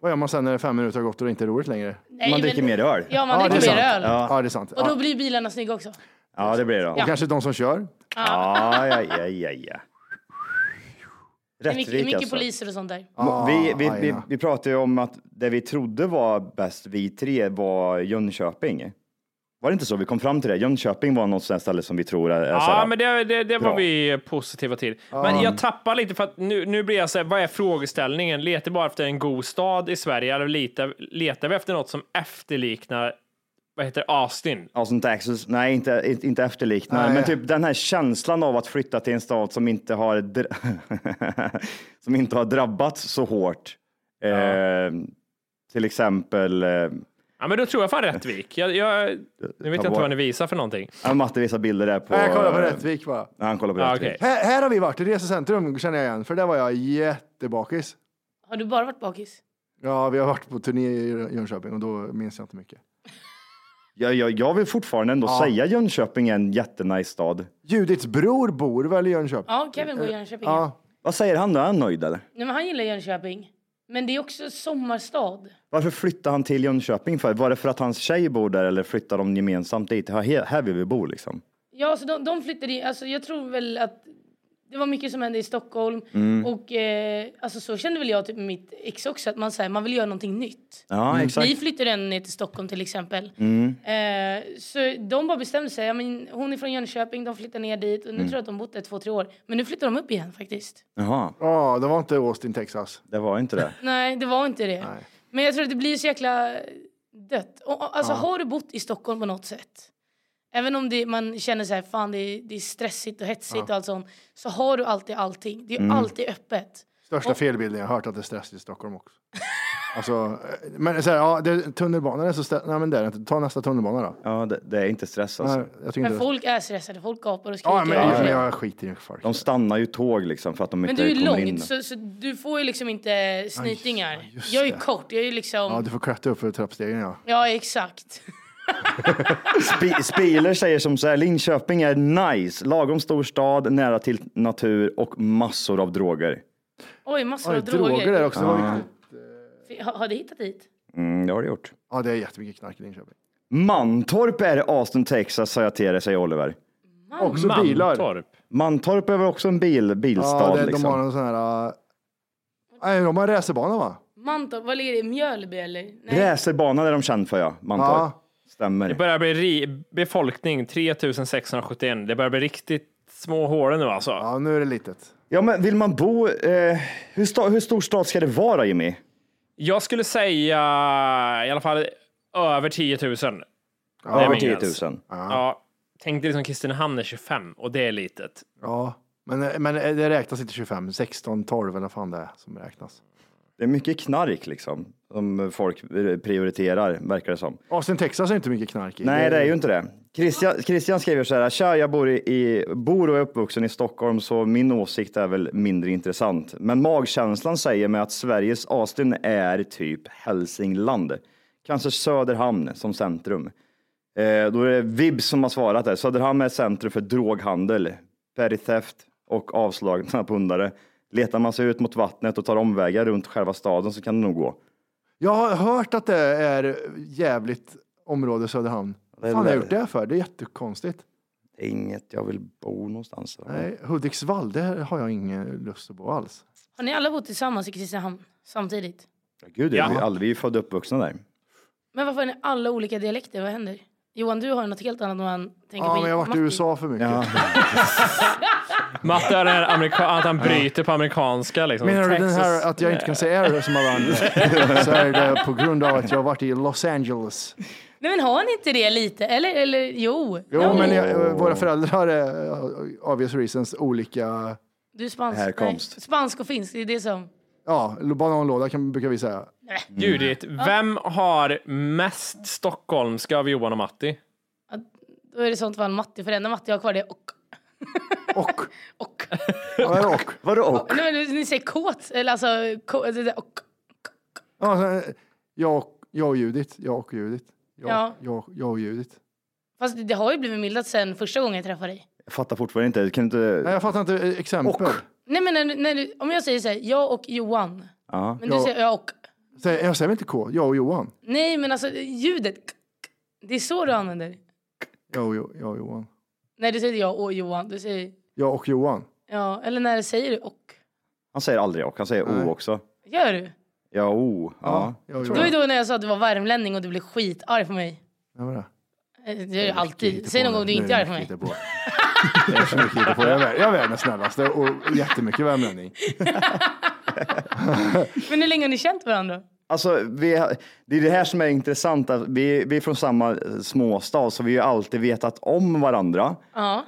Speaker 2: Vad gör man sen när fem minuter har gått och det inte är roligt längre?
Speaker 4: Nej,
Speaker 5: Man dricker mer öl.
Speaker 4: Ja, man
Speaker 2: Ja, det är
Speaker 4: dricker mer
Speaker 2: sant.
Speaker 4: öl.
Speaker 2: Ja, det är sant.
Speaker 4: Och då
Speaker 2: Ja.
Speaker 4: blir bilarna snygga också.
Speaker 5: Ja, det blir det. då.
Speaker 2: Och kanske de som kör.
Speaker 5: Ja, ja, ja, ja, ja.
Speaker 4: Det är mycket, det är
Speaker 5: Rättvik
Speaker 4: mycket
Speaker 5: alltså.
Speaker 4: poliser och sånt där.
Speaker 2: Ah,
Speaker 5: Vi, vi, vi,
Speaker 2: ajerna.
Speaker 5: vi pratade ju om att det vi trodde var bäst, vi tre, var Jönköping. Var det inte så? Vi kom fram till det. Jönköping var något sånt här ställe som vi tror är så
Speaker 3: Ja,
Speaker 5: här,
Speaker 3: men det, det, det
Speaker 5: Bra.
Speaker 3: var vi positiva till. Men jag tappar lite för att nu, nu blir jag så här, vad är frågeställningen? Letar bara efter en god stad i Sverige eller letar, letar vi efter något som efterliknar, vad heter det, Austin?
Speaker 5: Austin, Texas. Nej, inte, inte, inte efterliknande.
Speaker 2: Nej.
Speaker 5: Men typ den här känslan av att flytta till en stad som inte har, dr- som inte har drabbats så hårt. Eh, till exempel, eh,
Speaker 3: Ja, men då tror jag fan Rättvik. Jag, jag, nu vet jag inte vad ni visar för någonting.
Speaker 5: ja, Matte visar bilder där på...
Speaker 2: Nej, Jag kollar på Rättvik bara.
Speaker 5: Ja, han kollar på
Speaker 3: Ja,
Speaker 5: Rättvik.
Speaker 3: okej.
Speaker 2: Här, här har vi varit, i resecentrum känner jag igen, för där var jag jättebakis.
Speaker 4: Har du bara varit bakis?
Speaker 2: Ja, vi har varit på turné i Jönköping och då minns jag inte mycket.
Speaker 5: Jag, jag, jag vill fortfarande ändå säga Jönköping är en jättenice stad.
Speaker 2: Judits bror bor väl i Jönköping?
Speaker 4: Ja, Kevin bor i Jönköping.
Speaker 2: Ja.
Speaker 5: Vad säger han då? Är han nöjd eller?
Speaker 4: Nej, men han gillar Jönköping. Men det är också sommarstad.
Speaker 5: Varför flyttade han till Jönköping för? Var det för att hans tjej bor där eller flyttade de gemensamt dit? Här, här vill vi bo liksom.
Speaker 4: Ja, så de, de flyttade in. Alltså, jag tror väl att det var mycket som hände i Stockholm. Och eh, alltså, så kände väl jag typ med mitt ex också, att man, så här, man vill göra någonting nytt.
Speaker 5: Ja,
Speaker 2: Mm.
Speaker 5: exakt.
Speaker 4: Vi flyttade ändå ner till Stockholm till exempel. Eh, så de bara bestämde sig. Ja, men, hon är från Jönköping, de flyttar ner dit. Och nu tror jag att de bott där två, tre år. Men nu flyttar de upp igen faktiskt.
Speaker 5: Jaha,
Speaker 2: Ja, det var inte Austin, Texas.
Speaker 5: det var inte det.
Speaker 4: Nej, det var inte det. Men jag tror att det blir så jäkla dött. Och, och, alltså, Har du bott i Stockholm på något sätt? Även om det, man känner så här, fan det är, det är stressigt och hetsigt och allt sånt. Så har du alltid allting. Det är ju
Speaker 2: Mm.
Speaker 4: alltid öppet.
Speaker 2: Största felbilden jag har hört att det är stress i Stockholm också. Alltså, eh, men så här, ja, det, tunnelbanan är så stressig. Nej men det är det inte. Ta nästa tunnelbana då.
Speaker 5: Ja, det, det är inte stress alltså.
Speaker 2: Nej, jag tycker
Speaker 4: Men
Speaker 2: inte det.
Speaker 4: folk är stressade, folk gapar och skriker.
Speaker 2: Ja, men,
Speaker 4: och
Speaker 2: ja,
Speaker 4: allt
Speaker 2: men
Speaker 4: möjligt.
Speaker 2: jag skiter i folk.
Speaker 5: De stannar ju tåg liksom för att de
Speaker 4: Men
Speaker 5: inte
Speaker 4: du är ju
Speaker 5: kommer in.
Speaker 4: lång, så, så du får ju liksom inte snytingar. jag är ju kort, jag är ju liksom...
Speaker 2: Ja,
Speaker 4: Ja,
Speaker 2: du får klättra upp för trappstegen ja.
Speaker 4: exakt.
Speaker 5: Spi- Spiler säger som så här, Linköping är nice, lagom stor stad, nära till natur och massor av droger.
Speaker 4: Oj, massor
Speaker 2: Oj,
Speaker 4: av droger.
Speaker 2: droger där också. det var viktigt.
Speaker 4: Har, har du hittat dit?
Speaker 5: Mm, det har det gjort.
Speaker 2: Ja, det är jättemycket knark i Linköping.
Speaker 5: Mantorp är i Austin, Texas, säger jag till dig, säger Oliver.
Speaker 2: Också bilar.
Speaker 3: Mantorp.
Speaker 5: Mantorp är väl också en bil, bilstad
Speaker 2: Ja, det, de
Speaker 5: liksom.
Speaker 2: har en sån här... eh, Nej, de har en racerbana va?
Speaker 4: Mantorp, vad ligger det? i? Mjölby eller? Nej.
Speaker 5: Racerbana är de kända för ja, Mantorp.
Speaker 2: Ja.
Speaker 3: Det
Speaker 5: Stämmer.
Speaker 3: börjar bli ri- befolkning 3671. Det börjar bli riktigt små hålen nu alltså.
Speaker 2: Ja, nu är det litet.
Speaker 5: Ja, men vill man bo, eh, hur, sta- hur stor stad ska det vara Jimmy?
Speaker 3: Jag skulle säga i alla fall över 10 000.
Speaker 2: Ja,
Speaker 3: är
Speaker 5: Över
Speaker 3: min
Speaker 5: 10
Speaker 3: gräns.
Speaker 5: 000.
Speaker 3: Ja, tänk dig liksom Kristinehamn är 25 och det är litet.
Speaker 2: Ja, men, eh, men det räknas inte 25, 16, 12 eller vad fan det är som räknas.
Speaker 5: Det är mycket knark liksom, som folk eh, prioriterar, verkar det som.
Speaker 2: Austin, Texas är inte mycket knark i.
Speaker 5: Nej, det är ju inte det. Christian, Christian skriver så här, tja, jag bor, i- i, bor och är uppvuxen i Stockholm så min åsikt är väl mindre intressant. Men magkänslan säger mig att Sveriges Austin är typ Hälsingland. Kanske Söderhamn som centrum. Eh, då är det Vibs som har svarat där. Söderhamn är centrum för droghandel, peritheft och avslagna pundare. Letar man sig ut mot vattnet och tar omvägar runt själva staden så kan det nog gå.
Speaker 2: Jag har hört att det är jävligt område Söderhamn. Vad fan har jag gjort det för? Det är jättekonstigt.
Speaker 5: Det är inget jag vill bo någonstans.
Speaker 2: Nej, Hudiksvall, där har jag ingen lust att bo alls.
Speaker 4: Har ni alla bott tillsammans i Kristinehamn samtidigt?
Speaker 5: Gud, det är
Speaker 3: Ja.
Speaker 5: vi, aldrig, vi är ju födda och uppvuxna där.
Speaker 4: Men varför har ni alla olika dialekter? Vad händer? Johan, du har ju något helt annat än vad han tänker
Speaker 2: Ja,
Speaker 4: på.
Speaker 2: men jag har varit i
Speaker 4: Matti.
Speaker 2: USA för mycket.
Speaker 3: Matte är den här amerika- att han bryter på amerikanska liksom.
Speaker 2: Menar du den
Speaker 3: Texas-
Speaker 2: här att jag inte kan säga är som alla andra? Så är det på grund av att jag har varit i Los Angeles.
Speaker 4: Nej men har ni inte det lite? Eller, eller jo.
Speaker 2: Jo,
Speaker 4: No.
Speaker 2: men jag, våra föräldrar är eh, obvious reasons olika.
Speaker 4: Du är spansk.
Speaker 5: Härkomst.
Speaker 4: Nej, spansk och finsk, det är det som...
Speaker 2: Ja, bananlåda kan, brukar vi säga.
Speaker 3: Judith, vem har mest stockholmska av Johan och Matti?
Speaker 4: Då är det sånt fall Matti, för det enda Matti jag har kvar det är och.
Speaker 2: Och.
Speaker 4: Och.
Speaker 2: Ja, och.
Speaker 5: Vadå och?
Speaker 4: Nej, men ni säger kåt, eller alltså k- det där och.
Speaker 2: Ja, sen, jag, och- jag och Judith. Jag och Judith. Jag,
Speaker 4: Ja.
Speaker 2: jag, jag och Judith.
Speaker 4: Fast det har ju blivit mildat sen första gången jag träffade dig.
Speaker 5: Jag fattar fortfarande inte. Kan du inte...
Speaker 2: Nej, jag fattar inte eh, exempel.
Speaker 4: Nej men när, du- när du, om jag säger så här, jag och Johan.
Speaker 5: Ja.
Speaker 4: Men du
Speaker 2: Ja.
Speaker 4: säger jag och.
Speaker 2: Så jag- Jag säger väl inte K? Jag och Johan.
Speaker 4: Nej men alltså ljudet. k- k- Det är så du använder.
Speaker 2: Jag och, Jo- jag och Johan.
Speaker 4: När du säger jag och Johan, du säger
Speaker 2: Jag och Johan.
Speaker 4: ja. Eller när du säger du och.
Speaker 5: Han säger aldrig och, han säger o också.
Speaker 4: Gör du?
Speaker 5: Ja, o. Ja.
Speaker 2: Jag och
Speaker 4: Det var ju
Speaker 2: Johan.
Speaker 4: då när jag sa att du var värmlänning och du blev skitarg på mig.
Speaker 2: Det var det.
Speaker 4: Eh, Det är ju alltid.
Speaker 2: Hitta
Speaker 4: Säg
Speaker 2: på
Speaker 4: någon
Speaker 2: det.
Speaker 4: gång du
Speaker 2: Nu
Speaker 4: inte
Speaker 2: är
Speaker 4: är
Speaker 2: det
Speaker 4: arg på mig.
Speaker 2: mycket hittepå. Det är så mycket hittepå. Jag är vär- jag är världens snällaste och jättemycket värmlänning.
Speaker 4: Men hur länge har ni känt varandra?
Speaker 5: Alltså, vi, det är det här som är intressant. att Vi, vi är från samma eh, småstad, så vi har ju alltid vetat om varandra.
Speaker 4: Ja.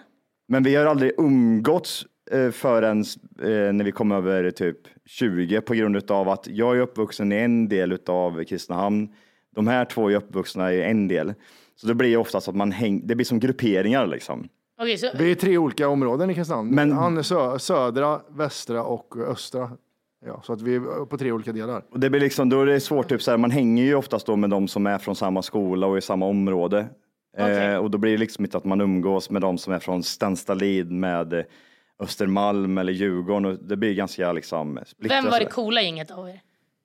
Speaker 5: Men vi har aldrig umgåtts eh, förrän eh, när vi kom över typ 20 på grund av att jag är uppvuxen i en del av Kristinehamn. De här två är uppvuxna i en del. Så det blir ju oftast att man häng, det blir som grupperingar liksom.
Speaker 4: Okej, så
Speaker 2: Vi är tre olika områden i Kristinehamn.
Speaker 5: Men-
Speaker 2: Men... Han är sö södra, västra och östra. Ja, så att vi är på tre olika delar.
Speaker 5: Och det blir liksom, då är det svårt, typ så här, man hänger ju oftast då med de som är från samma skola och i samma område. Eh, och då blir det liksom inte att man umgås med de som är från Stenstalid med eh, Östermalm eller Djurgården. Och det blir ganska liksom splittrat.
Speaker 4: vem var det
Speaker 5: sådär.
Speaker 4: coola gänget av er?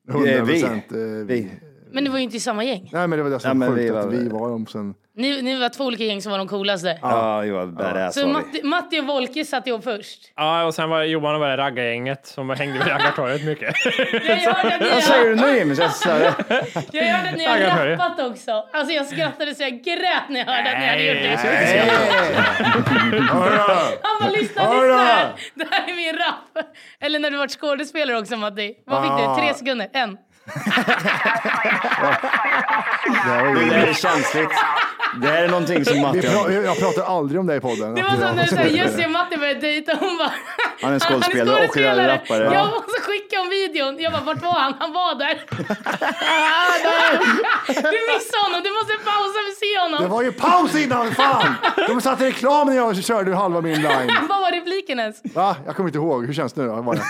Speaker 2: 100
Speaker 5: vi.
Speaker 2: procent. Vi. vi.
Speaker 4: Men ni var ju inte i samma gäng.
Speaker 2: Nej, men det var det som
Speaker 5: Ja, men
Speaker 2: sjukt
Speaker 5: vi
Speaker 2: att
Speaker 5: var-
Speaker 2: vi var de sen.
Speaker 4: Ni, ni var två olika gäng som var de coolaste.
Speaker 5: Ja, jo, badass
Speaker 4: Så
Speaker 5: var vi.
Speaker 4: Matti, Matti och Volke satte ihop först.
Speaker 3: Ja, och sen var Johan och var det raggargänget som hängde vid raggartorget mycket.
Speaker 4: Jag hörde att ni
Speaker 5: Vad säger
Speaker 4: har,
Speaker 5: du nu Jimmy? Så jag sa det.
Speaker 4: jag hörde att ni har
Speaker 3: Jag hörde.
Speaker 4: rappat också. Alltså jag skrattade så jag grät när jag hörde att ni hade gjort det. Han bara lyssna, lyssna här. Det här är min rap. Eller när du var skådespelare också Matti. Vad fick du?
Speaker 5: Ah.
Speaker 4: Tre sekunder? En.
Speaker 2: Det var
Speaker 5: Det
Speaker 2: ju-
Speaker 5: här är känsligt. Det här är någonting som
Speaker 2: Vi pra-
Speaker 5: Matti,
Speaker 2: jag pratar aldrig om det i podden.
Speaker 4: Det var som när såhär, Jussi och Matti började dejta. Hon bara...
Speaker 5: Han är skådespelare och rappare.
Speaker 4: Jag
Speaker 5: Ja.
Speaker 4: måste skicka om videon. Jag bara, vart var han? Han var där. du missade honom. Du måste pausa och se honom.
Speaker 2: Det var ju paus innan, fan! De satte reklam när jag körde halva min line.
Speaker 4: Vad var repliken ens?
Speaker 2: Va? Jag kommer inte ihåg. Hur känns det nu då? Var det?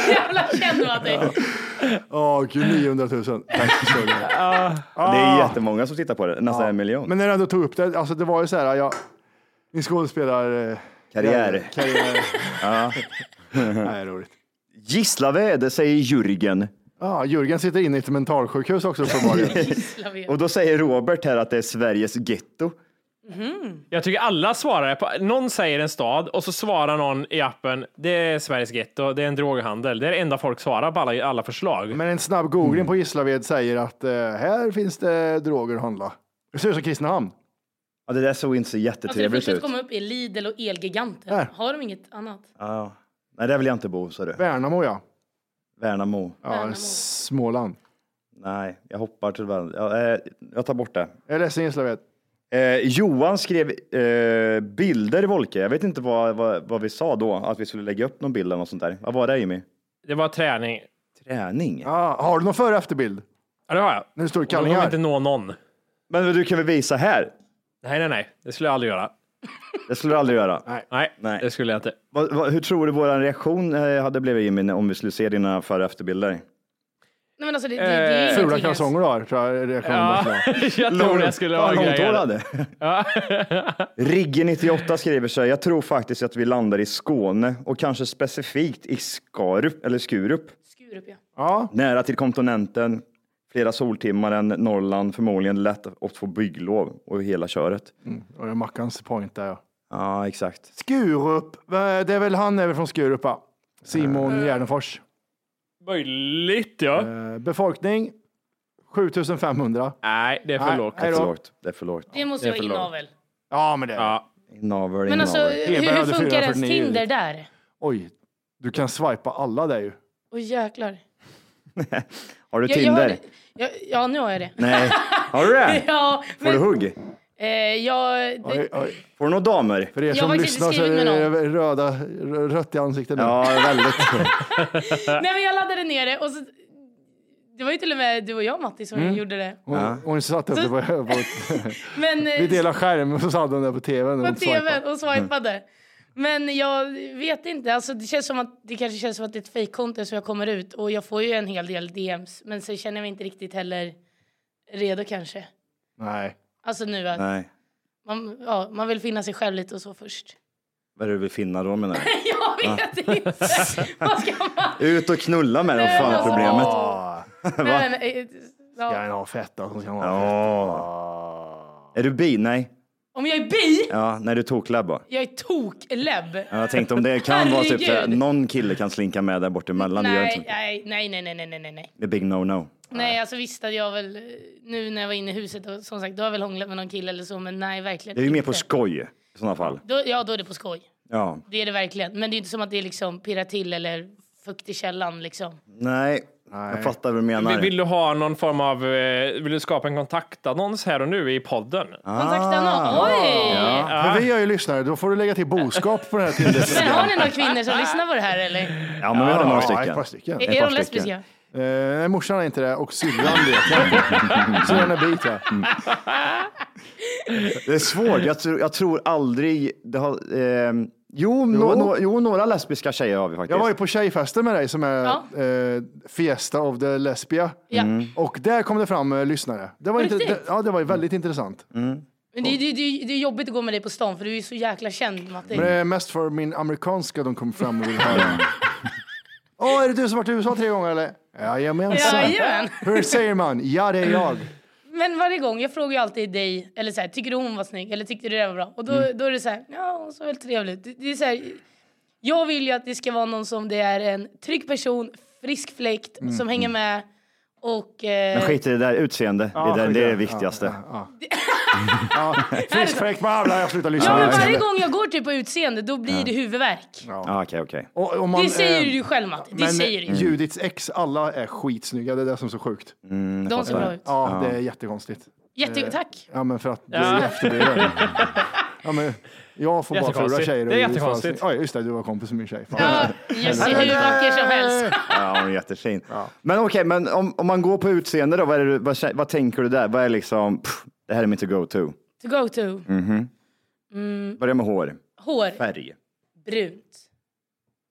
Speaker 4: Så jävla känd Matti. Alltså,
Speaker 2: Åh, gud, 900 000. Tack så mycket.
Speaker 5: det är jättemånga som tittar på det, nästan en miljon.
Speaker 2: Men när jag ändå tog upp det, alltså det var ju så här, jag, min skådespelar... eh,
Speaker 5: Karriär.
Speaker 2: Karriär. Nej, roligt.
Speaker 5: Gislaved säger Jürgen.
Speaker 2: Ja, Jörgen sitter inne i ett mentalsjukhus också uppenbarligen.
Speaker 4: Jag vet.
Speaker 5: Och då säger Robert här att det är Sveriges getto.
Speaker 3: Jag tycker alla svarar på, någon säger en stad och så svarar någon i appen, det är Sveriges getto, det är en droghandel. Det är det enda folk svarar på alla, alla förslag.
Speaker 2: Men en snabb googling på Gislaved säger att eh, här finns det droger att handla. Det ser ut som Kristinehamn.
Speaker 5: Ja, det där såg inte så
Speaker 4: Alltså det
Speaker 5: jättetrevligt
Speaker 4: första som
Speaker 5: ut.
Speaker 4: kom upp är Lidl och Elgiganten.
Speaker 5: Äh.
Speaker 2: Där.
Speaker 4: Har de inget annat?
Speaker 5: Ja. Nej, där vill jag inte bo, sa du.
Speaker 2: Värnamo ja.
Speaker 5: Värnamo.
Speaker 2: ja Småland.
Speaker 5: Nej, jag hoppar till Värnamo. Ja, eh, jag tar bort det.
Speaker 2: Jag är ledsen Gislaved.
Speaker 5: Eh, Johan skrev eh, bilder, Volke. Jag vet inte vad, vad, vad vi sa då, att vi skulle lägga upp någon bild eller något sånt där. Vad var det Jimmy?
Speaker 3: Det var träning.
Speaker 5: Träning?
Speaker 2: Ah, har du någon före och efterbild?
Speaker 3: Ja, det har jag.
Speaker 2: Nu står det
Speaker 3: Och då kommer
Speaker 2: kallingar.
Speaker 3: inte nå någon.
Speaker 5: Men du kan väl visa här?
Speaker 3: Nej, nej, nej. Det skulle jag aldrig göra.
Speaker 5: Det skulle du aldrig göra.
Speaker 3: Nej,
Speaker 5: Nej.
Speaker 3: det skulle jag inte.
Speaker 5: Vad- vad- hur tror du vår reaktion eh, hade blivit Jimmy om vi skulle se dina före och efterbilder?
Speaker 4: Nej men alltså det, det, det är ju
Speaker 5: Eh,
Speaker 2: Fula
Speaker 4: ingenting ens.
Speaker 2: kalsonger du har, tror jag reaktionen måste vara.
Speaker 3: Jag tror det skulle vara
Speaker 5: Fan, långt hår
Speaker 3: grejer.
Speaker 5: hade. Rigge98 skriver så här, jag tror faktiskt att vi landar i Skåne och kanske specifikt i Skarup, eller Skurup.
Speaker 4: Skurup ja.
Speaker 2: Ja,
Speaker 5: Nära till kontinenten, flera soltimmar än Norrland, förmodligen lätt att få bygglov och hela köret.
Speaker 2: och det är Mackans point där ja.
Speaker 5: Ja, exakt.
Speaker 2: Skurup, Va, det är väl han är väl från Skurup va?
Speaker 3: Eh.
Speaker 2: Simon Gärdenfors.
Speaker 3: Möjligt, ja.
Speaker 2: Eh, Befolkning 7500.
Speaker 3: Nej, det är Äh, för
Speaker 2: Nej.
Speaker 3: lågt.
Speaker 5: Det är
Speaker 2: då.
Speaker 5: för lågt. Det är för lågt.
Speaker 4: Det måste
Speaker 3: Det
Speaker 4: ju
Speaker 3: är
Speaker 4: vara
Speaker 3: för lågt.
Speaker 4: inavel.
Speaker 2: Ja, men det.
Speaker 3: Ja.
Speaker 5: Innover,
Speaker 4: Men alltså
Speaker 5: innover.
Speaker 4: hur,
Speaker 2: Heberg
Speaker 4: hur
Speaker 2: hade
Speaker 4: funkar ens
Speaker 2: 449
Speaker 4: Tinder där?
Speaker 2: Oj, du kan swipa alla där ju.
Speaker 4: Åh jäklar.
Speaker 5: Har du
Speaker 4: Jag, jag
Speaker 5: Tinder?
Speaker 4: har, jag, ja nu har jag det.
Speaker 5: Nej. Har du det?
Speaker 4: Ja,
Speaker 5: Får du
Speaker 4: men
Speaker 5: hugg?
Speaker 4: eh, jag, det,
Speaker 2: Oj, oj.
Speaker 5: Får du några damer?
Speaker 2: För er
Speaker 4: Jag
Speaker 2: som
Speaker 4: har faktiskt
Speaker 2: lyssnar så är
Speaker 4: skrivit
Speaker 2: det
Speaker 4: med
Speaker 2: röda, rö- rött i ansiktet nu.
Speaker 5: Ja, väldigt.
Speaker 4: Nej men jag laddade ner det och så, det var ju till och med du och jag Matti som gjorde det.
Speaker 2: Hon, hon satt uppe på, på
Speaker 4: Men eh,
Speaker 2: Vi delar skärm och så satt hon där på tvn.
Speaker 4: på
Speaker 2: och
Speaker 4: tvn
Speaker 2: swipade.
Speaker 4: och swipade. Men jag vet inte, alltså det känns som att det kanske känns som att det är ett fejkkonto som jag kommer ut och jag får ju en hel del DMs men så känner jag mig inte riktigt heller redo kanske.
Speaker 2: Nej.
Speaker 4: Alltså nu att
Speaker 5: Nej.
Speaker 4: man, ja, man vill finna sig själv lite och så först.
Speaker 5: Vad är det du vill finna då menar du?
Speaker 4: Jag vet inte! Vad ska man...
Speaker 5: Ut och knulla med dem, fan är problemet.
Speaker 2: Ah,
Speaker 4: Nej, nej, nej,
Speaker 2: ska
Speaker 4: ja.
Speaker 2: han ha fetta så ska han ha fett.
Speaker 5: Ja. Är du bi? Nej.
Speaker 4: Om jag är bi,
Speaker 5: Ja, när du toklab bara.
Speaker 4: jag är toklebb.
Speaker 5: Ja, Jag tänkte om det kan vara typ
Speaker 4: Herregud.
Speaker 5: såhär, någon kille kan slinka med där bort emellan. Det gör inte så
Speaker 4: Nej,
Speaker 5: mycket.
Speaker 4: nej, nej, nej, nej, nej, nej, nej, nej.
Speaker 5: Det är big no no.
Speaker 4: Nej, alltså visst hade jag väl eh, nu när jag var inne i huset och som sagt, då har jag väl hånglat med någon kille eller så, men nej, verkligen
Speaker 5: Det är ju mer
Speaker 4: inte.
Speaker 5: på skoj i sådana fall.
Speaker 4: Då, ja, då är det på skoj.
Speaker 5: Ja.
Speaker 4: Det är det verkligen. Men det är inte som att det är liksom pirrar till eller fukt i källan liksom.
Speaker 5: Nej, jag fattar vad du menar.
Speaker 3: Vill, vill du ha någon form av, eh, vill du skapa en kontaktannons här och nu i podden?
Speaker 5: Ah.
Speaker 4: Kontakta någon. Oj!
Speaker 2: Men vi är ju lyssnare, då får du lägga till boskap på den här
Speaker 4: Men
Speaker 2: Tinder-sidan.
Speaker 4: har ni några kvinnor som lyssnar på det här eller?
Speaker 5: Ja, men vi har några
Speaker 2: Ja, ett
Speaker 5: stycken.
Speaker 2: par stycken.
Speaker 4: Är,
Speaker 5: ett
Speaker 4: är
Speaker 5: par
Speaker 4: de
Speaker 5: stycken.
Speaker 4: lesbiska?
Speaker 2: Eh, nej, morsan är inte det och syrran vet jag inte. Syrran är bit va?
Speaker 5: Mm. Det är svårt. Jag tror, jag tror aldrig det har... ehm, jo, jo. No, no, jo, några lesbiska tjejer har vi faktiskt.
Speaker 2: Jag var ju på tjejfesten med dig som är
Speaker 4: Ja.
Speaker 2: eh, Fiesta of the Lesbia.
Speaker 4: Ja.
Speaker 5: Mm.
Speaker 2: Och där kom det fram eh, lyssnare. Det var,
Speaker 4: På
Speaker 2: inte,
Speaker 4: riktigt?
Speaker 2: det, ja, det var ju väldigt intressant.
Speaker 5: Mm.
Speaker 4: Men det, är- det, är- det, är- det är jobbigt att gå med dig på stan för du är ju så jäkla känd Matti.
Speaker 2: Men det är mest för min amerikanska de kom fram och ville höra. Åh, är det du som varit i USA tre gånger eller? Jajamensan.
Speaker 4: Jajamän.
Speaker 2: Hur säger man? Ja, det är jag.
Speaker 4: Men varje gång, jag frågar ju alltid dig, eller så här, tycker du hon var snygg? Eller tyckte du det var bra? Och då, då är det så här, ja hon såg väl trevlig ut. Det, det är så här, jag vill ju att det ska vara någon som det är en trygg person, frisk fläkt, som hänger med Och... Eh,
Speaker 5: Men skit i det där utseende.
Speaker 2: Ja,
Speaker 5: det, där,
Speaker 2: skit
Speaker 5: det
Speaker 2: i
Speaker 5: är
Speaker 2: det.
Speaker 5: det viktigaste.
Speaker 2: Ja, friskfräck med alla, jag slutar lyssna.
Speaker 4: Ja, men varje gång jag går typ på utseende, då blir det huvudvärk.
Speaker 5: Ja, Ah, Okej, okej.
Speaker 2: Och om man,
Speaker 4: det säger
Speaker 2: eh,
Speaker 4: du själv, Matti. Det
Speaker 2: Men
Speaker 4: säger du.
Speaker 2: Judiths ex, alla är skitsnygga, det är det som är så sjukt.
Speaker 4: De ser bra ut.
Speaker 2: Ja, det är jättekonstigt.
Speaker 4: Mm.
Speaker 2: Eh,
Speaker 4: Jätte... Tack.
Speaker 2: Ja, men för att det är efterblivet. Ja, men jag får bara fula
Speaker 3: Jättekonstigt.
Speaker 2: tjejer. och
Speaker 3: Det är
Speaker 2: Judith får alla
Speaker 3: jättekonstigt.
Speaker 2: snygga- Oj, just det, du var kompis med min tjej. Fan.
Speaker 4: Ja, jag ser hur vacker som helst.
Speaker 5: Ja, hon är jättefin. Men okej, men om, om man går på utseende då, vad, är det, vad, kä- vad tänker du där? Vad är liksom, pff, det här är mitt go-to.
Speaker 4: To go to.
Speaker 5: Börja med hår,
Speaker 4: Hår.
Speaker 5: färg.
Speaker 4: Brunt.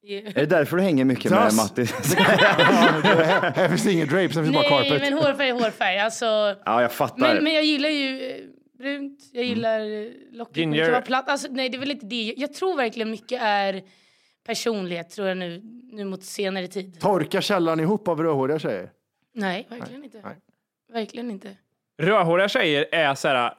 Speaker 4: Yeah.
Speaker 5: Är det därför du hänger mycket med
Speaker 2: Tass.
Speaker 5: Matti?
Speaker 2: Här finns det ingen drapes, här finns bara
Speaker 4: Nej,
Speaker 2: carpet.
Speaker 4: men hårfärg är hårfärg. Alltså,
Speaker 5: ja, jag fattar.
Speaker 4: men, men jag gillar ju eh, brunt, jag
Speaker 2: Mm.
Speaker 4: gillar eh, lockigt. men Det
Speaker 3: Ginger.
Speaker 4: kan vara platt. Alltså, nej, det är väl inte det. Jag tror verkligen mycket är personlighet, tror jag nu, nu mot senare tid.
Speaker 2: Torka källaren ihop av rödhåriga tjejer.
Speaker 4: Nej, verkligen inte.
Speaker 2: nej.
Speaker 4: Verkligen inte.
Speaker 3: Rödhåriga tjejer är så här.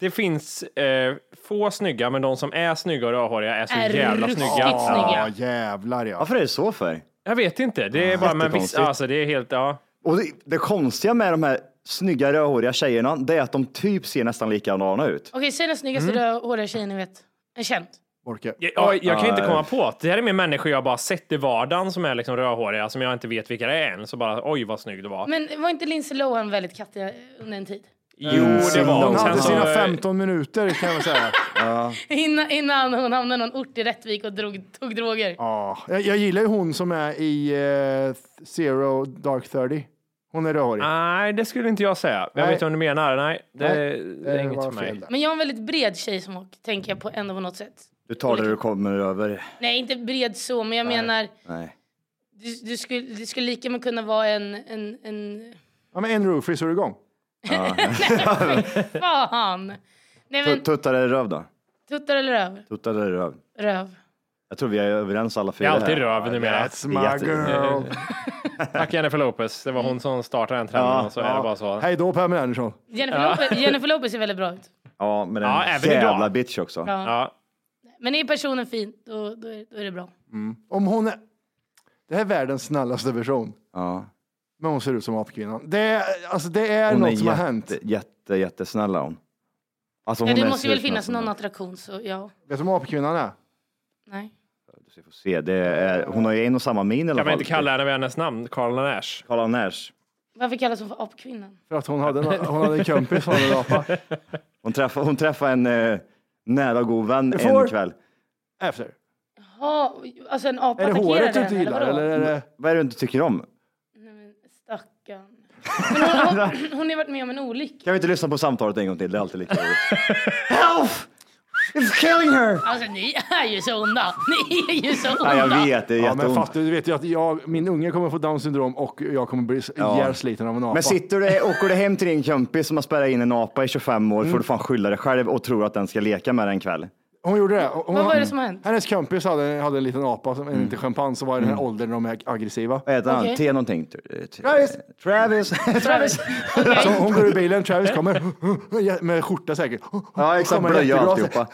Speaker 3: Det finns eh, få snygga, men de som är snygga och rödhåriga är så
Speaker 4: Är
Speaker 3: jävla
Speaker 4: ruskigt
Speaker 3: snygga.
Speaker 4: snygga.
Speaker 3: Ja.
Speaker 2: Ja, jävlar ja.
Speaker 5: Varför är det så för?
Speaker 3: Jag vet inte. Det är bara men vissa,
Speaker 5: Jättekonstigt.
Speaker 3: alltså det är helt, ja.
Speaker 5: Och det, det konstiga med de här snygga rödhåriga tjejerna, det är att de typ ser nästan likadana ut.
Speaker 4: Okej, säg den snyggaste
Speaker 2: Mm.
Speaker 4: rödhåriga tjejen ni vet. En känd.
Speaker 2: Orke.
Speaker 3: Jag, jag, jag kan inte komma på att det här är mer människor jag bara sett i vardagen som är liksom rödhåriga som jag inte vet vilka det är än. Så bara oj vad snygg du var.
Speaker 4: Men var inte Lindsay Lohan väldigt kattig eh, under en tid?
Speaker 3: jo, det var
Speaker 2: Hon
Speaker 3: hon.
Speaker 2: hade
Speaker 3: Sen så,
Speaker 2: sina 15 minuter kan jag säga.
Speaker 4: Innan, innan hon hamnade i någon ort i Rättvik och drog, tog droger.
Speaker 2: Ja, jag, jag gillar ju hon som är i eh, Zero Dark 30. Hon är rödhårig.
Speaker 3: nej, det skulle inte jag säga. Jag
Speaker 2: Nej.
Speaker 3: vet inte vad du menar. Nej, det,
Speaker 2: Nej,
Speaker 3: det är inget
Speaker 2: var
Speaker 3: för mig.
Speaker 2: fel där.
Speaker 4: Men jag är en väldigt bred tjejsmak, tänker jag på ändå på något sätt.
Speaker 5: Du tar det du kommer över.
Speaker 4: Nej, inte bred så, men jag menar,
Speaker 5: Nej.
Speaker 4: du, du, skulle, det skulle lika gärna kunna vara en... en, en
Speaker 2: Ja, men en roofie så är du igång.
Speaker 4: fan! Nej,
Speaker 5: Tu-
Speaker 4: men
Speaker 5: Tuttar eller röv då?
Speaker 4: tuttar eller röv?
Speaker 5: Tuttar eller röv?
Speaker 4: Röv.
Speaker 5: Jag tror vi är överens alla
Speaker 3: Det
Speaker 5: fyra.
Speaker 3: är alltid
Speaker 5: här.
Speaker 3: röv numera.
Speaker 2: That's my girl.
Speaker 3: Tack Jennifer Lopez. Det var hon som startade den trenden och så är det bara så.
Speaker 2: Hej då Pamela Andersson.
Speaker 4: Jennifer, Lopez, Jennifer Lopez ser väldigt bra ut.
Speaker 5: Ja, men en
Speaker 3: Ja, även
Speaker 5: jävla
Speaker 3: idag.
Speaker 5: bitch också.
Speaker 4: Ja.
Speaker 3: Ja.
Speaker 4: Men är personen fin, då, då, är, då är det bra.
Speaker 2: Om hon är... Det här är världens snällaste version.
Speaker 5: Ja.
Speaker 2: Men hon ser ut som apkvinnan. Det är, alltså, det är något som har hänt.
Speaker 5: jätte, jätte, jättesnäll är hon. Alltså,
Speaker 4: Ja,
Speaker 5: hon
Speaker 4: det
Speaker 5: är
Speaker 4: måste ju väl
Speaker 5: snäll
Speaker 4: finnas
Speaker 5: som
Speaker 4: någon
Speaker 5: helst.
Speaker 4: attraktion, så ja.
Speaker 2: Vet du vad apkvinnan är?
Speaker 4: Nej.
Speaker 5: Vi får se. Det är, hon har ju en och samma min i alla
Speaker 3: Kan man
Speaker 5: fall.
Speaker 3: inte kalla henne vid hennes namn? Carl Nash.
Speaker 5: Carl Anders.
Speaker 4: Varför kallas hon för apkvinnan?
Speaker 2: För att hon hade, en- hon hade en kompis som hade en apa.
Speaker 5: Hon träffade, hon träffade en eh, nära god vän
Speaker 2: får-
Speaker 5: en kväll.
Speaker 2: Efter.
Speaker 4: Ja, alltså en apa
Speaker 2: Är det håret du
Speaker 4: attackerade
Speaker 2: inte
Speaker 4: henne,
Speaker 2: gillar?
Speaker 4: eller vadå?
Speaker 2: Eller är det...
Speaker 5: Vad är det du inte tycker om?
Speaker 4: Nej, men stackarn. Men hon, hon, hon har ju varit med om en olycka.
Speaker 5: Kan vi inte lyssna på samtalet en gång till? Det är alltid lika roligt. Help! It's killing her!
Speaker 4: Alltså ni är ju så onda! Ni är ju så onda!
Speaker 5: Ja, jag vet, det är
Speaker 2: Ja, men
Speaker 5: jätteont.
Speaker 2: fattar du, du vet ju att jag, min unge kommer få down syndrom och jag kommer bli ihjälsliten av en apa.
Speaker 5: Men sitter du, åker du hem till din kompis som har spärrat in en apa i 25 år
Speaker 2: Mm.
Speaker 5: får du fan skylla dig själv och tror att den ska leka med dig en kväll.
Speaker 2: Hon gjorde det. Hon,
Speaker 4: Vad var det som hände?
Speaker 2: Hennes kompis hade, hade en liten apa, som,
Speaker 5: Mm.
Speaker 2: inte schampans, så var i den här åldern de är aggressiva.
Speaker 5: Vad heter han?
Speaker 4: Okej.
Speaker 5: T någonting? T- t-
Speaker 2: Eh, Travis.
Speaker 5: Travis! Travis!
Speaker 2: Så hon går ur bilen, Travis kommer med skjorta säkert.
Speaker 5: ja exakt,
Speaker 2: Kommer
Speaker 5: blöja
Speaker 2: jättebra,
Speaker 5: alltihopa.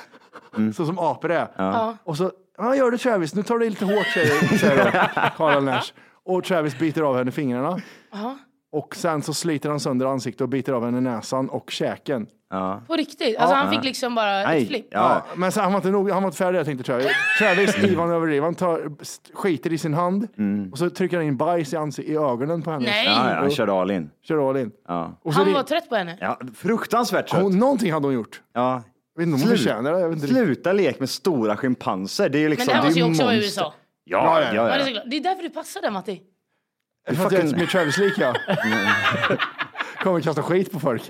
Speaker 5: Mm.
Speaker 2: Så som apor är. Och så, ja gör det Travis, nu tar du i lite hårt säger säger hon, Karl Nash. Och Travis biter av henne fingrarna. Och sen så sliter han sönder ansiktet och biter av henne näsan och käken.
Speaker 4: På riktigt? Alltså han fick liksom bara ett
Speaker 5: Nej,
Speaker 4: flipp?
Speaker 5: ja. Mm.
Speaker 2: Men sen, han var inte nog, han var inte färdig där tänkte Travis. Travis, Ivan överdriver, han tar, skiter i sin hand och så trycker han in bajs i, ansi- i ögonen på henne.
Speaker 4: Nej!
Speaker 5: Ja, ja, han körde all in.
Speaker 2: Kör all in.
Speaker 5: Ja.
Speaker 2: Och så
Speaker 4: Han
Speaker 2: ring-
Speaker 4: var trött på henne?
Speaker 5: Ja, fruktansvärt trött.
Speaker 2: hon, någonting hade hon gjort.
Speaker 5: Ja.
Speaker 2: Jag vet inte om hon
Speaker 5: Slut.
Speaker 2: förtjänar det. Jag vet inte riktigt.
Speaker 5: Sluta lek med stora schimpanser. Det är ju
Speaker 4: Men
Speaker 5: liksom,
Speaker 4: det här
Speaker 5: är
Speaker 4: måste ju också vara i
Speaker 5: monster.
Speaker 4: USA.
Speaker 5: Ja,
Speaker 2: Ja,
Speaker 5: ja,
Speaker 4: Ja, det, är
Speaker 5: ja.
Speaker 4: såklart. det är därför du passar där Matti.
Speaker 2: För att jag är med Travis lik ja. Kommer kasta skit på folk.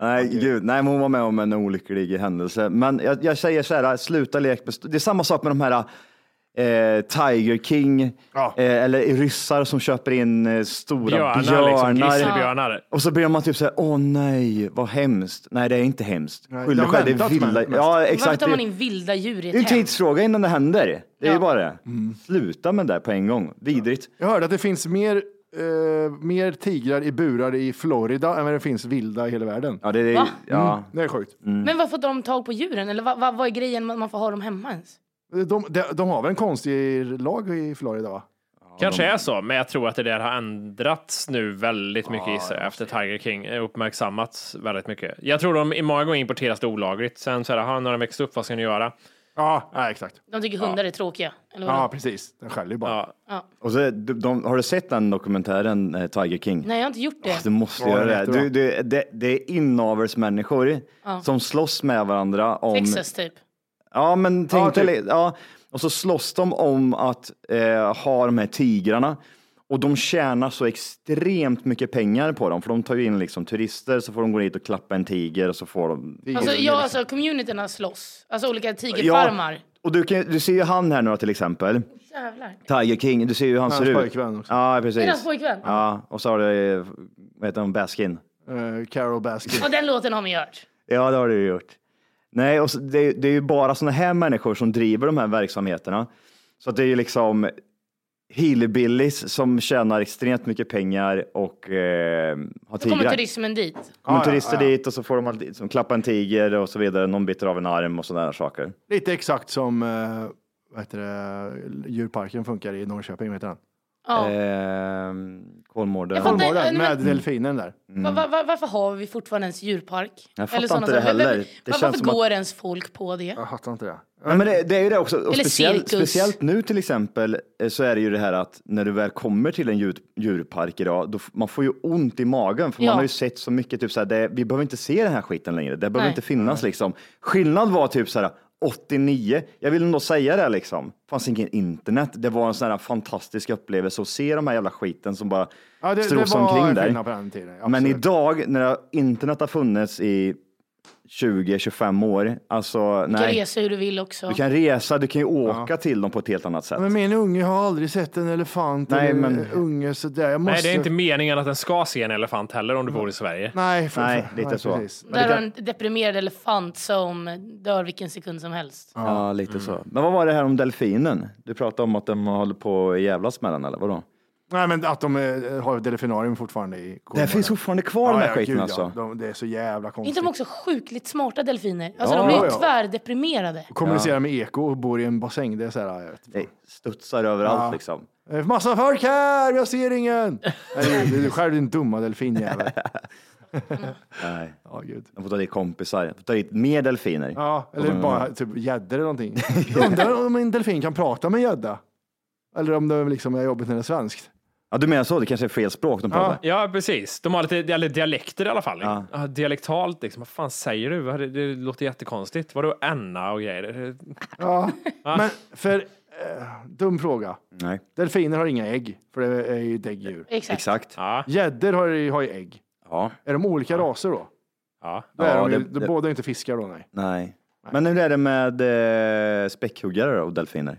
Speaker 5: Nej, gud. Nej, men hon var med om en olycklig händelse. Men jag, jag säger så här, sluta lek med... st- Det är samma sak med de här eh, Tiger King
Speaker 2: Ja.
Speaker 5: eh, eller ryssar som köper in eh, stora
Speaker 3: Björnar,
Speaker 5: björnar.
Speaker 3: liksom. Grizzlybjörnar.
Speaker 5: Och så blir man typ så här, åh nej, vad hemskt. Nej, det är inte hemskt.
Speaker 2: Nej,
Speaker 5: Skyll dig
Speaker 2: de
Speaker 5: själv, det är
Speaker 2: väntat med
Speaker 5: vilda...
Speaker 2: mest.
Speaker 5: Ja,
Speaker 4: Varför
Speaker 5: exakt.
Speaker 4: tar
Speaker 5: Det
Speaker 4: man in vilda djur i
Speaker 5: det är en
Speaker 4: ett hem?
Speaker 5: tidsfråga innan det händer. Det är
Speaker 4: Ja.
Speaker 5: ju bara det.
Speaker 2: Mm.
Speaker 5: Sluta med det där på en gång. Vidrigt.
Speaker 2: Jag hörde att det finns mer, eh, mer tigrar i burar i Florida än vad det finns vilda i hela världen.
Speaker 5: Ja, Mm. det är...
Speaker 4: Va?
Speaker 5: Ja.
Speaker 2: Det är sjukt.
Speaker 4: Men varför tar de tag på djuren? Eller vad, vad, vad är grejen med att man får ha dem hemma ens?
Speaker 2: De, de, de har väl en konstig lag i Florida va?
Speaker 3: Kanske är så, men jag tror att det där har ändrats nu väldigt mycket gissar jag, efter Tiger King eh, uppmärksammats väldigt mycket. Jag tror de i många gånger importeras det olagligt. Sen så här, aha, nu har de växt upp, vad ska ni göra?
Speaker 2: Ja, nej, exakt.
Speaker 4: De tycker hundar är tråkiga. Eller vad?
Speaker 2: Ja, precis. Den skäller ju bara.
Speaker 3: Ja.
Speaker 5: Och så, är- de, de, har du sett den dokumentären, eh, Tiger King?
Speaker 4: Nej, jag har inte gjort det.
Speaker 5: Du måste
Speaker 2: Ja, det
Speaker 5: göra
Speaker 2: vet
Speaker 5: det.
Speaker 2: du,
Speaker 5: Du,
Speaker 2: va?
Speaker 5: du, det. Det är inavelsmänniskor som slåss med varandra om...
Speaker 4: Texas typ.
Speaker 5: Ja, men tänk
Speaker 2: Ja,
Speaker 5: ja,
Speaker 2: typ.
Speaker 5: ja. Och så slåss de om att eh, ha de här tigrarna. Och de tjänar så extremt mycket pengar på dem, för de tar ju in liksom turister, så får de gå dit och klappa en tiger och så får de...
Speaker 4: Alltså, ja, alltså communityna slåss. Alltså olika tigerfarmar.
Speaker 5: Och du, kan, du ser ju han här nu då, till exempel,
Speaker 4: Jävlar.
Speaker 5: Tiger King, du ser ju hur han
Speaker 2: Hans
Speaker 5: ser ut.
Speaker 2: pojkvän också.
Speaker 5: Ja, precis.
Speaker 4: Deras pojkvän. Ja.
Speaker 5: Ja, och så har du, eh, vad heter hon, Baskin?
Speaker 2: Eh, Carol Baskin.
Speaker 4: den låten har man ju hört.
Speaker 5: Ja, det har du ju gjort. Nej, och så, det, är- det är ju bara sådana här människor som driver de här verksamheterna. Så att det är ju liksom hillbillies som tjänar extremt mycket pengar och eh,
Speaker 4: Då
Speaker 5: har
Speaker 4: kommer
Speaker 5: tigrar.
Speaker 4: turismen dit.
Speaker 5: Kommer
Speaker 2: Ja, ja,
Speaker 5: turister
Speaker 2: ja, ja.
Speaker 5: dit och så får de alltid, som klappa en tiger och så vidare. Någon biter av en arm och sådana här saker.
Speaker 2: Lite exakt som eh, vad heter det, djurparken funkar i Norrköping. Vad heter den?
Speaker 4: Ja.
Speaker 5: Eh, Kolmården.
Speaker 4: Jag fattar-
Speaker 2: Kolmården
Speaker 4: Nej, men-
Speaker 2: med delfinen där.
Speaker 4: Va, va, va, varför har vi fortfarande ens djurpark?
Speaker 5: Jag fattar
Speaker 4: såna
Speaker 5: inte det
Speaker 4: saker.
Speaker 5: heller.
Speaker 4: Vem-
Speaker 5: Det
Speaker 4: varför
Speaker 5: känns som att-
Speaker 4: går ens folk på det?
Speaker 2: Jag fattar inte det.
Speaker 5: Ja, men det, det är ju det också. Och
Speaker 4: Eller
Speaker 5: speciellt,
Speaker 4: cirkus.
Speaker 5: speciellt nu till exempel eh, så är det ju det här att när du väl kommer till en djur, djurpark idag, då, f- man får ju ont i magen för
Speaker 4: Ja.
Speaker 5: man har ju sett så mycket, typ så här, det, vi behöver inte se den här skiten längre. Det behöver
Speaker 4: Nej.
Speaker 5: inte finnas liksom. Skillnad var typ så här 89, jag vill ändå säga det här, liksom, fanns ingen internet. Det var en sån här fantastisk upplevelse att se de här jävla skiten som bara
Speaker 2: Ja, det, det
Speaker 5: strosar
Speaker 2: var
Speaker 5: omkring
Speaker 2: en
Speaker 5: där.
Speaker 2: skillnad på den tiden.
Speaker 5: Men
Speaker 2: absolut.
Speaker 5: idag när internet har funnits i 20-25 år, alltså
Speaker 4: Du kan
Speaker 5: nej.
Speaker 4: resa hur du vill också.
Speaker 5: Du kan resa, du kan ju åka till dem på ett helt annat sätt.
Speaker 2: Men min unge har aldrig sett en elefant
Speaker 5: Nej,
Speaker 2: eller en
Speaker 5: men-
Speaker 2: unge sådär. Jag måste...
Speaker 3: Nej, det är inte meningen att den ska se en elefant heller om du bor i Sverige.
Speaker 2: Nej, för,
Speaker 5: Nej, lite så.
Speaker 2: precis.
Speaker 4: Där har en deprimerad elefant som dör vilken sekund som helst.
Speaker 5: Ja, lite
Speaker 2: Mm.
Speaker 5: så. Men vad var det här om delfinen? Du pratade om att de håller på att jävlas med den, eller vadå?
Speaker 2: Nej, men att de eh, har delfinarium fortfarande i
Speaker 5: Den
Speaker 2: Kolmården.
Speaker 5: finns fortfarande kvar den här skiten
Speaker 2: gud,
Speaker 5: alltså.
Speaker 2: Ja. De, det är så jävla
Speaker 4: Är
Speaker 2: konstigt.
Speaker 4: inte de också sjukligt smarta delfiner? Alltså
Speaker 5: Ja,
Speaker 4: de blir
Speaker 2: ja,
Speaker 4: ju
Speaker 2: ja.
Speaker 4: tvärdeprimerade.
Speaker 2: Kommunicerar med eko och bor i en bassäng. Det är så här, jag vet.
Speaker 5: Det studsar överallt
Speaker 2: Ja.
Speaker 5: liksom.
Speaker 2: Eh, Massa folk här, jag ser ingen! Nej, det är du- det är du själv din dumma delfinjävel.
Speaker 5: Nej,
Speaker 2: Ja, gud.
Speaker 5: de får ta dit kompisar, de får ta dit mer delfiner.
Speaker 2: Ja,
Speaker 5: Mm.
Speaker 2: eller bara typ gäddor eller någonting. Undrar om en delfin kan prata med en gädda? Eller om det liksom är jobbigt när det är svenskt.
Speaker 5: Ja, du menar så? Det kanske är fel språk de pratar?
Speaker 3: Ja, precis. De har lite eller dialekter i alla fall. Ja. Dialektalt liksom. Vad fan säger du? Vad- Det låter jättekonstigt. Vadå enna och grejer?
Speaker 2: Ja, men för... eh, dum fråga.
Speaker 5: Nej,
Speaker 2: Delfiner har inga ägg, för det är ju däggdjur.
Speaker 4: Exakt.
Speaker 5: exakt.
Speaker 3: Ja,
Speaker 2: Gäddor har, ju- har ju ägg.
Speaker 5: Ja,
Speaker 2: Är de olika raser då?
Speaker 3: ja.
Speaker 2: då
Speaker 5: Ja,
Speaker 2: är de ju,
Speaker 5: det- det-
Speaker 2: Båda är inte fiskar då, nej.
Speaker 5: nej. Men hur är det med eh, späckhuggare då, och delfiner?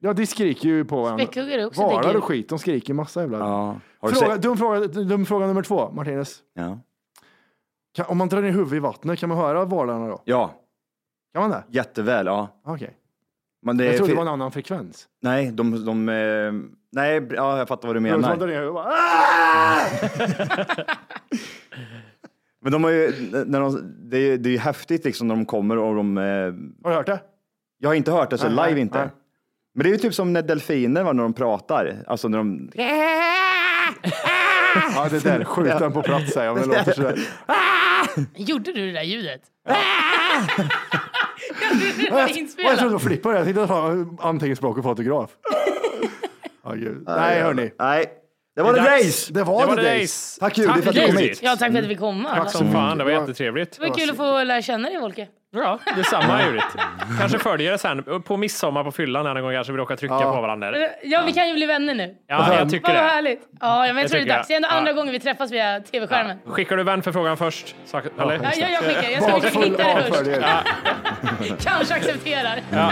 Speaker 2: Ja, de skriker ju på varandra.
Speaker 4: Späckhuggare är också
Speaker 2: Valar
Speaker 4: däggdjur.
Speaker 2: och skit, de skriker massa jävla...
Speaker 5: Ja. Har du
Speaker 2: Fråga,
Speaker 5: sett?
Speaker 2: dum, fråga, dum fråga nummer två, Martinez.
Speaker 5: Ja.
Speaker 2: Kan, om man drar ner huvudet i vattnet, kan man höra valarna då?
Speaker 5: ja,
Speaker 2: Kan man det? Ah,
Speaker 5: jätteväl. Ja.
Speaker 2: Okej.
Speaker 5: Men det
Speaker 2: Jag
Speaker 5: är
Speaker 2: trodde
Speaker 5: fi-
Speaker 2: det var en annan frekvens.
Speaker 5: Nej, de, de, eh, nej, ja, jag fattar vad du
Speaker 2: Jag trodde
Speaker 5: menar.
Speaker 2: det var- jag bara, "Ah!"
Speaker 5: Men de har ju, när de, det, är, det är ju häftigt liksom när de kommer och de, eh,
Speaker 2: Har du hört det?
Speaker 5: jag har inte hört det så
Speaker 2: Nej,
Speaker 5: live
Speaker 2: nej,
Speaker 5: inte.
Speaker 2: nej.
Speaker 5: Men det är ju typ som när delfiner var när de pratar, alltså när de,
Speaker 2: Ja, det där. Skjut den på plats säger jag, men det låter sådär.
Speaker 4: Gjorde du det där ljudet? Ah! jag trodde det var
Speaker 2: Och jag trodde det
Speaker 4: inspelat.
Speaker 2: var flipper. Jag tänkte att det var anteckningsblock och fotograf. Ja, gud. Nej, hörni.
Speaker 5: nej, det var det
Speaker 3: dags.
Speaker 5: race!
Speaker 2: Det var
Speaker 3: Det var
Speaker 2: det.
Speaker 3: det
Speaker 2: Days.
Speaker 3: race.
Speaker 5: Tack Judy för att du kom hit.
Speaker 4: Ja, tack för att vi kom. Tack
Speaker 3: Som fan, det var jättetrevligt.
Speaker 4: Det var kul att få lära känna dig, Volke.
Speaker 3: Ja, detsamma Judith. Kanske följer det sen. På midsommar på fyllan här någon gång kanske vi råkar trycka på varandra.
Speaker 4: Ja, vi kan ju bli vänner nu.
Speaker 3: Ja, jag tycker
Speaker 4: Vad
Speaker 3: det.
Speaker 4: härligt. Ja, men jag tror det
Speaker 3: tycker
Speaker 4: är dags. Det är ändå
Speaker 3: jag.
Speaker 4: andra
Speaker 3: Ja.
Speaker 4: gången vi träffas via tv-skärmen.
Speaker 3: Skickar du vänförfrågan först? Sak- Eller?
Speaker 4: Ja, jag, jag skickar. Jag ska försöka
Speaker 2: Bakfull
Speaker 4: hitta det först.
Speaker 2: avföljare.
Speaker 4: Kanske accepterar.
Speaker 2: Nej,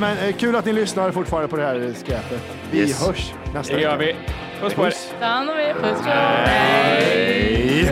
Speaker 2: men eh, Kul att ni lyssnar fortfarande på det här skräpet. Vi
Speaker 5: Yes.
Speaker 2: hörs nästa
Speaker 3: Det gör vi. Puss på er.
Speaker 4: Ta hand om er. Puss, puss.